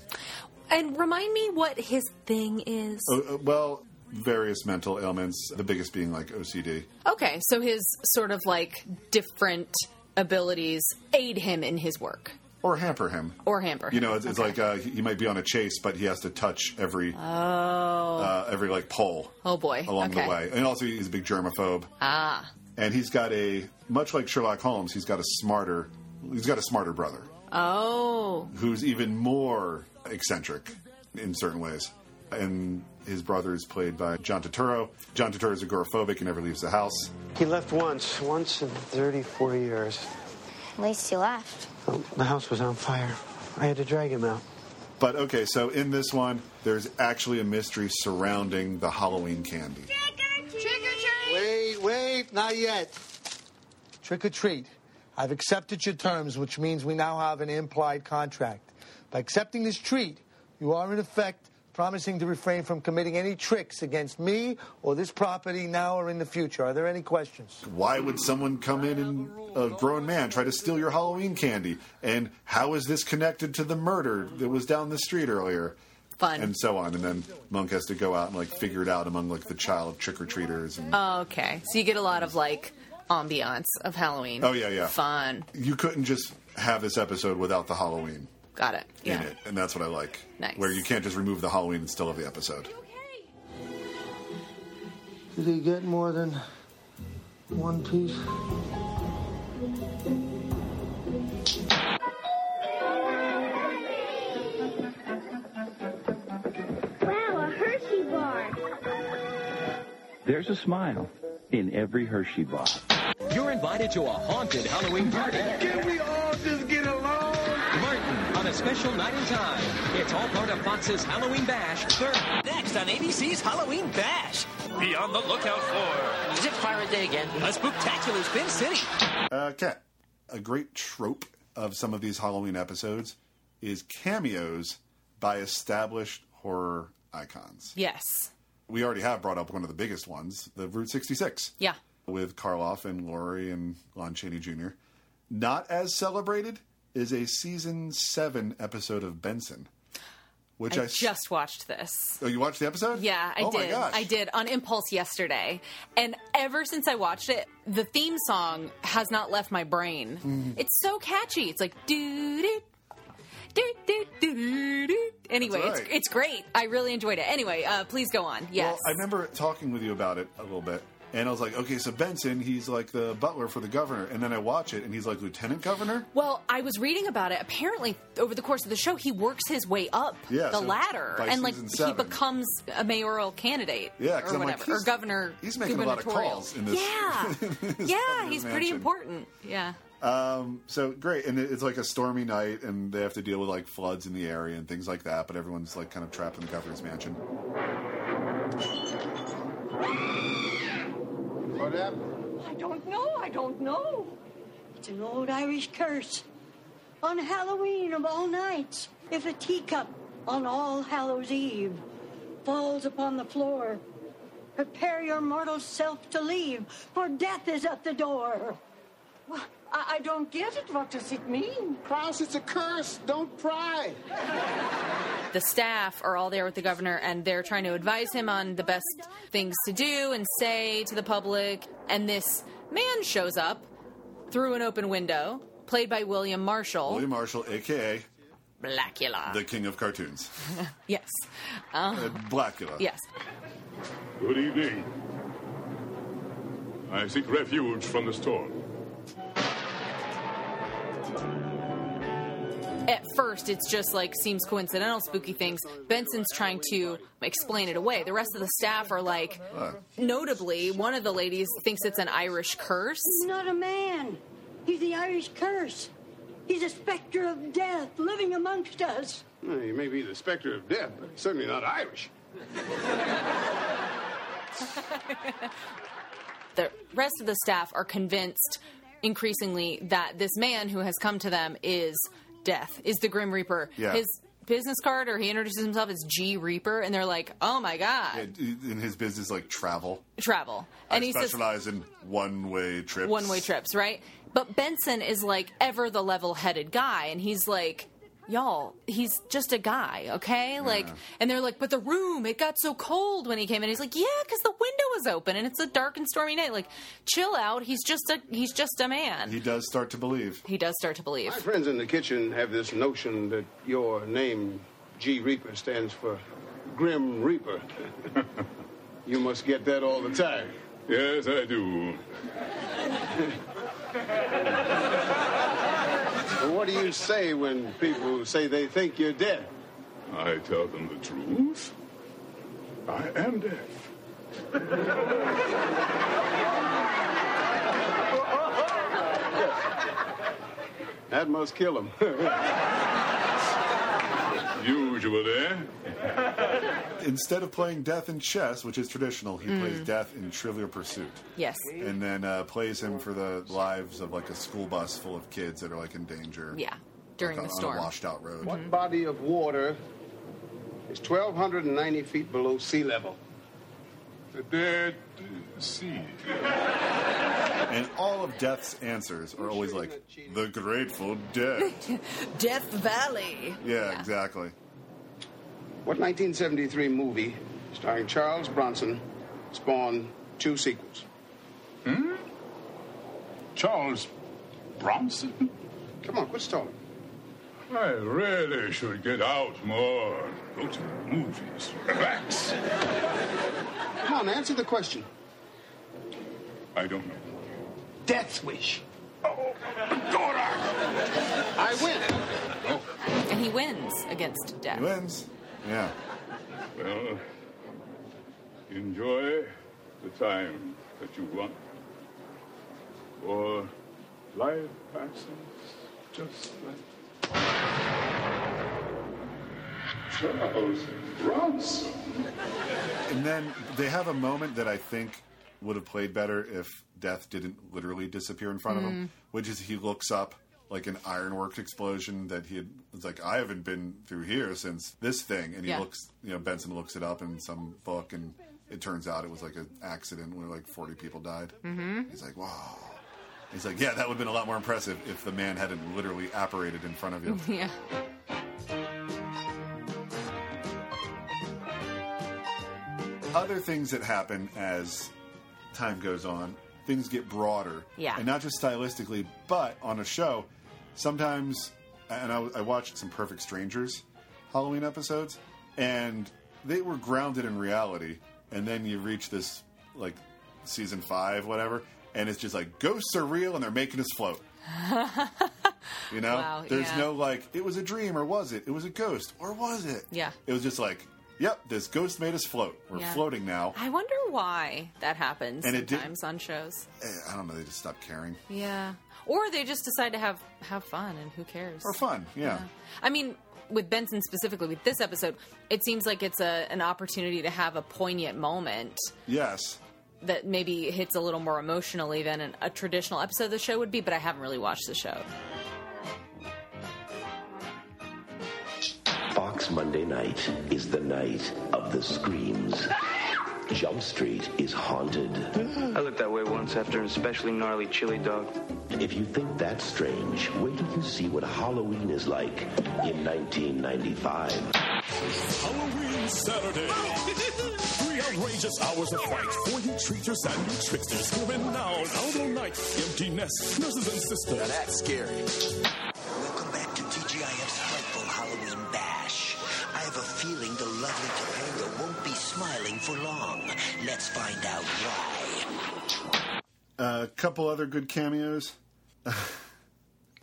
Speaker 9: And remind me what his thing is.
Speaker 8: Oh, uh, well, various mental ailments, the biggest being like OCD.
Speaker 9: Okay, so his sort of like different abilities aid him in his work
Speaker 8: Or hamper him.
Speaker 9: or hamper.
Speaker 8: You
Speaker 9: him.
Speaker 8: know, it's, it's like uh, he he might be on a chase, but he has to touch every
Speaker 9: oh,
Speaker 8: uh, every like pole
Speaker 9: oh boy,
Speaker 8: along
Speaker 9: okay.
Speaker 8: the way, and also he's a big germaphobe.
Speaker 9: Ah,
Speaker 8: And he's got a much like Sherlock Holmes, he's got a smarter he's got a smarter brother
Speaker 9: oh,
Speaker 8: who's even more eccentric in certain ways. And his brother is played by John Turturro. John Turturro is agoraphobic and never leaves the house.
Speaker 6: He left once, once in 34 years.
Speaker 11: At least he left.
Speaker 6: The house was on fire. I had to drag him out.
Speaker 8: But okay, so in this one, there's actually a mystery surrounding the Halloween candy.
Speaker 19: Wait, wait, not yet. Trick or treat. I've accepted your terms, which means we now have an implied contract. By accepting this treat, you are in effect promising to refrain from committing any tricks against me or this property now or in the future. Are there any questions?
Speaker 8: Why would someone come in and a grown man try to steal your Halloween candy? And how is this connected to the murder that was down the street earlier?
Speaker 9: Fun.
Speaker 8: And so on. And then Monk has to go out and like figure it out among like the child trick or treaters. And
Speaker 9: okay. So you get a lot of like ambiance of Halloween.
Speaker 8: oh yeah, yeah,
Speaker 9: fun.
Speaker 8: You couldn't just have this episode without the Halloween
Speaker 9: Got it. Yeah.
Speaker 8: in it, and that's what I like.
Speaker 9: Nice.
Speaker 8: Where you can't just remove the Halloween and still have the episode.
Speaker 19: Did he get more than one piece?
Speaker 21: Wow, a Hershey bar.
Speaker 13: There's a smile in every Hershey bar.
Speaker 22: You're invited to a haunted Halloween party. Can we all just get along? Martin on a special night in time. It's all part of Fox's Halloween Bash. Third. Next on ABC's Halloween Bash. Be on the lookout for. Zip Fire Day again. A spectacular spin city.
Speaker 8: Uh, Kat, a great trope of some of these Halloween episodes is cameos by established horror icons.
Speaker 9: Yes.
Speaker 8: We already have brought up one of the biggest ones, the Route 66,
Speaker 9: Yeah.
Speaker 8: with Karloff and Laurie and Lon Chaney Jr. Not as celebrated is a season seven episode of Benson, which I,
Speaker 9: I just watched this.
Speaker 8: oh, you watched the episode?
Speaker 9: Yeah, I
Speaker 8: oh
Speaker 9: did.
Speaker 8: My gosh.
Speaker 9: I did on impulse yesterday. And ever since I watched it, the theme song has not left my brain.
Speaker 19: Mm.
Speaker 9: It's so catchy. It's like doo doo. doo doo doo doo. Anyway,
Speaker 8: That's
Speaker 9: it's,
Speaker 8: right.
Speaker 9: it's great. I really enjoyed it. Anyway, uh, please go on. Yes.
Speaker 8: Well, I remember talking with you about it a little bit. And I was like, okay, so Benson, he's like the butler for the governor. And then I watch it and he's like lieutenant governor?
Speaker 9: Well, I was reading about it. Apparently, over the course of the show, he works his way up
Speaker 8: Yeah,
Speaker 9: the
Speaker 8: so
Speaker 9: ladder,
Speaker 8: by
Speaker 9: and like
Speaker 8: season
Speaker 9: he
Speaker 8: seven.
Speaker 9: becomes a mayoral candidate,
Speaker 8: Yeah, 'cause
Speaker 9: or
Speaker 8: I'm like,
Speaker 9: whatever, or
Speaker 8: he's-
Speaker 9: governor.
Speaker 8: He's making a lot of
Speaker 9: gubernatorial.
Speaker 8: calls in this.
Speaker 9: Yeah, yeah, he's pretty
Speaker 8: mansion.
Speaker 9: important. Yeah.
Speaker 8: Um, so great. And it- it's like a stormy night and they have to deal with like floods in the area and things like that. But everyone's like kind of trapped in the governor's mansion.
Speaker 19: What happened?
Speaker 17: I don't know. I don't know.
Speaker 23: It's an old Irish curse. On Halloween of all nights, if a teacup on All Hallows Eve falls upon the floor, prepare your mortal self to leave, for death is at the door. Well, I, I don't get it. What does it mean? Klaus, it's a curse. Don't pry.
Speaker 9: The staff are all there with the governor and they're trying to advise him on the best things to do and say to the public. And this man shows up through an open window, played by William Marshall.
Speaker 8: William Marshall, a.k.a.
Speaker 9: Blackula.
Speaker 8: the king of cartoons.
Speaker 9: yes.
Speaker 8: Uh,
Speaker 9: Um,
Speaker 8: Blackula.
Speaker 9: yes.
Speaker 2: Good evening. I seek refuge from the storm.
Speaker 9: At first, it's just like seems coincidental, spooky things. Benson's trying to explain it away. The rest of the staff are like, notably, one of the ladies thinks it's an Irish curse.
Speaker 23: He's not a man. He's the Irish curse. He's a specter of death living amongst us.
Speaker 2: Well, he may be the specter of death, but he's certainly not Irish.
Speaker 9: The rest of the staff are convinced increasingly that this man who has come to them is death, is the Grim Reaper.
Speaker 8: Yeah.
Speaker 9: His business card, or he introduces himself as G Reaper, and they're like, oh my God,
Speaker 8: Yeah, In his business, like travel.
Speaker 9: travel. And
Speaker 8: I
Speaker 9: he says,
Speaker 8: specialize in one-way trips.
Speaker 9: one way trips, right? But Benson is like ever the level headed guy, and he's like, y'all, he's just a guy, okay? Like, and they're like, but the room, it got so cold when he came in. He's like, yeah, because the window was open and it's a dark and stormy night. Like, chill out. He's just a he's just a man.
Speaker 2: He does start to believe.
Speaker 9: He does start to believe.
Speaker 2: My friends in the kitchen have this notion that your name, G Reaper, stands for Grim Reaper. you must get that all the time. Yes, I do. what do you say when people say they think you're dead? I tell them the truth. I am dead. That must kill him. Usually.
Speaker 8: Instead of playing death in chess, which is traditional, he plays
Speaker 2: Mm.
Speaker 8: death in Trivial Pursuit.
Speaker 9: Yes.
Speaker 8: And then uh, plays him for the lives of like a school bus full of kids that are like in danger.
Speaker 9: Yeah.
Speaker 2: during
Speaker 8: like,
Speaker 2: the
Speaker 8: on
Speaker 2: storm.
Speaker 8: a washed-out road.
Speaker 2: What body of water is 1,290 feet below sea level? The dead sea.
Speaker 8: And all of Death's answers are always like the Grateful Dead.
Speaker 9: Death Valley.
Speaker 8: Yeah, exactly.
Speaker 2: What 1973 movie starring Charles Bronson spawned two sequels? Hmm? Charles Bronson? Come on, quit stalling.
Speaker 3: I really should get out more. Go to the movies. Relax.
Speaker 2: Come on, answer the question.
Speaker 3: I don't know.
Speaker 2: Death Wish. Oh, God! I win.
Speaker 9: And he wins against death. He
Speaker 8: wins. Yeah.
Speaker 3: Well, enjoy the time that you want. Or life passes just like Charles Bronson.
Speaker 8: And then they have a moment that I think would have played better if Death didn't literally disappear in front of him,
Speaker 2: Mm.
Speaker 8: which is he looks up like an ironworks explosion that he had, was like, I haven't been through here since this thing. And he
Speaker 2: Yeah.
Speaker 8: looks, you know, Benson looks it up in some book and it turns out it was like an accident where like 40 people died.
Speaker 2: Mm-hmm.
Speaker 8: He's like, wow. He's like, yeah, that would have been a lot more impressive if the man hadn't literally apparated in front of you.
Speaker 9: yeah.
Speaker 8: other things that happen as time goes on, things get broader.
Speaker 12: Yeah.
Speaker 8: And not just stylistically, but on a show, sometimes, and I, I watched some Perfect Strangers Halloween episodes, and they were grounded in reality. And then you reach this, like, season five, whatever, and it's just like, ghosts are real and they're making us float. You know?
Speaker 9: Wow,
Speaker 8: There's
Speaker 9: yeah.
Speaker 8: no, like, it was a dream or was it? It was a ghost or was it?
Speaker 9: Yeah.
Speaker 8: It was just like, yep, this ghost made us float. We're
Speaker 9: Yeah.
Speaker 8: floating now.
Speaker 9: I wonder why that happens
Speaker 8: And it did-
Speaker 9: sometimes on shows.
Speaker 8: Eh, I don't know. They just stopped caring.
Speaker 9: Yeah. Or they just decide to have have fun and who cares?
Speaker 8: Or fun, yeah.
Speaker 9: I mean, with Benson specifically with this episode, it seems like it's a an opportunity to have a poignant moment
Speaker 8: Yes.
Speaker 9: that maybe hits a little more emotionally than an, a traditional episode of the show would be, but I haven't really watched the show.
Speaker 16: Fox Monday night is the night of the screams.
Speaker 12: Jump Street is haunted.
Speaker 16: I looked that way once after an especially gnarly chili dog.
Speaker 12: If you think that's strange, wait till you see what Halloween is like in 1995.
Speaker 10: Halloween Saturday. Three outrageous hours of fright for you treaters and you tricksters who have been down out all night. Empty nests, nurses and sisters. Now that's scary.
Speaker 15: Welcome back to TGIF's frightful Halloween bash. I have a feeling the lovely Topanga won't be smiling for long. Let's find out why.
Speaker 8: A couple other good cameos.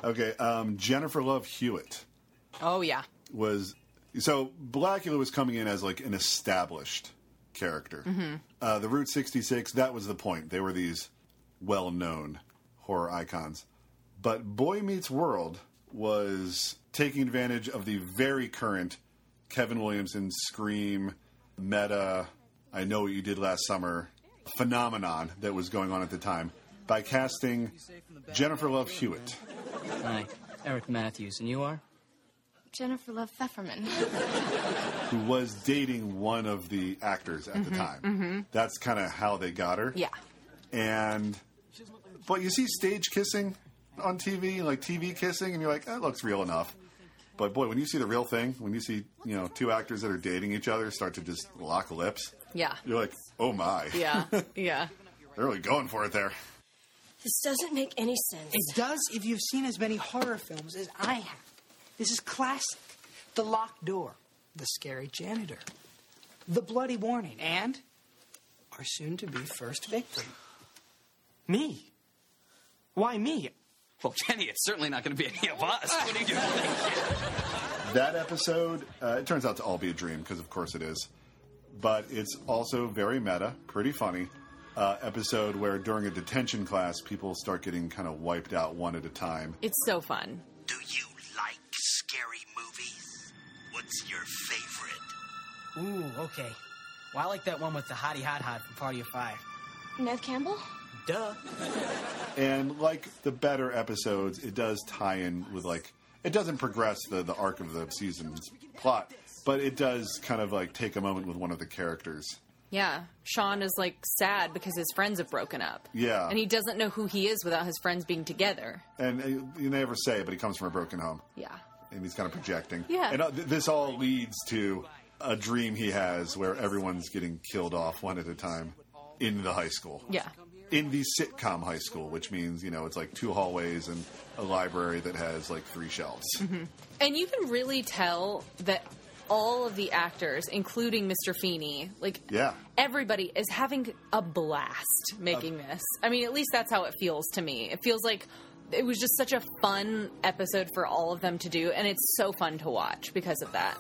Speaker 8: okay, um, Jennifer Love Hewitt
Speaker 9: Oh yeah.
Speaker 8: was so Blackula was coming in as like an established character.
Speaker 9: Mhm.
Speaker 8: Uh, the Route 66, that was the point. They were these well known horror icons. But Boy Meets World was taking advantage of the very current Kevin Williamson Scream meta, I Know What You Did Last Summer phenomenon that was going on at the time by casting Jennifer Love Hewitt.
Speaker 20: Hi, Eric Matthews, and you are?
Speaker 25: Jennifer Love Pfefferman.
Speaker 8: who was dating one of the actors at
Speaker 10: Mm-hmm.
Speaker 8: the time. That's kind of how they got her.
Speaker 25: Mm-hmm. Yeah.
Speaker 8: And, but you see stage kissing on TV, like TV kissing, and you're like, that looks real enough. But boy, when you see the real thing, when you see, you know, two actors that are dating each other start to just lock lips,
Speaker 9: Yeah.
Speaker 8: you're like, oh my.
Speaker 9: Yeah. yeah.
Speaker 8: They're really going for it there.
Speaker 26: This doesn't make any sense. It does if you've seen as many horror films as I have. This is classic. The locked door, the scary janitor, the bloody warning, and our soon to be first victim.
Speaker 20: Me? Why me? Well, Kenny, it's certainly not going to be any of us. What do you think?
Speaker 8: That episode, uh, it turns out to all be a dream because, of course, it is. But it's also very meta, pretty funny uh, episode where during a detention class, people start getting kind of wiped out one at a time.
Speaker 9: It's so fun.
Speaker 15: Do you like scary movies? What's your favorite?
Speaker 20: Ooh, okay. Well, I like that one with the hottie hot hot from Party of Five.
Speaker 26: Nev Campbell?
Speaker 20: Duh.
Speaker 8: And like the better episodes, it does tie in with like it doesn't progress the the arc of the season's plot, but it does kind of like take a moment with one of the characters.
Speaker 9: Yeah. Sean is like sad because his friends have broken up.
Speaker 8: Yeah,
Speaker 9: And he doesn't know who he is without his friends being together.
Speaker 8: and uh, you never say, it, but he comes from a broken home.
Speaker 9: Yeah.
Speaker 8: and he's kind of projecting.
Speaker 9: Yeah.
Speaker 8: And uh, th- this all leads to a dream he has where everyone's getting killed off one at a time in the high school.
Speaker 9: Yeah.
Speaker 8: In the sitcom high school, which means, you know, it's like two hallways and a library that has like three shelves.
Speaker 9: Mm-hmm. And you can really tell that all of the actors, including Mr. Feeney, like
Speaker 8: Yeah.
Speaker 9: everybody is having a blast making this. I mean, at least that's how it feels to me. It feels like it was just such a fun episode for all of them to do, and it's so fun to watch because of that.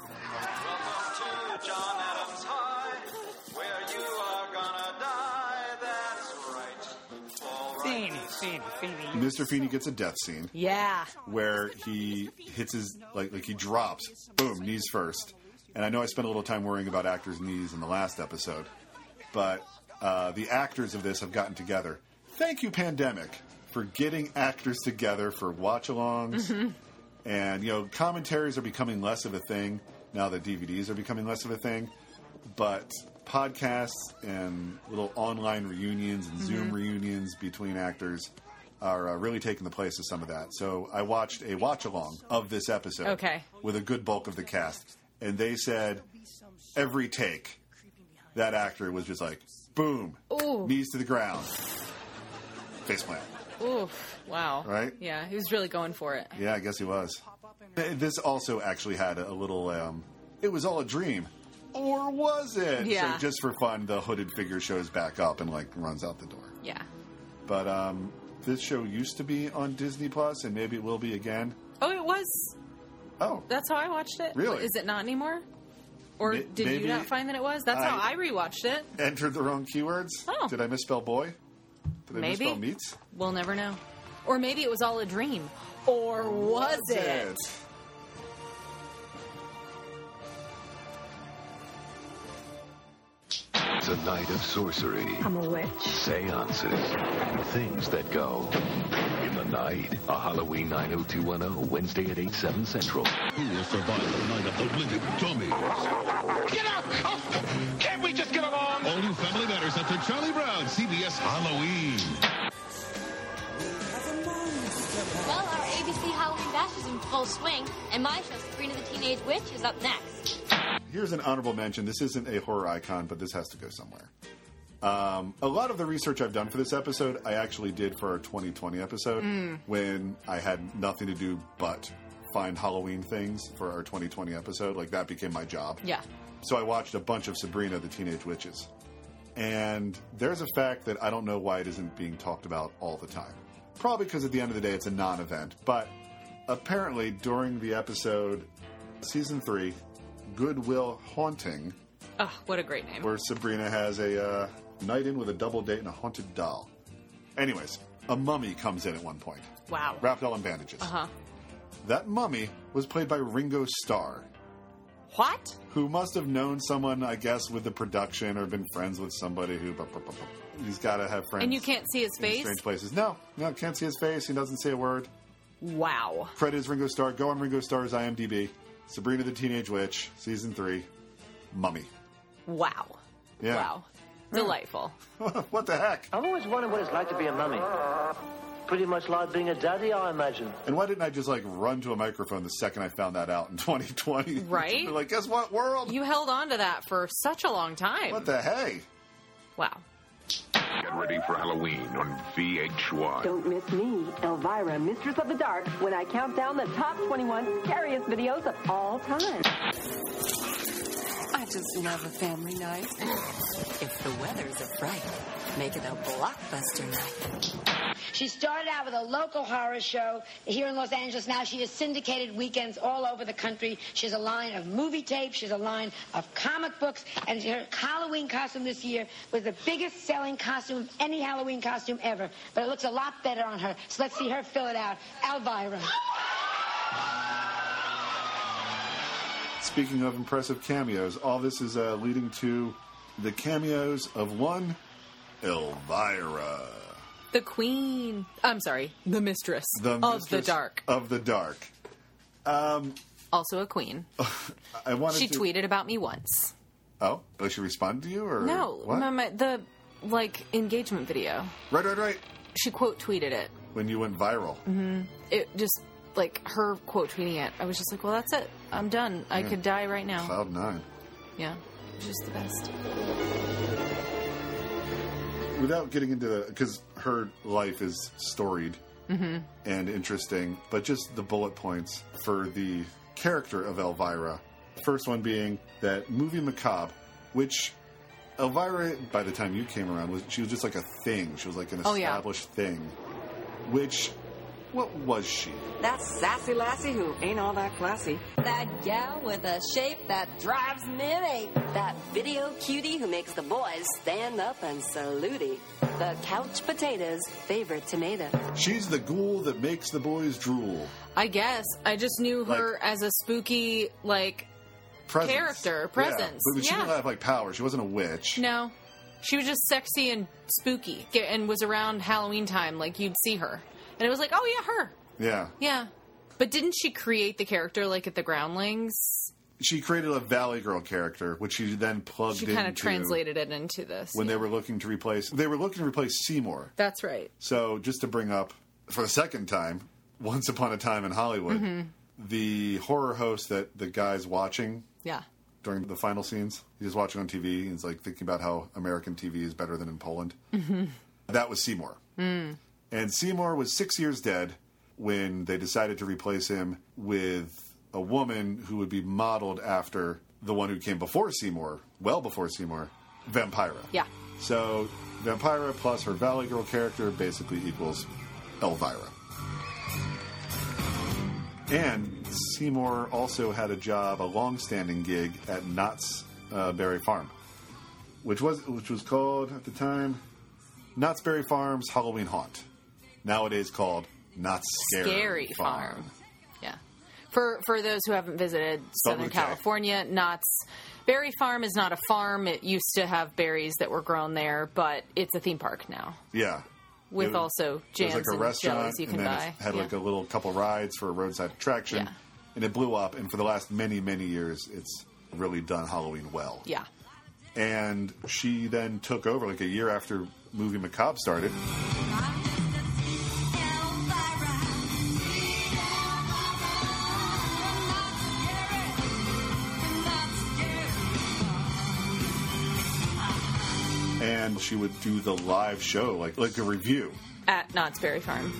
Speaker 20: Feeny, Feeny, Feeny.
Speaker 8: Mr. Feeney gets a death scene
Speaker 9: Yeah.
Speaker 8: where he hits his, like, like he drops, boom, knees first. And I know I spent a little time worrying about actors' knees in the last episode, but uh, the actors of this have gotten together. Thank you, pandemic, for getting actors together for watch-alongs, and you know commentaries are becoming less of a thing now that DVDs are becoming less of a thing, but podcasts and little online reunions and Zoom
Speaker 27: Mhm.
Speaker 8: reunions between actors are uh, really taking the place of some of that. So I watched a watch-along of this episode
Speaker 9: Okay.
Speaker 8: uh, with a good bulk of the cast, and they said every take that actor was just like boom,
Speaker 9: Ooh.
Speaker 8: knees to the ground, face plant.
Speaker 9: Oof. Wow.
Speaker 8: Right?
Speaker 9: Yeah, he was really going for it.
Speaker 8: Yeah, I guess he was. Th- This also actually had a little. Um, it was all a dream, or was it?
Speaker 9: Yeah.
Speaker 8: So just for fun, the hooded figure shows back up and like runs out the door.
Speaker 9: Yeah.
Speaker 8: But um, this show used to be on Disney Plus, and maybe it will be again.
Speaker 9: Oh, it was.
Speaker 8: Oh.
Speaker 9: That's how I watched it.
Speaker 8: Really?
Speaker 9: Is it not anymore? Or
Speaker 8: May-
Speaker 9: did
Speaker 8: maybe
Speaker 9: you not find that it was? That's how
Speaker 8: I-
Speaker 9: I rewatched it.
Speaker 8: Entered the wrong keywords.
Speaker 9: Oh.
Speaker 8: Did I misspell boy? Did I
Speaker 9: Maybe.
Speaker 8: misspell meats?
Speaker 9: We'll never know. Or maybe it was all a dream. Or was it?
Speaker 12: It's a night of sorcery. I'm a witch. Seances. Things that go. In the night. A Halloween 90210. Wednesday at 8, 7 central. Who will survive the night of the living dummies?
Speaker 27: Get up! Oh, can't we just get along? All you family
Speaker 1: full swing, and my show, Sabrina the Teenage Witch, is up next.
Speaker 8: Here's an honorable mention. This isn't a horror icon, but this has to go somewhere. Um, a lot of the research I've done for this episode, I actually did for our 2020 episode
Speaker 9: Hmm.
Speaker 4: Mm.
Speaker 8: when I had nothing to do but find Halloween things for our 2020 episode. Like that became my job.
Speaker 9: Yeah.
Speaker 8: So I watched a bunch of Sabrina the Teenage Witches. And there's a fact that I don't know why it isn't being talked about all the time. Probably because at the end of the day, it's a non event. But apparently, during the episode, season three, Goodwill Haunting,
Speaker 9: Oh, what a great name.
Speaker 8: where Sabrina has a uh, night in with a double date and a haunted doll. Anyways, a mummy comes in at one point,
Speaker 9: Wow.
Speaker 8: wrapped all in bandages.
Speaker 9: Uh huh.
Speaker 8: That mummy was played by Ringo Starr.
Speaker 9: What?
Speaker 8: Who must have known someone, I guess, with the production or been friends with somebody who. bu- bu- bu- bu- He's got to have friends.
Speaker 9: And you can't see his
Speaker 8: in
Speaker 9: face?
Speaker 8: Strange places. No, no, can't see his face. He doesn't say a word.
Speaker 9: Wow.
Speaker 8: Credit is Ringo Starr. Go on Ringo Starr's IMDb. Sabrina the Teenage Witch, season three, Mummy.
Speaker 9: Wow.
Speaker 8: Yeah.
Speaker 9: Wow. Delightful.
Speaker 8: what the heck?
Speaker 5: I've always wondered what it's like to be a mummy. Pretty much like being a daddy, I imagine.
Speaker 8: And why didn't I just like run to a microphone the second I found that out in 2020?
Speaker 9: Right?
Speaker 8: like, guess what, world?
Speaker 9: You held on to that for such a long time.
Speaker 8: What the hey?
Speaker 9: Wow.
Speaker 12: Get ready for Halloween on VH1.
Speaker 7: Don't miss me, Elvira, Mistress of the Dark, when I count down the top 21 scariest videos of all time.
Speaker 14: I just love a family night. If the weather's a fright, make it a blockbuster night.
Speaker 18: She started out with a local horror show here in Los Angeles. Now she is syndicated weekends all over the country. She has a line of movie tapes. She has a line of comic books. And her Halloween costume this year was the biggest selling costume of any Halloween costume ever. But it looks a lot better on her. So let's see her fill it out. Elvira.
Speaker 8: Speaking of impressive cameos, all this is uh, leading to the cameos of one Elvira,
Speaker 9: The queen. I'm sorry. The mistress of the
Speaker 8: mistress
Speaker 9: dark.
Speaker 8: Of the dark. Um,
Speaker 9: Also a queen.
Speaker 8: I wanted
Speaker 9: She
Speaker 8: to-
Speaker 9: tweeted about me once.
Speaker 8: Oh, but she responded to you or
Speaker 9: no,
Speaker 8: What?
Speaker 9: my- my- the like engagement video.
Speaker 8: Right, right, right.
Speaker 9: She quote tweeted it.
Speaker 8: When you went viral.
Speaker 9: hmm It just like her quote tweeting it. I was just like, well, that's it. I'm done. I
Speaker 8: Yeah.
Speaker 9: could die right now.
Speaker 8: Cloud nine.
Speaker 9: Yeah, just the best.
Speaker 8: Without getting into the because her life is storied.
Speaker 9: Mm-hmm.
Speaker 8: and interesting, but just the bullet points for the character of Elvira. First one being that movie Macabre, which Elvira, by the time you came around, was she was just like a thing. She was like an
Speaker 14: Oh, yeah.
Speaker 8: established thing. Which, what was she?
Speaker 14: That sassy lassie who ain't all that classy. That gal with a shape that drives minute. That video cutie who makes the boys stand up and salute. The couch potato's favorite tomato.
Speaker 8: She's the ghoul that makes the boys drool.
Speaker 9: I guess I just knew
Speaker 8: Like-
Speaker 9: her as a spooky like
Speaker 8: Presence.
Speaker 9: character
Speaker 8: Yeah,
Speaker 9: presence.
Speaker 8: but she
Speaker 9: Yeah.
Speaker 8: didn't have like power. She wasn't a witch.
Speaker 9: No, she was just sexy and spooky, ge- and was around Halloween time. Like you'd see her, and it was like, oh yeah, her.
Speaker 8: Yeah.
Speaker 9: Yeah, but didn't she create the character like at the Groundlings?
Speaker 8: She created a Valley Girl character, which she then plugged
Speaker 9: She
Speaker 8: into.
Speaker 9: kind of translated it into this.
Speaker 8: when they were looking to replace. They were looking to replace Seymour.
Speaker 9: That's right.
Speaker 8: So, just to bring up for the second time, Once Upon a Time in Hollywood,
Speaker 9: Mhm.
Speaker 8: the horror host that the guy's watching
Speaker 9: Yeah.
Speaker 8: during the final scenes, he's watching on TV and he's like thinking about how American TV is better than in Poland.
Speaker 9: Mm-hmm.
Speaker 8: That was Seymour.
Speaker 9: Mm.
Speaker 8: And Seymour was six years dead when they decided to replace him with a woman who would be modeled after the one who came before Seymour, well before Seymour, Vampira.
Speaker 9: Yeah.
Speaker 8: So Vampira plus her Valley Girl character basically equals Elvira. And Seymour also had a job, a long-standing gig at Knott's uh, Berry Farm, which was which was called at the time Knott's Berry Farm's Halloween Haunt. Nowadays called Knott's Scary,
Speaker 9: Scary Farm. Yeah. For for those who haven't visited Southern
Speaker 8: Double check.
Speaker 9: California, Knott's Berry Farm is not a farm. It used to have berries that were grown there, but it's a theme park now.
Speaker 8: Yeah. It
Speaker 9: With
Speaker 8: was-
Speaker 9: also
Speaker 8: it was
Speaker 9: jams and jellies you can
Speaker 8: and then it
Speaker 9: buy.
Speaker 8: had like
Speaker 9: Yeah.
Speaker 8: a little couple rides for a roadside attraction,
Speaker 9: Yeah.
Speaker 8: and it blew up. And for the last many, many years, it's really done Halloween well.
Speaker 9: Yeah.
Speaker 8: And she then took over like a year after movie Macabre started. and she would do the live show, like like a review.
Speaker 9: at Knott's Berry Farm.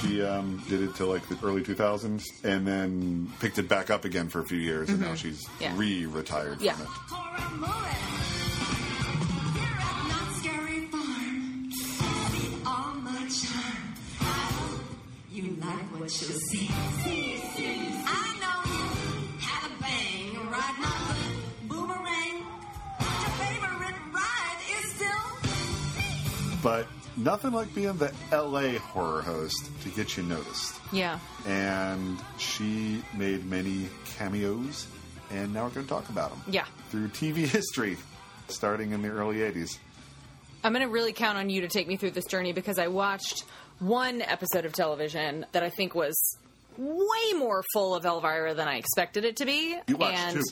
Speaker 8: She um, did it to like the early 2000s, and then picked it back up again for a few years, and now
Speaker 9: Mhm.
Speaker 8: she's
Speaker 9: Yeah.
Speaker 8: re-retired
Speaker 9: Yeah.
Speaker 8: from it.
Speaker 4: Not scary farm. See all my charm. You like what you see. I know how to bang, ride my boomerang. Your favorite ride is still
Speaker 8: But nothing like being the LA horror host to get you noticed.
Speaker 9: Yeah.
Speaker 8: And she made many cameos, and now we're going to talk about them
Speaker 9: Yeah.
Speaker 8: through TV history, starting in the early 80s.
Speaker 9: I'm going to really count on you to take me through this journey because I watched one episode of television that I think was way more full of Elvira than I expected it to be.
Speaker 6: You watched
Speaker 9: and
Speaker 6: two.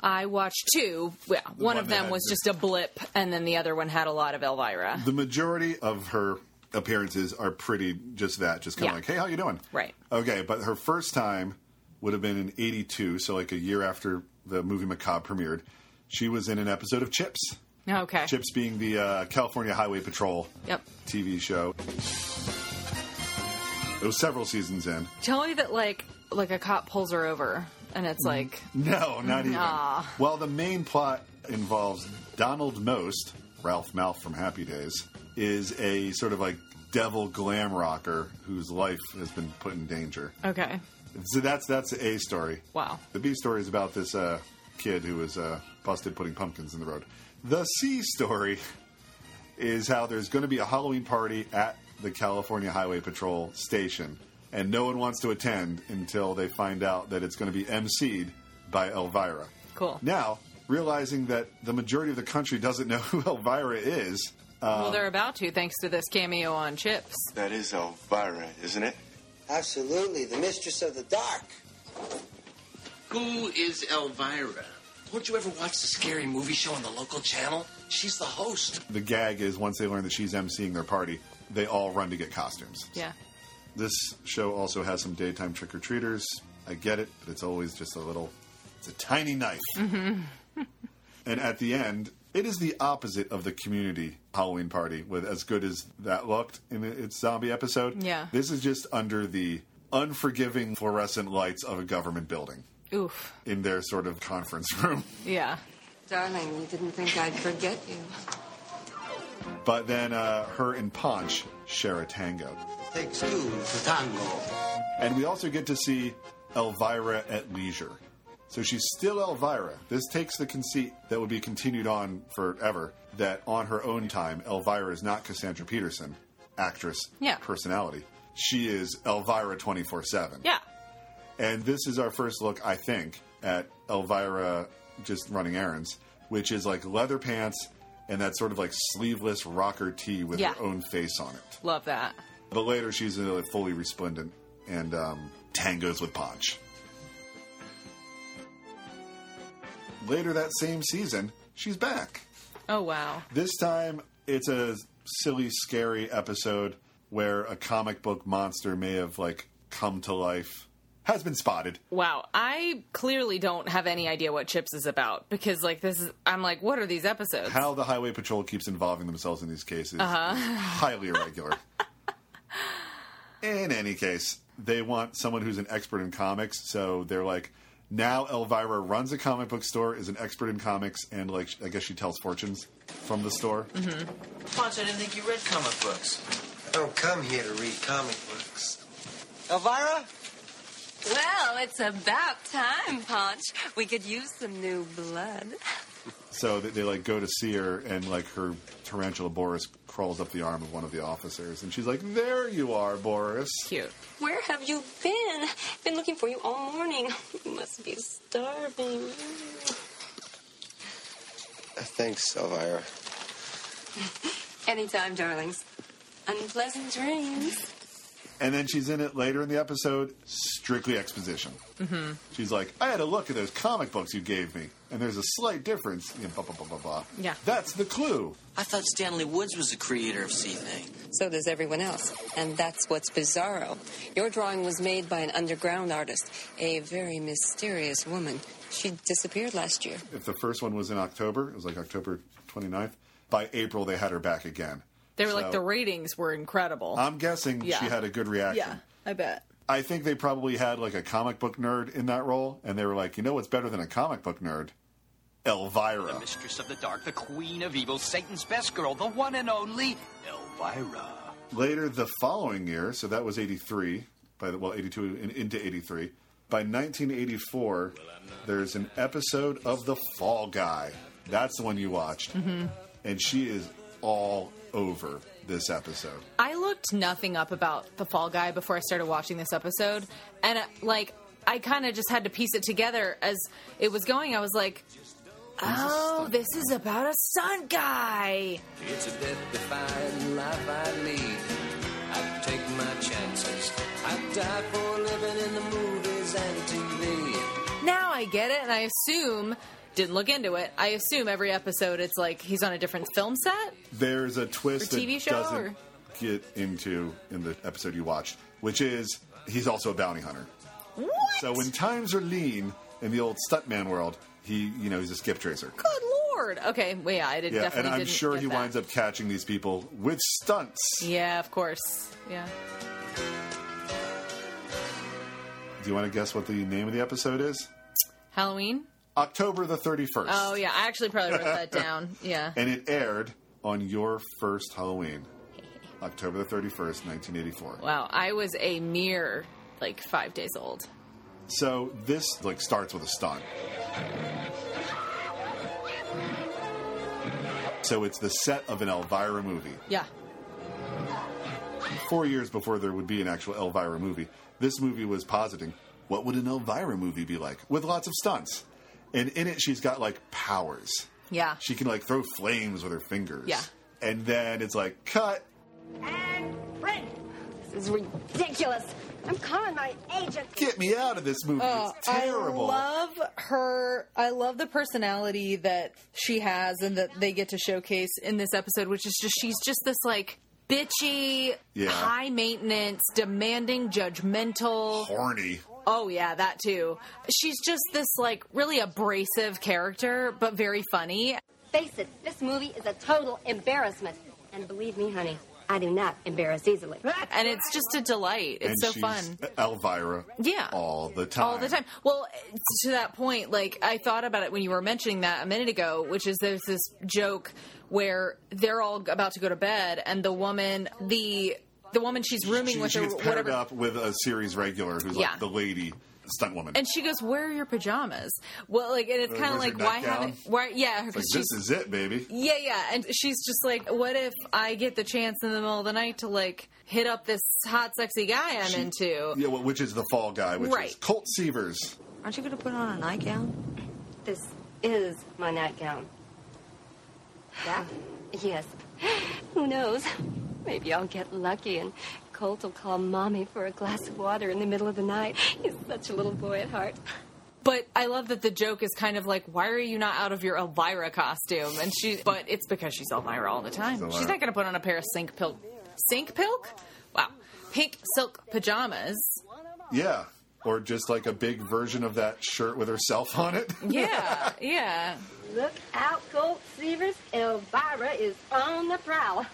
Speaker 9: I watched two. Well, one,
Speaker 8: one
Speaker 9: of
Speaker 8: that
Speaker 9: them
Speaker 8: had
Speaker 9: was
Speaker 8: the-
Speaker 9: just a blip, and then the other one had a lot of Elvira.
Speaker 8: The majority of her appearances are pretty just that, just kind of
Speaker 9: Yeah.
Speaker 8: like, hey, how you doing?
Speaker 9: Right.
Speaker 8: Okay, but her first time would have been in 82, so like a year after the movie Macabre premiered. She was in an episode of Chips.
Speaker 9: Okay.
Speaker 8: Chips being the uh, California Highway Patrol
Speaker 9: Yep.
Speaker 8: TV show. It was several seasons in.
Speaker 9: Tell me that like like a cop pulls her over, and it's like
Speaker 8: Mm. No, not even.
Speaker 9: Aw.
Speaker 8: Well, the main plot involves Donald Most, Ralph Mouth from Happy Days, is a sort of like devil glam rocker whose life has been put in danger.
Speaker 9: okay,
Speaker 8: So that's that's the A story.
Speaker 9: wow.
Speaker 8: The B story is about this uh, kid who was uh, busted putting pumpkins in the road. The C story is how there's going to be a Halloween party at the California Highway Patrol station, and no one wants to attend until they find out that it's going to be emceed by Elvira.
Speaker 9: Cool.
Speaker 8: Now, realizing that the majority of the country doesn't know who Elvira is,
Speaker 9: well,
Speaker 8: um,
Speaker 9: they're about to thanks to this cameo on Chips.
Speaker 11: That is Elvira, isn't it?
Speaker 13: Absolutely, the mistress of the dark.
Speaker 11: Who is Elvira? Don't you ever watch the scary movie show on the local channel? She's the host.
Speaker 8: the gag is once they learn that she's emceeing their party, they all run to get costumes.
Speaker 9: Yeah.
Speaker 8: This show also has some daytime trick or treaters. I get it, but it's always just a little, it's a tiny knife.
Speaker 9: Mm-hmm.
Speaker 8: And at the end, it is the opposite of the community Halloween party, with as good as that looked in its zombie episode.
Speaker 9: Yeah.
Speaker 8: This is just under the unforgiving fluorescent lights of a government building
Speaker 9: Oof.
Speaker 8: in their sort of conference room.
Speaker 9: Yeah.
Speaker 14: Darling, you didn't think I'd forget you.
Speaker 8: But then uh, her and Ponch share a tango.
Speaker 13: Takes two to tango.
Speaker 8: And we also get to see Elvira at leisure. So she's still Elvira. This takes the conceit that would be continued on forever that on her own time, Elvira is not Cassandra Peterson, actress,
Speaker 9: Yeah.
Speaker 8: personality. She is Elvira 24 7.
Speaker 9: Yeah.
Speaker 8: And this is our first look, I think, at Elvira just running errands, which is like leather pants and that sort of like sleeveless rocker tee with
Speaker 9: Yeah.
Speaker 8: her own face on it.
Speaker 9: Love that.
Speaker 8: But later, she's uh, fully resplendent and um, tangos with Ponch. Later that same season, she's back.
Speaker 9: Oh wow.
Speaker 8: This time, it's a silly, scary episode where a comic book monster may have like come to life, has been spotted.
Speaker 9: Wow, I clearly don't have any idea what Chips is about because, like, this is. I'm like, what are these episodes?
Speaker 8: How the Highway Patrol keeps involving themselves in these cases
Speaker 9: Uh-huh.
Speaker 8: is highly irregular. in any case, they want someone who's an expert in comics, so they're like, now Elvira runs a comic book store, is an expert in comics, and like I guess she tells fortunes from the store.
Speaker 13: Mm-hmm.
Speaker 11: Ponce, I didn't think you read comic books.
Speaker 13: I don't Oh, come here to read comic books. Elvira?
Speaker 14: Uh, Well, it's about time, Punch. We could use some new blood.
Speaker 8: So they, they like go to see her, and like her tarantula Boris crawls up the arm of one of the officers, and she's like, "There you are, Boris."
Speaker 9: Cute.
Speaker 1: Where have you been? Been looking for you all morning. You must be starving.
Speaker 13: Uh, Thanks, Elvira.
Speaker 14: Anytime, darlings. Unpleasant dreams.
Speaker 8: And then she's in it later in the episode, strictly exposition.
Speaker 6: Mm-hmm.
Speaker 8: She's like, I had a look at those comic books you gave me, and there's a slight difference. You know, blah, blah, blah, blah, blah.
Speaker 6: Yeah.
Speaker 8: That's the clue.
Speaker 14: I thought Stanley Woods was the creator of Sea Thing. So does everyone else. And that's what's bizarro. Your drawing was made by an underground artist, a very mysterious woman. She disappeared last year.
Speaker 8: If the first one was in October, it was like October 29th, by April they had her back again.
Speaker 6: They were
Speaker 8: So,
Speaker 6: like the ratings were incredible.
Speaker 8: I'm guessing she had a good reaction.
Speaker 6: Yeah, I bet.
Speaker 8: I think they probably had like a comic book nerd in that role, and they were like, you know what's better than a comic book nerd? Elvira.
Speaker 17: Mistress of the Dark, the Queen of Evil, Satan's best girl, the one and only Elvira.
Speaker 8: Later the following year, so that was 83, by the, well, 82 and into 83. By 1984, there's an episode of The Fall Guy. That's the one you watched.
Speaker 9: Mhm.
Speaker 8: And she is all over this episode.
Speaker 9: I looked nothing up about the Fall Guy before I started watching this episode, and uh, like I kind of just had to piece it together as it was going. I was like, "Oh, this is about a sun guy."
Speaker 19: It's a death-defying life I lead. I take my chances. I die for living in the movies and TV.
Speaker 9: Now I get it, and I assume didn't look into it. I assume every episode it's like he's on a different film set.
Speaker 8: There's a twist
Speaker 9: Or TV
Speaker 8: that
Speaker 9: show,
Speaker 8: doesn't
Speaker 9: or-
Speaker 8: get into in the episode you watched, which is he's also a bounty hunter.
Speaker 9: What?
Speaker 8: So when times are lean in the old stuntman world, he you know he's a skip tracer.
Speaker 9: Good lord. Okay, well, yeah, I did.
Speaker 8: yeah, and
Speaker 9: definitely
Speaker 8: I'm
Speaker 9: didn't
Speaker 8: sure
Speaker 9: get
Speaker 8: he
Speaker 9: that.
Speaker 8: winds up catching these people with stunts.
Speaker 9: Yeah, of course. Yeah.
Speaker 8: Do you want to guess what the name of the episode is?
Speaker 9: Halloween.
Speaker 8: October the 31st.
Speaker 9: Oh yeah, I actually probably wrote that down. Yeah.
Speaker 8: And it aired on your first Halloween, October the 31st, 1984.
Speaker 9: Wow, I was a mere like five days old.
Speaker 8: So this like starts with a stunt. So it's the set of an Elvira movie.
Speaker 9: Yeah.
Speaker 8: Four years before there would be an actual Elvira movie, this movie was positing what would an Elvira movie be like with lots of stunts, and in it she's got like powers.
Speaker 9: Yeah.
Speaker 8: She can like throw flames with her fingers.
Speaker 9: Yeah.
Speaker 8: And then it's like cut.
Speaker 21: Fred, this is ridiculous. I'm calling my agent.
Speaker 8: Get me out of this movie.
Speaker 9: Oh,
Speaker 8: it's terrible.
Speaker 6: I love her. I love the personality that she has and that they get to showcase
Speaker 9: In this episode, which is just she's just this like bitchy,
Speaker 6: Yeah.
Speaker 9: high maintenance, demanding, judgmental,
Speaker 8: horny.
Speaker 9: Oh yeah, that too. She's just this like really abrasive character, but very funny.
Speaker 21: Face it, this movie is a total embarrassment. And believe me, honey, I do not embarrass easily.
Speaker 9: And it's just a delight. It's
Speaker 8: and
Speaker 9: so
Speaker 8: she's
Speaker 9: fun.
Speaker 8: Elvira.
Speaker 9: Yeah.
Speaker 8: All the time.
Speaker 9: All the time. Well, to that point, like I thought about it when you were mentioning that a minute ago, which is there's this joke where they're all about to go to bed, and the woman, the the woman she's rooming
Speaker 8: She,
Speaker 9: with,
Speaker 8: she
Speaker 9: or
Speaker 8: gets paired
Speaker 9: whatever,
Speaker 8: up with a series regular who's
Speaker 9: Yeah.
Speaker 8: like the lady stunt woman.
Speaker 9: and she goes, "Where are your pajamas?" Well, like, and it's
Speaker 8: Uh,
Speaker 9: kind of
Speaker 8: where's
Speaker 9: like,
Speaker 8: your
Speaker 9: why
Speaker 8: nightgown?
Speaker 9: haven't? Why? Yeah,
Speaker 8: It's
Speaker 9: because
Speaker 8: like,
Speaker 9: she's
Speaker 8: this is it, baby.
Speaker 9: Yeah, yeah. And she's just like, what if I get the chance in the middle of the night to like hit up this hot, sexy guy I'm
Speaker 8: She-
Speaker 9: into?
Speaker 8: Yeah, well, which is the fall guy, which is
Speaker 9: Right.
Speaker 8: Colt Seavers.
Speaker 21: Aren't you going to put on a nightgown? This is my nightgown.
Speaker 14: Yeah? Yes. Who knows? Maybe I'll get lucky and Colt will call Mommy for a glass of water in the middle of the night. He's such a little boy at heart.
Speaker 9: But I love that the joke is kind of like, why are you not out of your Elvira costume? And she, but it's because she's Elvira all the time.
Speaker 6: She's
Speaker 9: She's,
Speaker 6: Elvira.
Speaker 9: not going to put on a pair of sink pilk, sink pilk? Wow, pink silk pajamas.
Speaker 8: Yeah. Or just like a big version of that shirt with herself on it.
Speaker 9: Yeah, yeah.
Speaker 21: Look out, Gold Seavers. Elvira is on the prowl.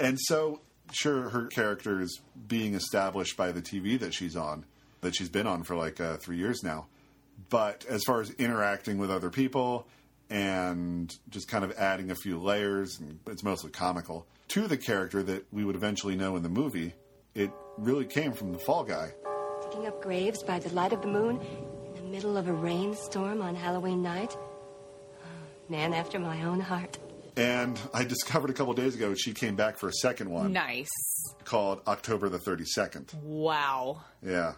Speaker 8: And so, sure, her character is being established by the TV that she's on, that she's been on for like uh, three years now. But as far as interacting with other people and just kind of adding a few layers, and it's mostly comical, to the character that we would eventually know in the movie, it really came from the Fall Guy.
Speaker 14: Digging up graves by the light of the moon in the middle of a rainstorm on Halloween night. Oh, Man after my own heart.
Speaker 8: And I discovered a couple days ago she came back for a second one
Speaker 9: Nice.
Speaker 8: called October the 32nd.
Speaker 9: Wow.
Speaker 8: Yeah.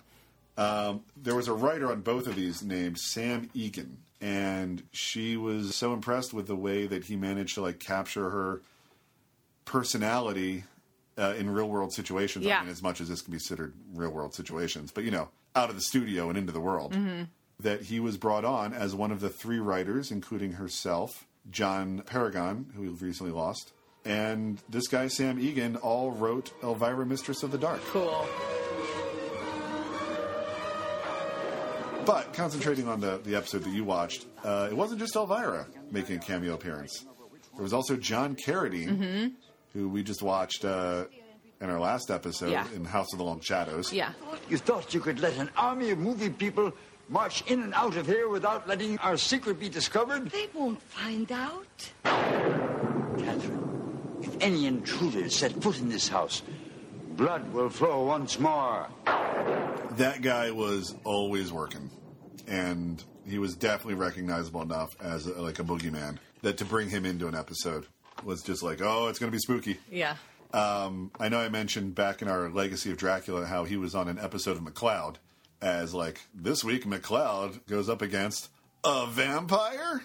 Speaker 8: Um, there was a writer on both of these named Sam Egan, and she was so impressed with the way that he managed to like capture her personality uh, in real world situations.
Speaker 9: Yeah.
Speaker 8: I mean, as much as this can be considered real world situations, but you know, out of the studio and into the world,
Speaker 9: Mhm.
Speaker 8: that he was brought on as one of the three writers, including herself, John Paragon, who we've recently lost, and this guy, Sam Egan, all wrote Elvira, Mistress of the Dark.
Speaker 6: Cool.
Speaker 8: But concentrating on the, the episode that you watched, uh, it wasn't just Elvira making a cameo appearance. There was also John Carradine,
Speaker 9: Mm-hmm.
Speaker 8: who we just watched uh, in our last episode
Speaker 9: Yeah.
Speaker 8: in House of the Long Shadows.
Speaker 9: Yeah.
Speaker 2: You thought you could let an army of movie people march in and out of here without letting our secret be discovered? They won't find out. Catherine, if any intruders set foot in this house, blood will flow once more.
Speaker 8: That guy was always working, and he was definitely recognizable enough as uh like a boogeyman that to bring him into an episode was just like, oh, it's going to be spooky.
Speaker 6: Yeah.
Speaker 8: Um, I know I mentioned back in our Legacy of Dracula how he was on an episode of McLeod as like this week McLeod goes up against a vampire,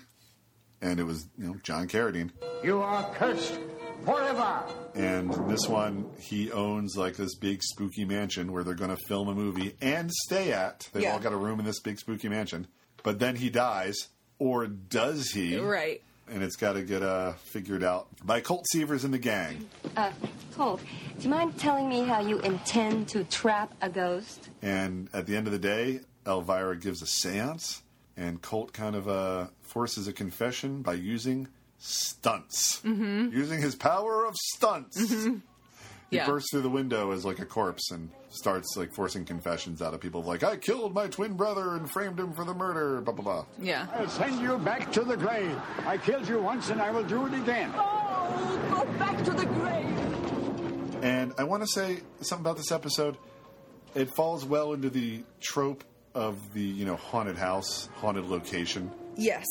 Speaker 8: and it was you know John Carradine.
Speaker 2: You are cursed forever.
Speaker 8: And this one, he owns like this big spooky mansion where they're going to film a movie and stay at. They've
Speaker 6: Yeah.
Speaker 8: all got a room in this big spooky mansion. But then he dies, or does he?
Speaker 6: Right.
Speaker 8: And it's got to get uh, figured out by Colt Seavers and the gang.
Speaker 21: Uh, Colt, do you mind telling me how you intend to trap a ghost?
Speaker 8: And at the end of the day, Elvira gives a seance, and Colt kind of uh, forces a confession by using stunts.
Speaker 3: Mhm.
Speaker 8: Using his power of stunts. He
Speaker 3: Yeah.
Speaker 8: bursts through the window as like a corpse and starts like forcing confessions out of people like, I killed my twin brother and framed him for the murder, blah, blah, blah.
Speaker 6: Yeah.
Speaker 2: I'll send you back to the grave. I killed you once and I will do it again.
Speaker 4: Go back to the grave.
Speaker 8: And I want to say something about this episode. It falls well into the trope of the, you know, haunted house, haunted location.
Speaker 6: Yes.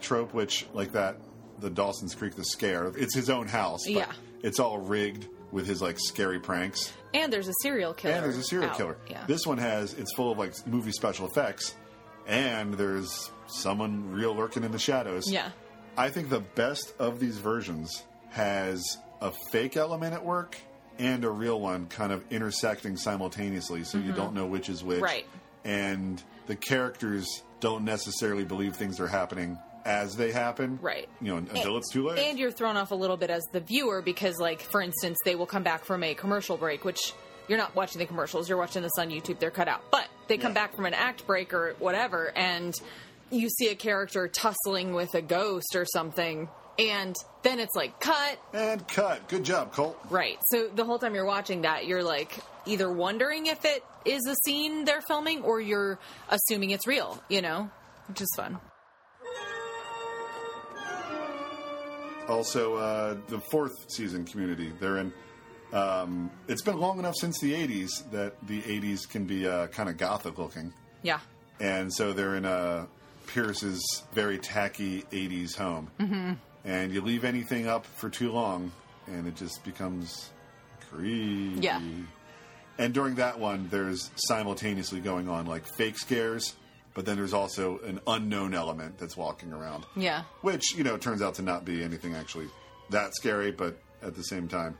Speaker 8: trope, which like that, the Dawson's Creek, the scare. It's his own house. But
Speaker 9: Yeah.
Speaker 8: It's all rigged with his like scary pranks.
Speaker 9: And there's a serial killer.
Speaker 8: and there's a serial
Speaker 9: out.
Speaker 8: killer.
Speaker 9: Yeah.
Speaker 8: This one has it's full of like movie special effects, and there's someone real lurking in the shadows.
Speaker 9: Yeah.
Speaker 8: I think the best of these versions has a fake element at work and a real one kind of intersecting simultaneously, so you
Speaker 9: Mhm.
Speaker 8: don't know which is which.
Speaker 9: Right.
Speaker 8: And the characters don't necessarily believe things are happening as they happen.
Speaker 9: Right.
Speaker 8: You know, until it's too late.
Speaker 9: And you're thrown off a little bit as the viewer because, like, for instance, they will come back from a commercial break, which you're not watching the commercials, you're watching this on YouTube, they're cut out. But they come back from an act break or whatever, and you see a character tussling with a ghost or something, and then it's like, cut.
Speaker 8: And cut. Good job, Colt.
Speaker 9: Right. So the whole time you're watching that, you're like either wondering if it is a scene they're filming or you're assuming it's real, you know? Which is fun.
Speaker 8: also uh, the fourth season community they're in um, it's been long enough since the 80s that the 80s can be uh, kind of gothic looking
Speaker 9: Yeah.
Speaker 8: and so they're in uh, pierce's very tacky 80s home
Speaker 9: Mm-hmm.
Speaker 8: and you leave anything up for too long and it just becomes creepy
Speaker 9: Yeah.
Speaker 8: and during that one there's simultaneously going on like fake scares but then there's also an unknown element that's walking around
Speaker 9: Yeah.
Speaker 8: which you know turns out to not be anything actually that scary but at the same time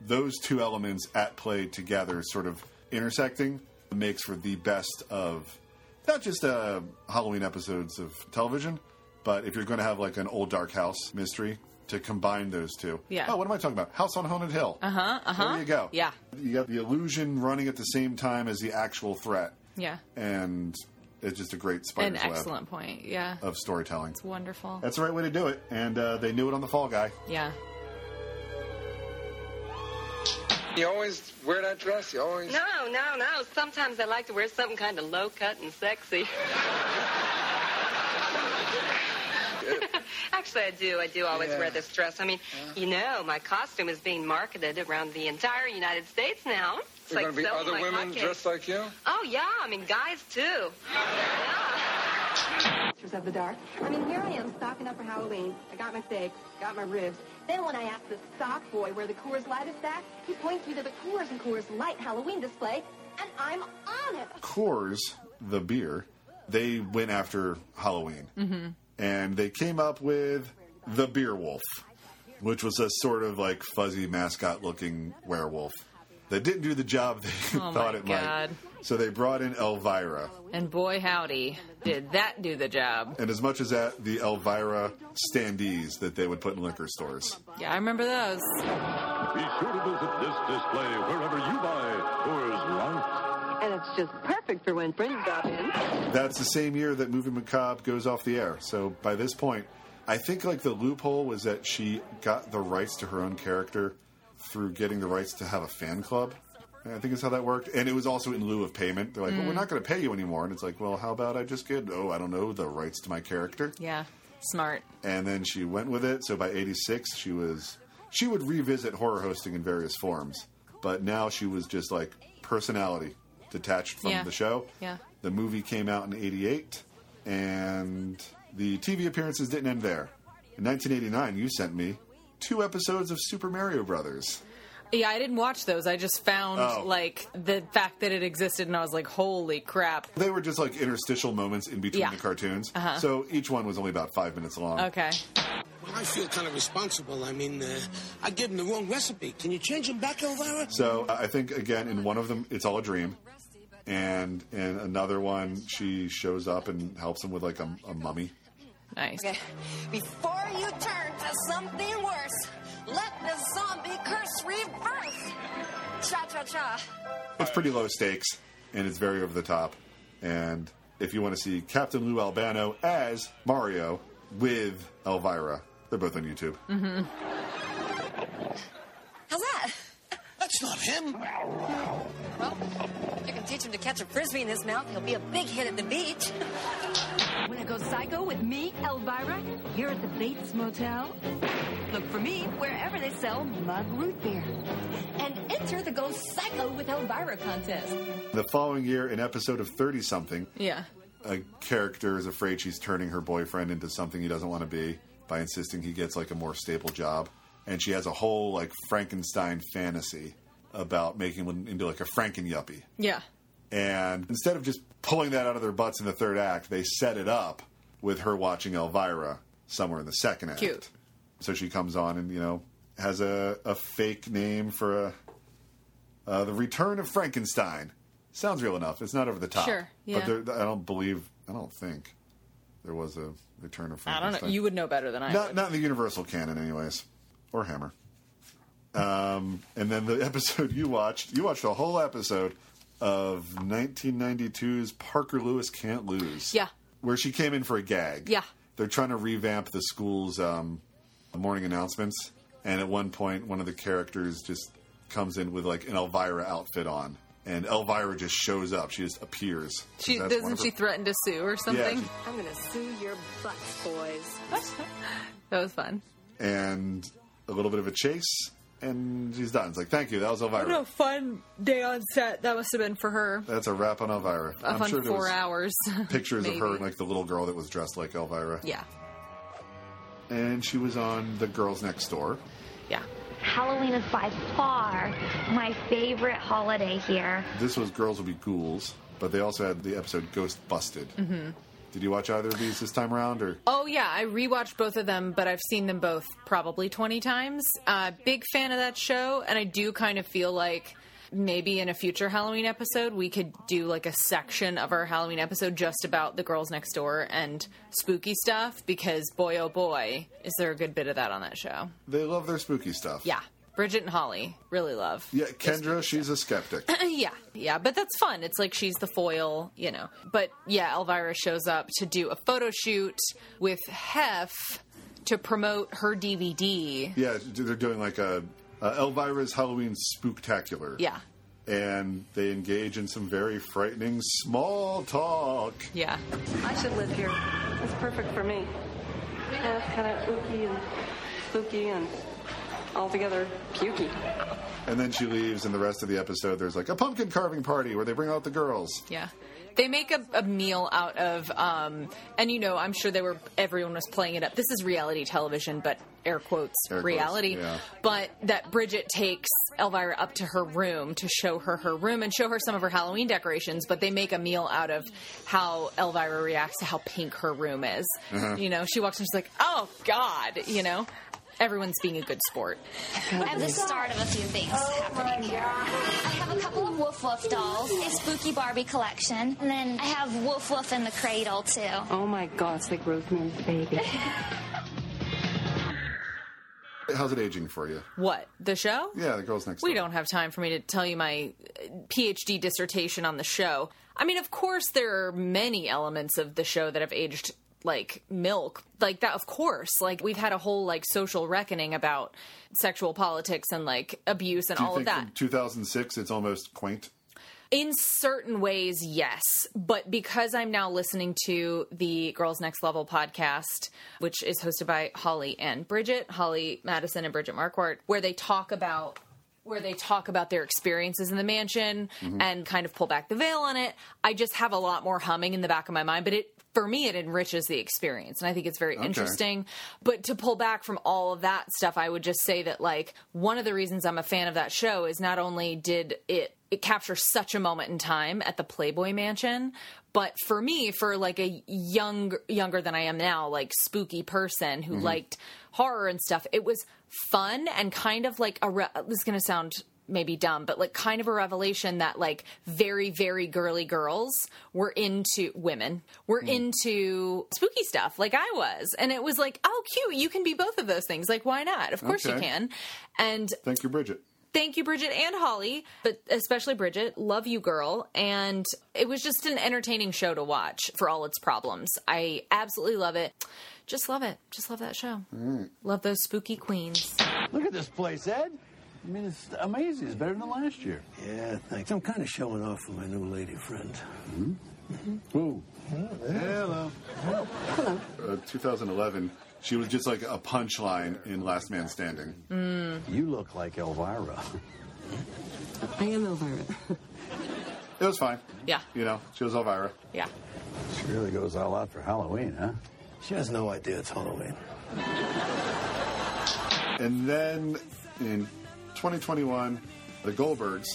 Speaker 8: those two elements at play together sort of intersecting makes for the best of not just uh, halloween episodes of television but if you're going to have like an old dark house mystery to combine those two
Speaker 9: Yeah.
Speaker 8: oh what am i talking about house on haunted hill
Speaker 9: Uh huh. Uh huh.
Speaker 8: there you go
Speaker 9: Yeah.
Speaker 8: you got the illusion running at the same time as the actual threat
Speaker 9: Yeah.
Speaker 8: and it's just a great
Speaker 9: An
Speaker 8: spider's web
Speaker 9: excellent point. Yeah.
Speaker 8: of storytelling
Speaker 9: It's wonderful.
Speaker 8: that's the right way to do it, and uh, they knew it on the Fall Guy.
Speaker 9: yeah.
Speaker 13: You always wear that dress. You always.
Speaker 1: No, no, no. Sometimes I like to wear something kind of low cut and sexy. Actually, I do. I do always
Speaker 13: Yeah. Uh-huh.
Speaker 1: wear this dress. I mean, you know, my costume is being marketed around the entire United States now. It's
Speaker 13: There are
Speaker 1: like
Speaker 13: going to be
Speaker 1: selling
Speaker 13: other
Speaker 1: like
Speaker 13: women
Speaker 1: hotcakes.
Speaker 13: dressed like you.
Speaker 1: Oh yeah, I mean guys too.
Speaker 14: Pictures of the dark. I mean, here I am stocking up for Halloween. I got my steak, got my ribs. Then when I ask the stock boy where the Coors Light is at, he points me to the Coors and Coors Light Halloween display, and I'm on it.
Speaker 8: Coors, the beer, they went after Halloween,
Speaker 4: Mm-hmm.
Speaker 8: and they came up with the Beer Wolf. which was a sort of like fuzzy mascot looking werewolf that didn't do the job they
Speaker 9: Oh,
Speaker 8: thought
Speaker 9: my
Speaker 8: it
Speaker 9: God.
Speaker 8: might. So they brought in Elvira.
Speaker 9: And boy, howdy, did that do the job.
Speaker 8: And as much as that, the Elvira standees that they would put in liquor stores.
Speaker 9: Yeah, I remember those.
Speaker 3: Be sure to visit this display wherever you buy Coors Light.
Speaker 7: And it's just perfect for when friends drop in.
Speaker 8: That's the same year that Movie Macabre goes off the air. So by this point, I think like the loophole was that she got the rights to her own character through getting the rights to have a fan club. I think is how that worked. And it was also in lieu of payment. They're like, well,
Speaker 9: Mm.
Speaker 8: we're not going to pay you anymore. And it's like, well, how about I just get, oh, I don't know, the rights to my character?
Speaker 9: Yeah, smart.
Speaker 8: and then she went with it. So by '86, she was she would revisit horror hosting in various forms, but now she was just like personality detached from
Speaker 9: Yeah.
Speaker 8: the show.
Speaker 9: Yeah.
Speaker 8: The movie came out in '88, and the TV appearances didn't end there. In 1989, you sent me two episodes of Super Mario Brothers.
Speaker 9: Yeah, I didn't watch those. I just found
Speaker 8: Oh.
Speaker 9: like the fact that it existed, and I was like, "Holy crap!"
Speaker 8: They were just like interstitial moments in between
Speaker 9: Yeah.
Speaker 8: the cartoons,
Speaker 9: Uh-huh.
Speaker 8: so each one was only about five minutes long.
Speaker 9: Okay.
Speaker 13: Well, I feel kind of responsible. I mean, uh, I gave him the wrong recipe. Can you change him back, Elvira?
Speaker 8: So uh, I think again in one of them it's all a dream, and in another one she shows up and helps him with like a, a mummy.
Speaker 9: Nice.
Speaker 4: Okay. Before you turn to something worse, let the zombie curse reverse. Cha cha cha.
Speaker 8: It's pretty low stakes and it's very over the top. And if you want to see Captain Lou Albano as Mario with Elvira, they're both on YouTube.
Speaker 4: Mm-hmm. How's that?
Speaker 13: That's not him.
Speaker 4: Well, if you can teach him to catch a frisbee in his mouth, he'll be a big hit at the beach.
Speaker 14: Wanna go psycho with me, Elvira? Here at the Bates Motel? Look for me wherever they sell mug root beer.
Speaker 4: And enter the Go Psycho with Elvira contest.
Speaker 8: The following year, an episode of 30 something,
Speaker 9: Yeah.
Speaker 8: a character is afraid she's turning her boyfriend into something he doesn't want to be by insisting he gets like a more stable job. And she has a whole like Frankenstein fantasy about making him into like a Franken yuppie.
Speaker 9: Yeah.
Speaker 8: And instead of just pulling that out of their butts in the third act, they set it up with her watching Elvira somewhere in the second act.
Speaker 9: Cute.
Speaker 8: So she comes on and, you know, has a, a fake name for a, uh, The Return of Frankenstein. Sounds real enough. It's not over the top.
Speaker 9: Sure, yeah.
Speaker 8: But there, I don't believe, I don't think there was a Return of
Speaker 9: I
Speaker 8: Frankenstein.
Speaker 9: don't know. You would know better than I.
Speaker 8: Not,
Speaker 9: would.
Speaker 8: not in the Universal canon, anyways. Or Hammer. Um, and then the episode you watched, you watched a whole episode of 1992's Parker Lewis Can't Lose.
Speaker 9: Yeah.
Speaker 8: Where she came in for a gag.
Speaker 9: Yeah.
Speaker 8: They're trying to revamp the school's um, morning announcements. And at one point, one of the characters just comes in with like an Elvira outfit on. And Elvira just shows up. She just appears.
Speaker 9: She
Speaker 8: That's one
Speaker 9: doesn't
Speaker 8: of
Speaker 9: she
Speaker 8: her-
Speaker 9: threaten to sue or something?
Speaker 8: she-
Speaker 14: I'm gonna sue your butts, boys.
Speaker 9: that was fun.
Speaker 8: and a little bit of a chase, and she's done. It's like, thank you, that was Elvira.
Speaker 9: What a fun day on set that must have been for her.
Speaker 8: That's a wrap on Elvira.
Speaker 9: A fun
Speaker 8: there
Speaker 9: four
Speaker 8: was
Speaker 9: hours.
Speaker 8: pictures of her
Speaker 9: Maybe.
Speaker 8: and like the little girl that was dressed like Elvira.
Speaker 9: Yeah.
Speaker 8: And she was on The Girls Next Door.
Speaker 9: Yeah.
Speaker 16: Halloween is by far my favorite holiday here.
Speaker 8: This was Girls Will Be Ghouls, but they also had the episode Ghost Busted.
Speaker 9: hmm
Speaker 8: Did you watch either of these this time around or
Speaker 9: Oh yeah, I rewatched both of them, but I've seen them both probably twenty times. Uh, big fan of that show, and I do kind of feel like maybe in a future Halloween episode we could do like a section of our Halloween episode just about the girls next door and spooky stuff because boy oh boy is there a good bit of that on that show.
Speaker 8: they love their spooky stuff.
Speaker 9: Yeah, Bridget and Holly really love.
Speaker 8: Yeah, Kendra, she's a skeptic.
Speaker 9: yeah, yeah, but that's fun. It's like she's the foil, you know. But yeah, Elvira shows up to do a photo shoot with Hef to promote her DVD.
Speaker 8: yeah, they're doing like a uh, Elvira's Halloween Spooktacular.
Speaker 9: Yeah,
Speaker 8: And they engage in some very frightening small talk.
Speaker 9: yeah.
Speaker 7: I should live here. It's perfect for me. And it's kind of ooky and spooky and altogether pukey.
Speaker 8: And then she leaves, and the rest of the episode, there's like a pumpkin carving party where they bring out the girls.
Speaker 9: Yeah. They make a, a meal out of, um, and you know, I'm sure they were, everyone was playing it up. This is reality television, but air quotes,
Speaker 8: Air quotes,
Speaker 9: reality.
Speaker 8: yeah.
Speaker 9: But that Bridget takes Elvira up to her room to show her her room and show her some of her Halloween decorations, but they make a meal out of how Elvira reacts to how pink her room is.
Speaker 4: Uh-huh.
Speaker 9: You know, she walks in, she's like, oh, God, you know? everyone's being a good sport.
Speaker 15: I have the start of a few things happening here. I have a couple of Woof Woof dolls, a spooky Barbie collection, and then I have Woof Woof in the cradle too.
Speaker 7: Oh my God, it's like Rosemary's Baby.
Speaker 8: How's it aging for you?
Speaker 9: What the show?
Speaker 8: Yeah, the girls next.
Speaker 9: We don't have time for me to tell you my uh, PhD dissertation on the show. I mean, of course, there are many elements of the show that have aged like milk. Like that, of course. Like we've had a whole like social reckoning about sexual politics and like abuse and
Speaker 8: Do you
Speaker 9: all
Speaker 8: think
Speaker 9: of that.
Speaker 8: From 2006, it's almost quaint.
Speaker 9: In certain ways, yes. But because I'm now listening to the Girls Next Level podcast, which is hosted by Holly and Bridget, Holly Madison and Bridget Marquardt, where they talk about where they talk about their experiences in the mansion
Speaker 10: Mhm.
Speaker 9: and kind of pull back the veil on it, I just have a lot more humming in the back of my mind, but it for me it enriches the experience and I think it's very
Speaker 10: Okay.
Speaker 9: interesting. But to pull back from all of that stuff, I would just say that like one of the reasons I'm a fan of that show is not only did it it capture such a moment in time at the Playboy Mansion, but for me, for like a young younger than I am now, like spooky person who
Speaker 10: Mhm.
Speaker 9: liked horror and stuff, it was fun and kind of like a. Re- this is gonna sound maybe dumb, but like kind of a revelation that like very very girly girls were into women were into spooky stuff like I was, and it was like oh cute, you can be both of those things. Like why not? Of course you
Speaker 8: Okay.
Speaker 9: can. And
Speaker 8: Thank you, Bridget.
Speaker 9: Thank you, Bridget and Holly, but especially Bridget. Love you, girl. And it was just an entertaining show to watch for all its problems. I absolutely love it. Just love it. Just love that show. Love those spooky queens.
Speaker 22: Look at this place, Ed. I mean, it's amazing. It's better than last year. Yeah, thanks. I'm kind of showing off for my new lady friend. Hmm? Who?
Speaker 8: Mm, Hello. Uh, 2011, she was just like a punchline in Last Man Standing.
Speaker 9: Mm.
Speaker 8: You look like Elvira.
Speaker 7: I am Elvira.
Speaker 8: It was fine.
Speaker 9: Yeah.
Speaker 8: You know, she was Elvira.
Speaker 9: Yeah.
Speaker 22: She really goes all out for Halloween, huh? She has no idea it's Halloween.
Speaker 8: And then in 2021, The Goldbergs,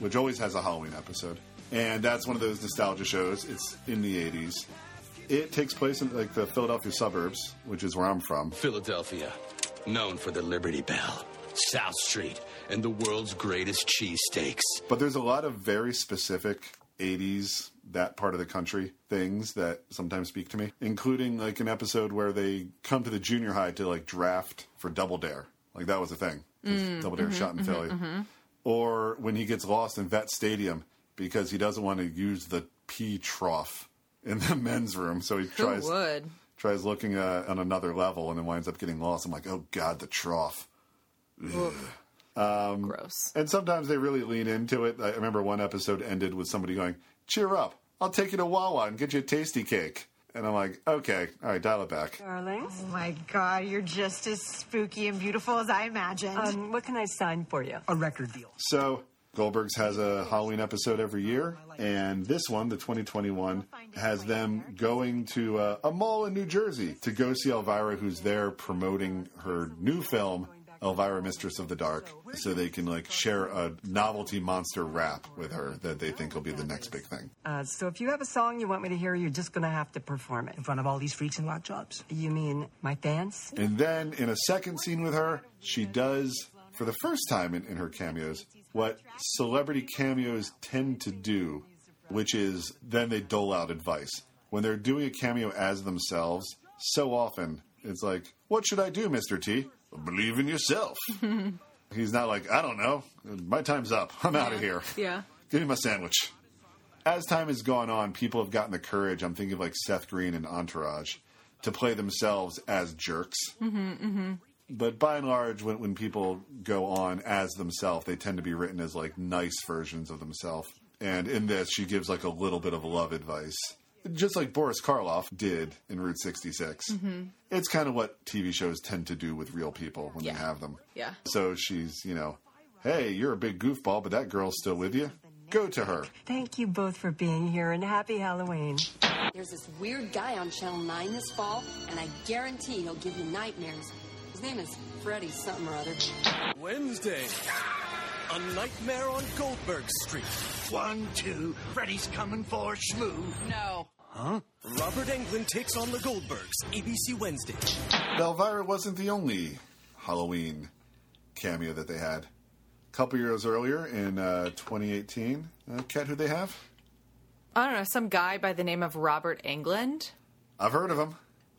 Speaker 8: which always has a Halloween episode, and that's one of those nostalgia shows. It's in the 80s. It takes place in like the Philadelphia suburbs, which is where I'm from.
Speaker 23: Philadelphia, known for the Liberty Bell, South Street, and the world's greatest cheesesteaks.
Speaker 8: But there's a lot of very specific 80s, that part of the country things that sometimes speak to me, including like an episode where they come to the junior high to like draft for Double Dare. Like that was a thing. 'cause
Speaker 22: Mm,
Speaker 8: Double Dare
Speaker 22: mhm,
Speaker 8: shot in
Speaker 22: mhm,
Speaker 9: Mm-hmm,
Speaker 8: Philly.
Speaker 22: mhm.
Speaker 8: Or when he gets lost in Vet Stadium because he doesn't want to use the pee trough in the men's room. So he tries
Speaker 9: would?
Speaker 8: tries looking uh, on another level and then winds up getting lost. I'm like, oh god, the trough. Ugh. Um,
Speaker 9: Gross.
Speaker 8: And sometimes they really lean into it. I remember one episode ended with somebody going, "Cheer up! I'll take you to Wawa and get you a tasty cake." And I'm like, "Okay, all right, dial it back."
Speaker 24: Oh my God, you're just as spooky and beautiful as I imagined.
Speaker 7: Um, what can I sign for you?
Speaker 22: A record deal.
Speaker 8: So Goldberg's has a Halloween episode every year, and this one, the 2021, has them going to uh, a mall in New Jersey to go see Elvira, who's there promoting her new film. Elvira, Mistress of the Dark, so they can like share a novelty monster rap with her that they think will be the next big thing.
Speaker 25: Uh, so if you have a song you want me to hear, you're just going to have to perform it. In front of all these freaks and lock jobs? You mean my fans?
Speaker 8: And then in a second scene with her, she does, for the first time in, in her cameos, what celebrity cameos tend to do, which is then they dole out advice. When they're doing a cameo as themselves, so often it's like, What should I do, Mr. T? Believe in yourself. He's not like, I don't know. My time's up. I'm out of here.
Speaker 9: Yeah.
Speaker 8: Give me my sandwich. As time has gone on, people have gotten the courage. I'm thinking of like Seth Green and Entourage to play themselves as jerks.
Speaker 10: Mm-hmm, mm-hmm.
Speaker 8: But by and large, when, when people go on as themselves, they tend to be written as like nice versions of themselves. And in this, she gives like a little bit of love advice, just like Boris Karloff did in Route 66.
Speaker 10: Mm-hmm.
Speaker 8: It's kind of what TV shows tend to do with real people when they have them.
Speaker 10: Yeah.
Speaker 8: So she's, you know, hey, you're a big goofball, but that girl's still with you. Go to her.
Speaker 25: Thank you both for being here and happy Halloween.
Speaker 14: There's this weird guy on Channel 9 this fall, and I guarantee he'll give you nightmares. His name is Freddy something or other.
Speaker 19: Wednesday, a nightmare on Goldberg Street. One, two, Freddy's coming for Schmoo. No.
Speaker 8: Huh?
Speaker 19: Robert Englund takes on the Goldbergs, ABC Wednesday.
Speaker 8: Elvira wasn't the only Halloween cameo that they had a couple years earlier in uh, 2018. Uh, Cat, who they have?
Speaker 9: I don't know, some guy by the name of Robert England.
Speaker 8: I've heard of him.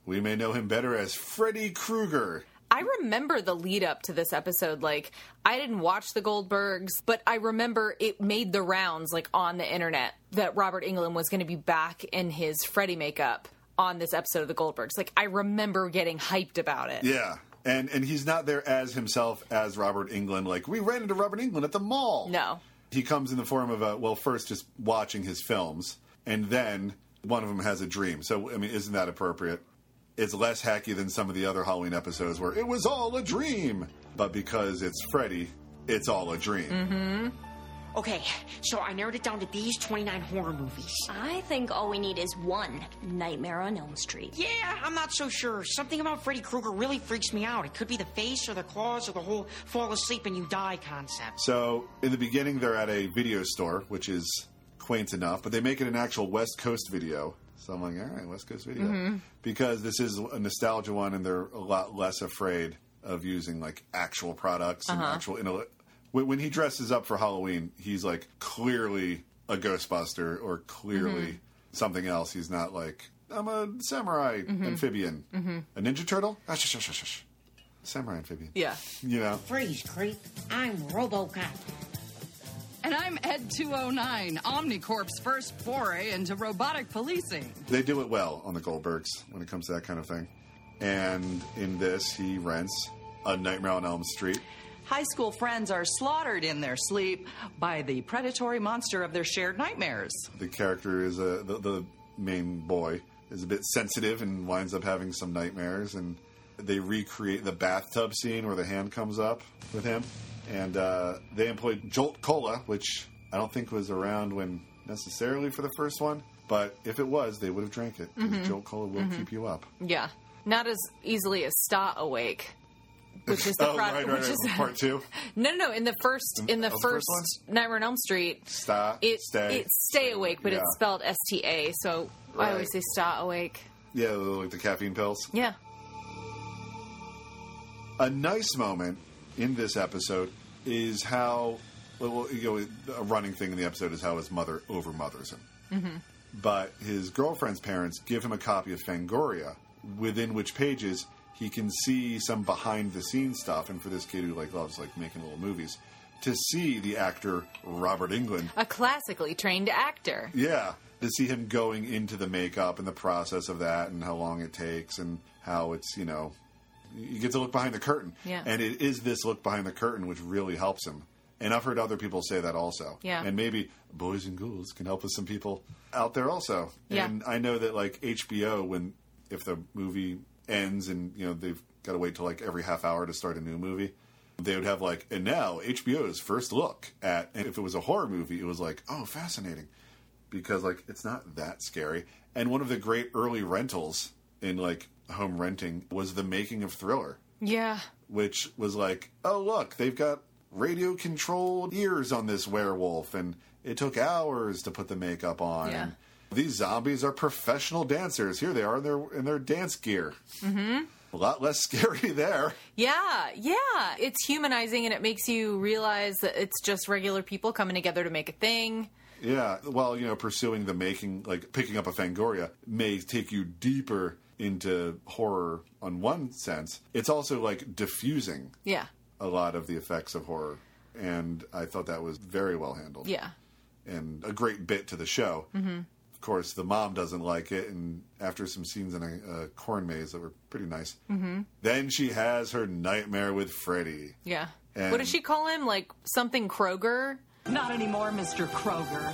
Speaker 8: We may know him better as Freddy Krueger.
Speaker 9: I remember the lead up to this episode. Like, I didn't watch the Goldbergs, but I remember it made the rounds, like, on the internet that Robert England was going to be back in his Freddy makeup on this episode of the Goldbergs. Like, I remember getting hyped about it.
Speaker 8: Yeah. And and he's not there as himself as Robert England. Like we ran into Robert England at the mall.
Speaker 9: No.
Speaker 8: He comes in the form of a well, first just watching his films, and then one of them has a dream. So I mean, isn't that appropriate? It's less hacky than some of the other Halloween episodes where it was all a dream, but because it's Freddy, it's all a dream.
Speaker 5: Mm-hmm. Okay, so I narrowed it down to these 29 horror movies.
Speaker 15: I think all we need is one Nightmare on Elm Street.
Speaker 5: Yeah, I'm not so sure. Something about Freddy Krueger really freaks me out. It could be the face or the claws or the whole fall asleep and you die concept.
Speaker 8: So in the beginning, they're at a video store, which is quaint enough, but they make it an actual West Coast video. So I'm like, all right, West Coast video,
Speaker 3: Mhm.
Speaker 8: because this is a nostalgia one, and they're a lot less afraid of using like actual products and
Speaker 3: Uh-huh.
Speaker 8: actual. Intellect. When, when he dresses up for Halloween, he's like clearly a Ghostbuster or clearly
Speaker 3: Mhm.
Speaker 8: something else. He's not like I'm a samurai
Speaker 3: Mhm.
Speaker 8: amphibian,
Speaker 5: Mm-hmm.
Speaker 8: a ninja turtle. Ah, shush, shush, shush, shush. Samurai amphibian.
Speaker 9: Yeah.
Speaker 8: You know.
Speaker 5: Freeze, creep. I'm Robocop.
Speaker 12: And I'm Ed 209, Omnicorp's first foray into robotic policing.
Speaker 8: they do it well on the Goldbergs when it comes to that kind of thing. And in this, he rents a Nightmare on Elm Street.
Speaker 18: High school friends are slaughtered in their sleep by the predatory monster of their shared nightmares.
Speaker 8: The character is a the, the main boy is a bit sensitive and winds up having some nightmares. And they recreate the bathtub scene where the hand comes up with him. And uh, they employed Jolt Cola, which I don't think was around when necessarily for the first one, but if it was, they would have drank it. 'cause
Speaker 9: Mhm.
Speaker 8: Jolt Cola will
Speaker 9: Mhm.
Speaker 8: keep you up.
Speaker 9: Yeah. Not as easily as Sta Awake. Which is the
Speaker 8: oh,
Speaker 9: product-
Speaker 8: right, right,
Speaker 9: which
Speaker 8: right.
Speaker 9: is-
Speaker 8: part two.
Speaker 9: No, no, no. In the first, in the
Speaker 8: That was the
Speaker 9: first,
Speaker 8: first
Speaker 9: Nightmare on Elm Street,
Speaker 8: Sta,
Speaker 9: it,
Speaker 8: stay.
Speaker 9: it's Stay Awake, but
Speaker 8: Yeah.
Speaker 9: it's spelled S T A. So I always
Speaker 8: Right.
Speaker 9: say Sta Awake.
Speaker 8: Yeah, like the caffeine pills.
Speaker 9: Yeah.
Speaker 8: A nice moment in this episode is how, well, well, you know, a running thing in the episode is how his mother overmothers him.
Speaker 3: Mm-hmm.
Speaker 8: But his girlfriend's parents give him a copy of Fangoria, within which pages he can see some behind the scenes stuff. And for this kid who like loves like making little movies, to see the actor Robert England
Speaker 9: A classically trained actor.
Speaker 8: yeah, to see him going into the makeup and the process of that and how long it takes and how it's, you know, you get to look behind the curtain.
Speaker 3: Yeah.
Speaker 8: And it is this look behind the curtain which really helps him. And I've heard other people say that also.
Speaker 3: Yeah.
Speaker 8: And maybe Boys and Ghouls can help with some people out there also.
Speaker 3: Yeah.
Speaker 8: And I know that like HBO when if the movie ends and you know they've got to wait till like every half hour to start a new movie, they would have like and now HBO's first look at and if it was a horror movie it was like, "Oh, fascinating." because like it's not that scary. And one of the great early rentals in like home renting was the making of Thriller,
Speaker 9: Yeah.
Speaker 8: which was like, oh look, they've got radio controlled ears on this werewolf, and it took hours to put the makeup on.
Speaker 3: Yeah.
Speaker 8: And these zombies are professional dancers. Here they are in their in their dance gear.
Speaker 9: Mm-hmm.
Speaker 8: A lot less scary there.
Speaker 9: Yeah, yeah. It's humanizing and it makes you realize that it's just regular people coming together to make a thing.
Speaker 8: Yeah, well, you know, pursuing the making, like picking up a Fangoria, may take you deeper into horror on one sense. It's also like diffusing
Speaker 9: Yeah.
Speaker 8: a lot of the effects of horror. And I thought that was very well handled
Speaker 9: Yeah.
Speaker 8: and a great bit to the show.
Speaker 9: Mm-hmm.
Speaker 8: Of course, the mom doesn't like it. And after some scenes in a, a corn maze that were pretty nice,
Speaker 9: Mm-hmm.
Speaker 8: then she has her nightmare with Freddy.
Speaker 9: Yeah.
Speaker 8: And-
Speaker 9: what does she call him? Like something Kroger?
Speaker 18: Not anymore, Mr. Kroger.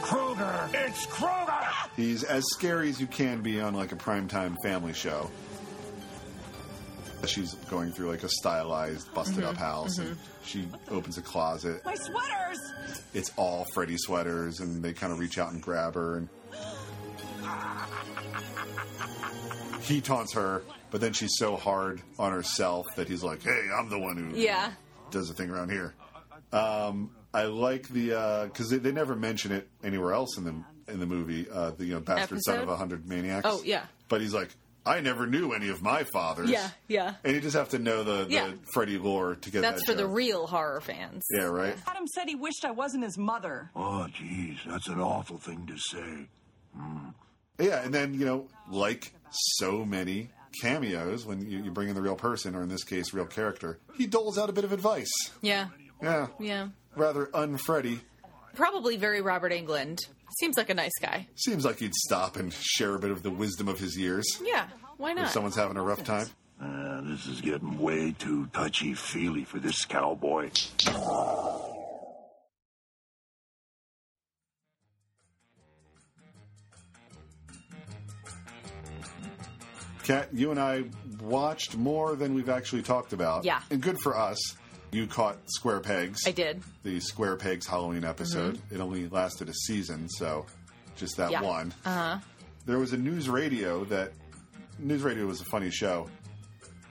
Speaker 8: Kruger! It's Kruger! He's as scary as you can be on like a primetime family show. She's going through like a stylized, busted up
Speaker 18: Mhm,
Speaker 8: house, and
Speaker 18: mhm.
Speaker 8: she opens a closet.
Speaker 18: My sweaters!
Speaker 8: It's all Freddy sweaters, and they kind of reach out and grab her, and he taunts her. But then she's so hard on herself that he's like, "Hey, I'm the one who
Speaker 9: Yeah.
Speaker 8: does the thing around here. Um, I like the because they, they never mention it anywhere else in the in the movie. Uh, the you know bastard son of
Speaker 9: Episode?
Speaker 8: a hundred maniacs.
Speaker 9: Oh, yeah.
Speaker 8: But he's like, I never knew any of my fathers.
Speaker 9: Yeah, yeah.
Speaker 8: And you just have to know the, the
Speaker 9: Yeah.
Speaker 8: Freddy lore to get
Speaker 9: That's
Speaker 8: that
Speaker 9: for the
Speaker 8: joke.
Speaker 9: real horror fans.
Speaker 8: Yeah, right?
Speaker 11: Adam said he wished I wasn't his mother.
Speaker 22: Oh, jeez, that's an awful thing to say. Hmm.
Speaker 8: Yeah, and then, you know, like so many cameos, when you, you bring in the real person, or in this case, real character, he doles out a bit of advice.
Speaker 9: Yeah,
Speaker 8: Yeah.
Speaker 9: yeah.
Speaker 8: Rather unfreddy.
Speaker 9: Probably very Robert England. Seems like a nice guy.
Speaker 8: Seems like he'd stop and share a bit of the wisdom of his years.
Speaker 9: Yeah, why
Speaker 8: If
Speaker 9: not?
Speaker 8: someone's having a rough time.
Speaker 22: Uh, this is getting way too touchy feely for this cowboy.
Speaker 8: Kat, you and I watched more than we've actually talked about.
Speaker 9: Yeah.
Speaker 8: And good for us. You caught Square Pegs.
Speaker 9: I did.
Speaker 8: The Square Pegs Halloween episode. It only lasted a season, so just that
Speaker 9: Mm-hmm. yeah.
Speaker 8: one.
Speaker 9: Uh huh.
Speaker 8: There was a news radio that. News radio was a funny show.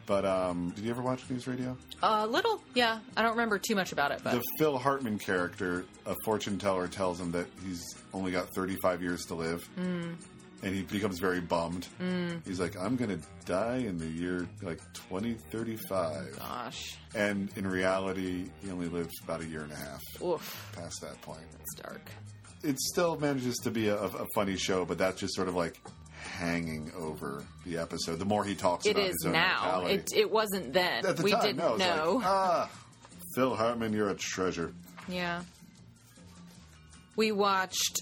Speaker 8: But um, did you ever watch News Radio?
Speaker 9: A little, yeah. I don't remember too much about it, but
Speaker 8: The Phil Hartman character, a fortune teller, tells him that he's only got 35 years to live,
Speaker 9: Mm.
Speaker 8: and he becomes very bummed.
Speaker 9: Mm.
Speaker 8: He's like, I'm going to die in the year like 2035.
Speaker 9: Gosh.
Speaker 8: And in reality, he only lived about a year and a half
Speaker 9: Oof.
Speaker 8: past that point.
Speaker 9: It's dark.
Speaker 8: It still manages to be a, a funny show, but that's just sort of like hanging over the episode. The more he talks
Speaker 9: it
Speaker 8: about
Speaker 9: is
Speaker 8: his own
Speaker 9: now.
Speaker 8: mortality.
Speaker 9: It, it wasn't then.
Speaker 8: At the
Speaker 9: we
Speaker 8: time,
Speaker 9: didn't
Speaker 8: no, it was like,
Speaker 9: know.
Speaker 8: ah, Phil Hartman, you're a treasure.
Speaker 9: Yeah. We watched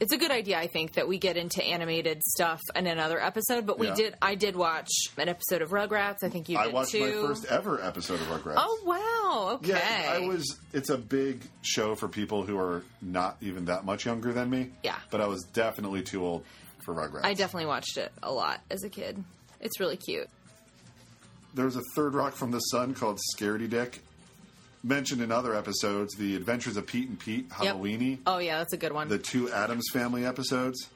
Speaker 9: it's a good idea I think that we get into animated stuff in another episode, but we
Speaker 8: Yeah.
Speaker 9: did I did watch an episode of Rugrats. I think you
Speaker 8: I
Speaker 9: did
Speaker 8: watched
Speaker 9: too.
Speaker 8: my first ever episode of Rugrats.
Speaker 9: Oh wow. Okay.
Speaker 8: Yeah, I was. It's a big show for people who are not even that much younger than me.
Speaker 9: Yeah.
Speaker 8: but I was definitely too old for Rugrats.
Speaker 9: I definitely watched it a lot as a kid. It's really cute.
Speaker 8: There's a third rock from the sun called Scaredy Dick. Mentioned in other episodes, the Adventures of Pete and Pete,
Speaker 9: Yep.
Speaker 8: Halloweeny,
Speaker 9: Oh yeah, that's a good one.
Speaker 8: the two Adams Family episodes.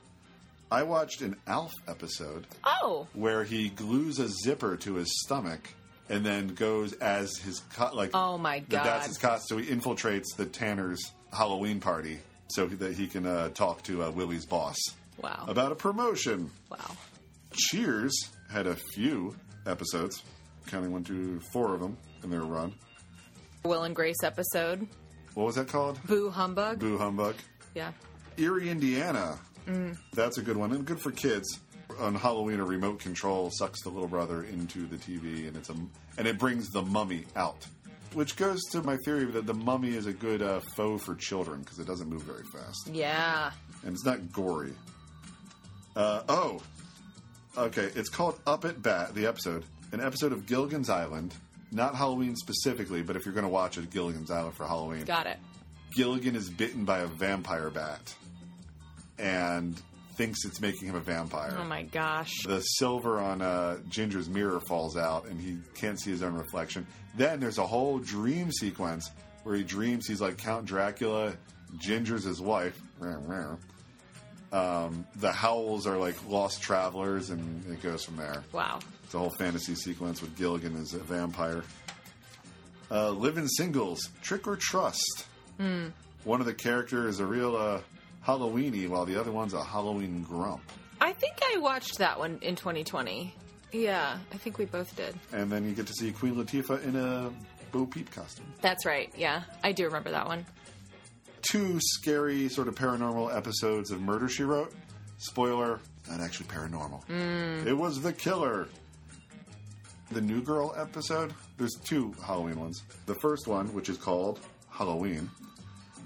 Speaker 8: I watched an Alf episode
Speaker 9: oh.
Speaker 8: where he glues a zipper to his stomach and then goes as his co- like
Speaker 9: Oh my
Speaker 8: that
Speaker 9: god.
Speaker 8: that's his cost. So he infiltrates the Tanner's Halloween party so that he can uh, talk to uh, Willie's boss.
Speaker 9: Wow.
Speaker 8: About a promotion.
Speaker 9: Wow.
Speaker 8: Cheers had a few episodes, counting one, two, four of them in their run.
Speaker 9: Will and Grace episode.
Speaker 8: What was that called?
Speaker 9: Boo humbug.
Speaker 8: Boo Humbug.
Speaker 9: Yeah.
Speaker 8: Erie, Indiana.
Speaker 9: Mm.
Speaker 8: That's a good one, and good for kids. On Halloween, a remote control sucks the little brother into the TV, and it's a and it brings the mummy out, which goes to my theory that the mummy is a good uh, foe for children because it doesn't move very fast
Speaker 9: Yeah.
Speaker 8: and it's not gory. Uh, oh, okay. It's called Up at Bat. The episode, an episode of Gilligan's Island, not Halloween specifically, but if you're going to watch it, Gilligan's Island for Halloween.
Speaker 9: Got it.
Speaker 8: Gilligan is bitten by a vampire bat and thinks it's making him a vampire.
Speaker 9: Oh my gosh.
Speaker 8: The silver on uh, Ginger's mirror falls out and he can't see his own reflection. Then there's a whole dream sequence where he dreams he's like Count Dracula, Ginger's his wife. Rah, rah. Um, the howls are like lost travelers, and it goes from there.
Speaker 9: Wow.
Speaker 8: It's a whole fantasy sequence with Gilligan as a vampire. Uh, Living Singles, Trick or Trust.
Speaker 9: Mm.
Speaker 8: One of the characters is a real uh, Halloweeny, while the other one's a Halloween grump.
Speaker 9: I think I watched that one in 2020. Yeah, I think we both did.
Speaker 8: And then you get to see Queen Latifah in a Bo Peep costume.
Speaker 9: That's right. Yeah, I do remember that one.
Speaker 8: Two scary, sort of paranormal episodes of Murder She Wrote. Spoiler, not actually paranormal.
Speaker 10: Mm.
Speaker 9: mm,
Speaker 8: It was the killer. The New Girl episode. There's two Halloween ones. The first one, which is called Halloween,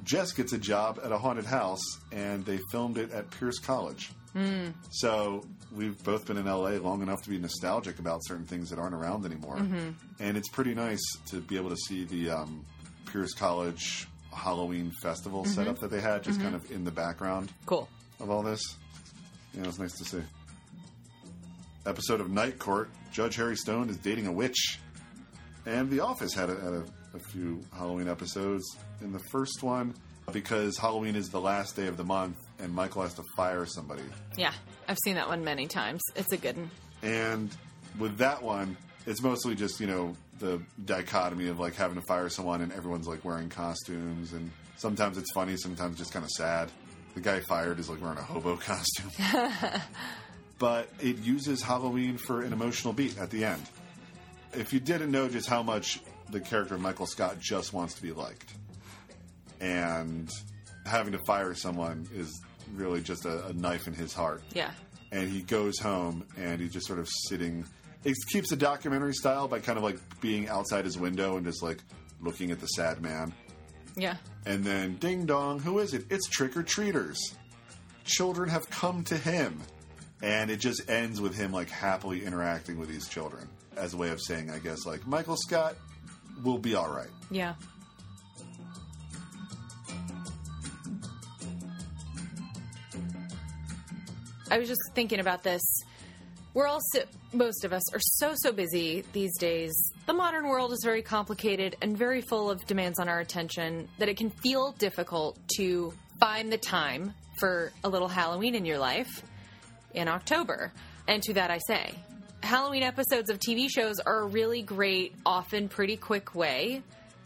Speaker 8: Jess gets a job at a haunted house, and they filmed it at Pierce College.
Speaker 9: Mm.
Speaker 8: So we've both been in LA long enough to be nostalgic about certain things that aren't around anymore,
Speaker 10: Mm-hmm.
Speaker 9: Mhm.
Speaker 8: and it's pretty nice to be able to see the um, Pierce College Halloween festival
Speaker 9: Mhm.
Speaker 8: setup that they had, just
Speaker 9: Mhm.
Speaker 8: kind of in the background.
Speaker 9: Cool.
Speaker 8: Of all this, yeah, it was nice to see. Episode of Night Court: Judge Harry Stone is dating a witch, and The Office had a, had a, a few Halloween episodes. In the first one, because Halloween is the last day of the month, and Michael has to fire somebody.
Speaker 9: Yeah, I've seen that one many times. It's a good one.
Speaker 8: And with that one, it's mostly just, you know, the dichotomy of like having to fire someone and everyone's like wearing costumes. And sometimes it's funny, sometimes just kind of sad. The guy fired is like wearing a hobo costume. but it uses Halloween for an emotional beat at the end. If you didn't know just how much the character of Michael Scott just wants to be liked, and having to fire someone is really just a, a knife in his heart
Speaker 9: Yeah.
Speaker 8: and he goes home and he's just sort of sitting. It keeps the documentary style by kind of like being outside his window and just like looking at the sad man.
Speaker 9: Yeah.
Speaker 8: And then ding dong, who is it? It's trick or treaters. Children have come to him. And it just ends with him like happily interacting with these children as a way of saying, I guess, like, Michael Scott will be all right.
Speaker 9: Yeah. I was just thinking about this. We're all, so, most of us are so, so busy these days. The modern world is very complicated and very full of demands on our attention that it can feel difficult to find the time for a little Halloween in your life in October. And to that I say, Halloween episodes of TV shows are a really great, often pretty quick way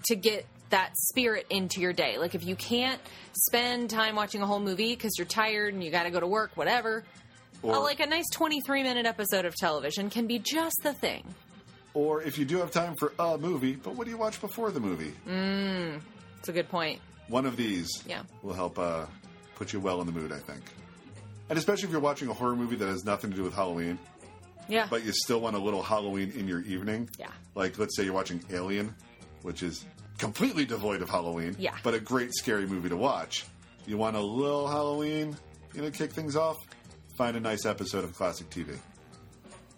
Speaker 9: to get that spirit into your day. Like if you can't spend time watching a whole movie because you're tired and you got to go to work, whatever,
Speaker 8: Or-
Speaker 9: uh, like a nice 23 minute episode of television can be just the thing.
Speaker 8: Or if you do have time for a movie, but what do you watch before the movie?
Speaker 9: Mmm, it's a good point.
Speaker 8: One of these
Speaker 9: Yeah.
Speaker 8: will help uh, put you well in the mood, I think. And especially if you're watching a horror movie that has nothing to do with Halloween,
Speaker 9: Yeah.
Speaker 8: but you still want a little Halloween in your evening.
Speaker 9: Yeah.
Speaker 8: Like, let's say you're watching Alien, which is completely devoid of Halloween,
Speaker 9: Yeah.
Speaker 8: but a great scary movie to watch. You want a little Halloween, you know, kick things off? Find a nice episode of classic TV.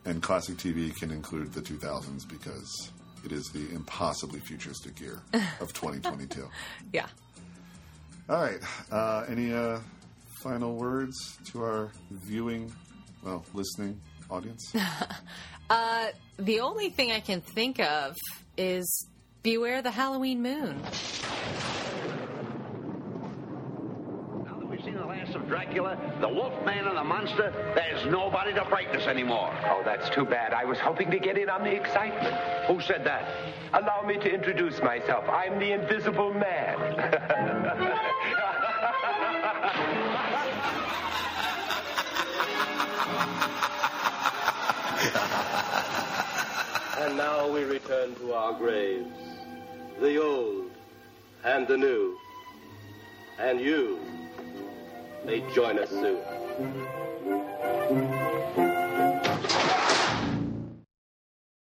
Speaker 8: And classic TV can include the 2000s because it is the impossibly futuristic year of 2022.
Speaker 9: Yeah.
Speaker 8: All right. Uh, any uh, final words to our viewing, well, listening audience?
Speaker 9: Uh, the only thing I can think of is beware the Halloween moon.
Speaker 2: We've seen the last of Dracula, the Wolfman, and the Monster. There's nobody to frighten us anymore.
Speaker 17: Oh, that's too bad. I was hoping to get in on the excitement. Who said that? Allow me to introduce myself. I'm the Invisible Man.
Speaker 10: And now we return to our graves, the old and the new. And you may join us soon.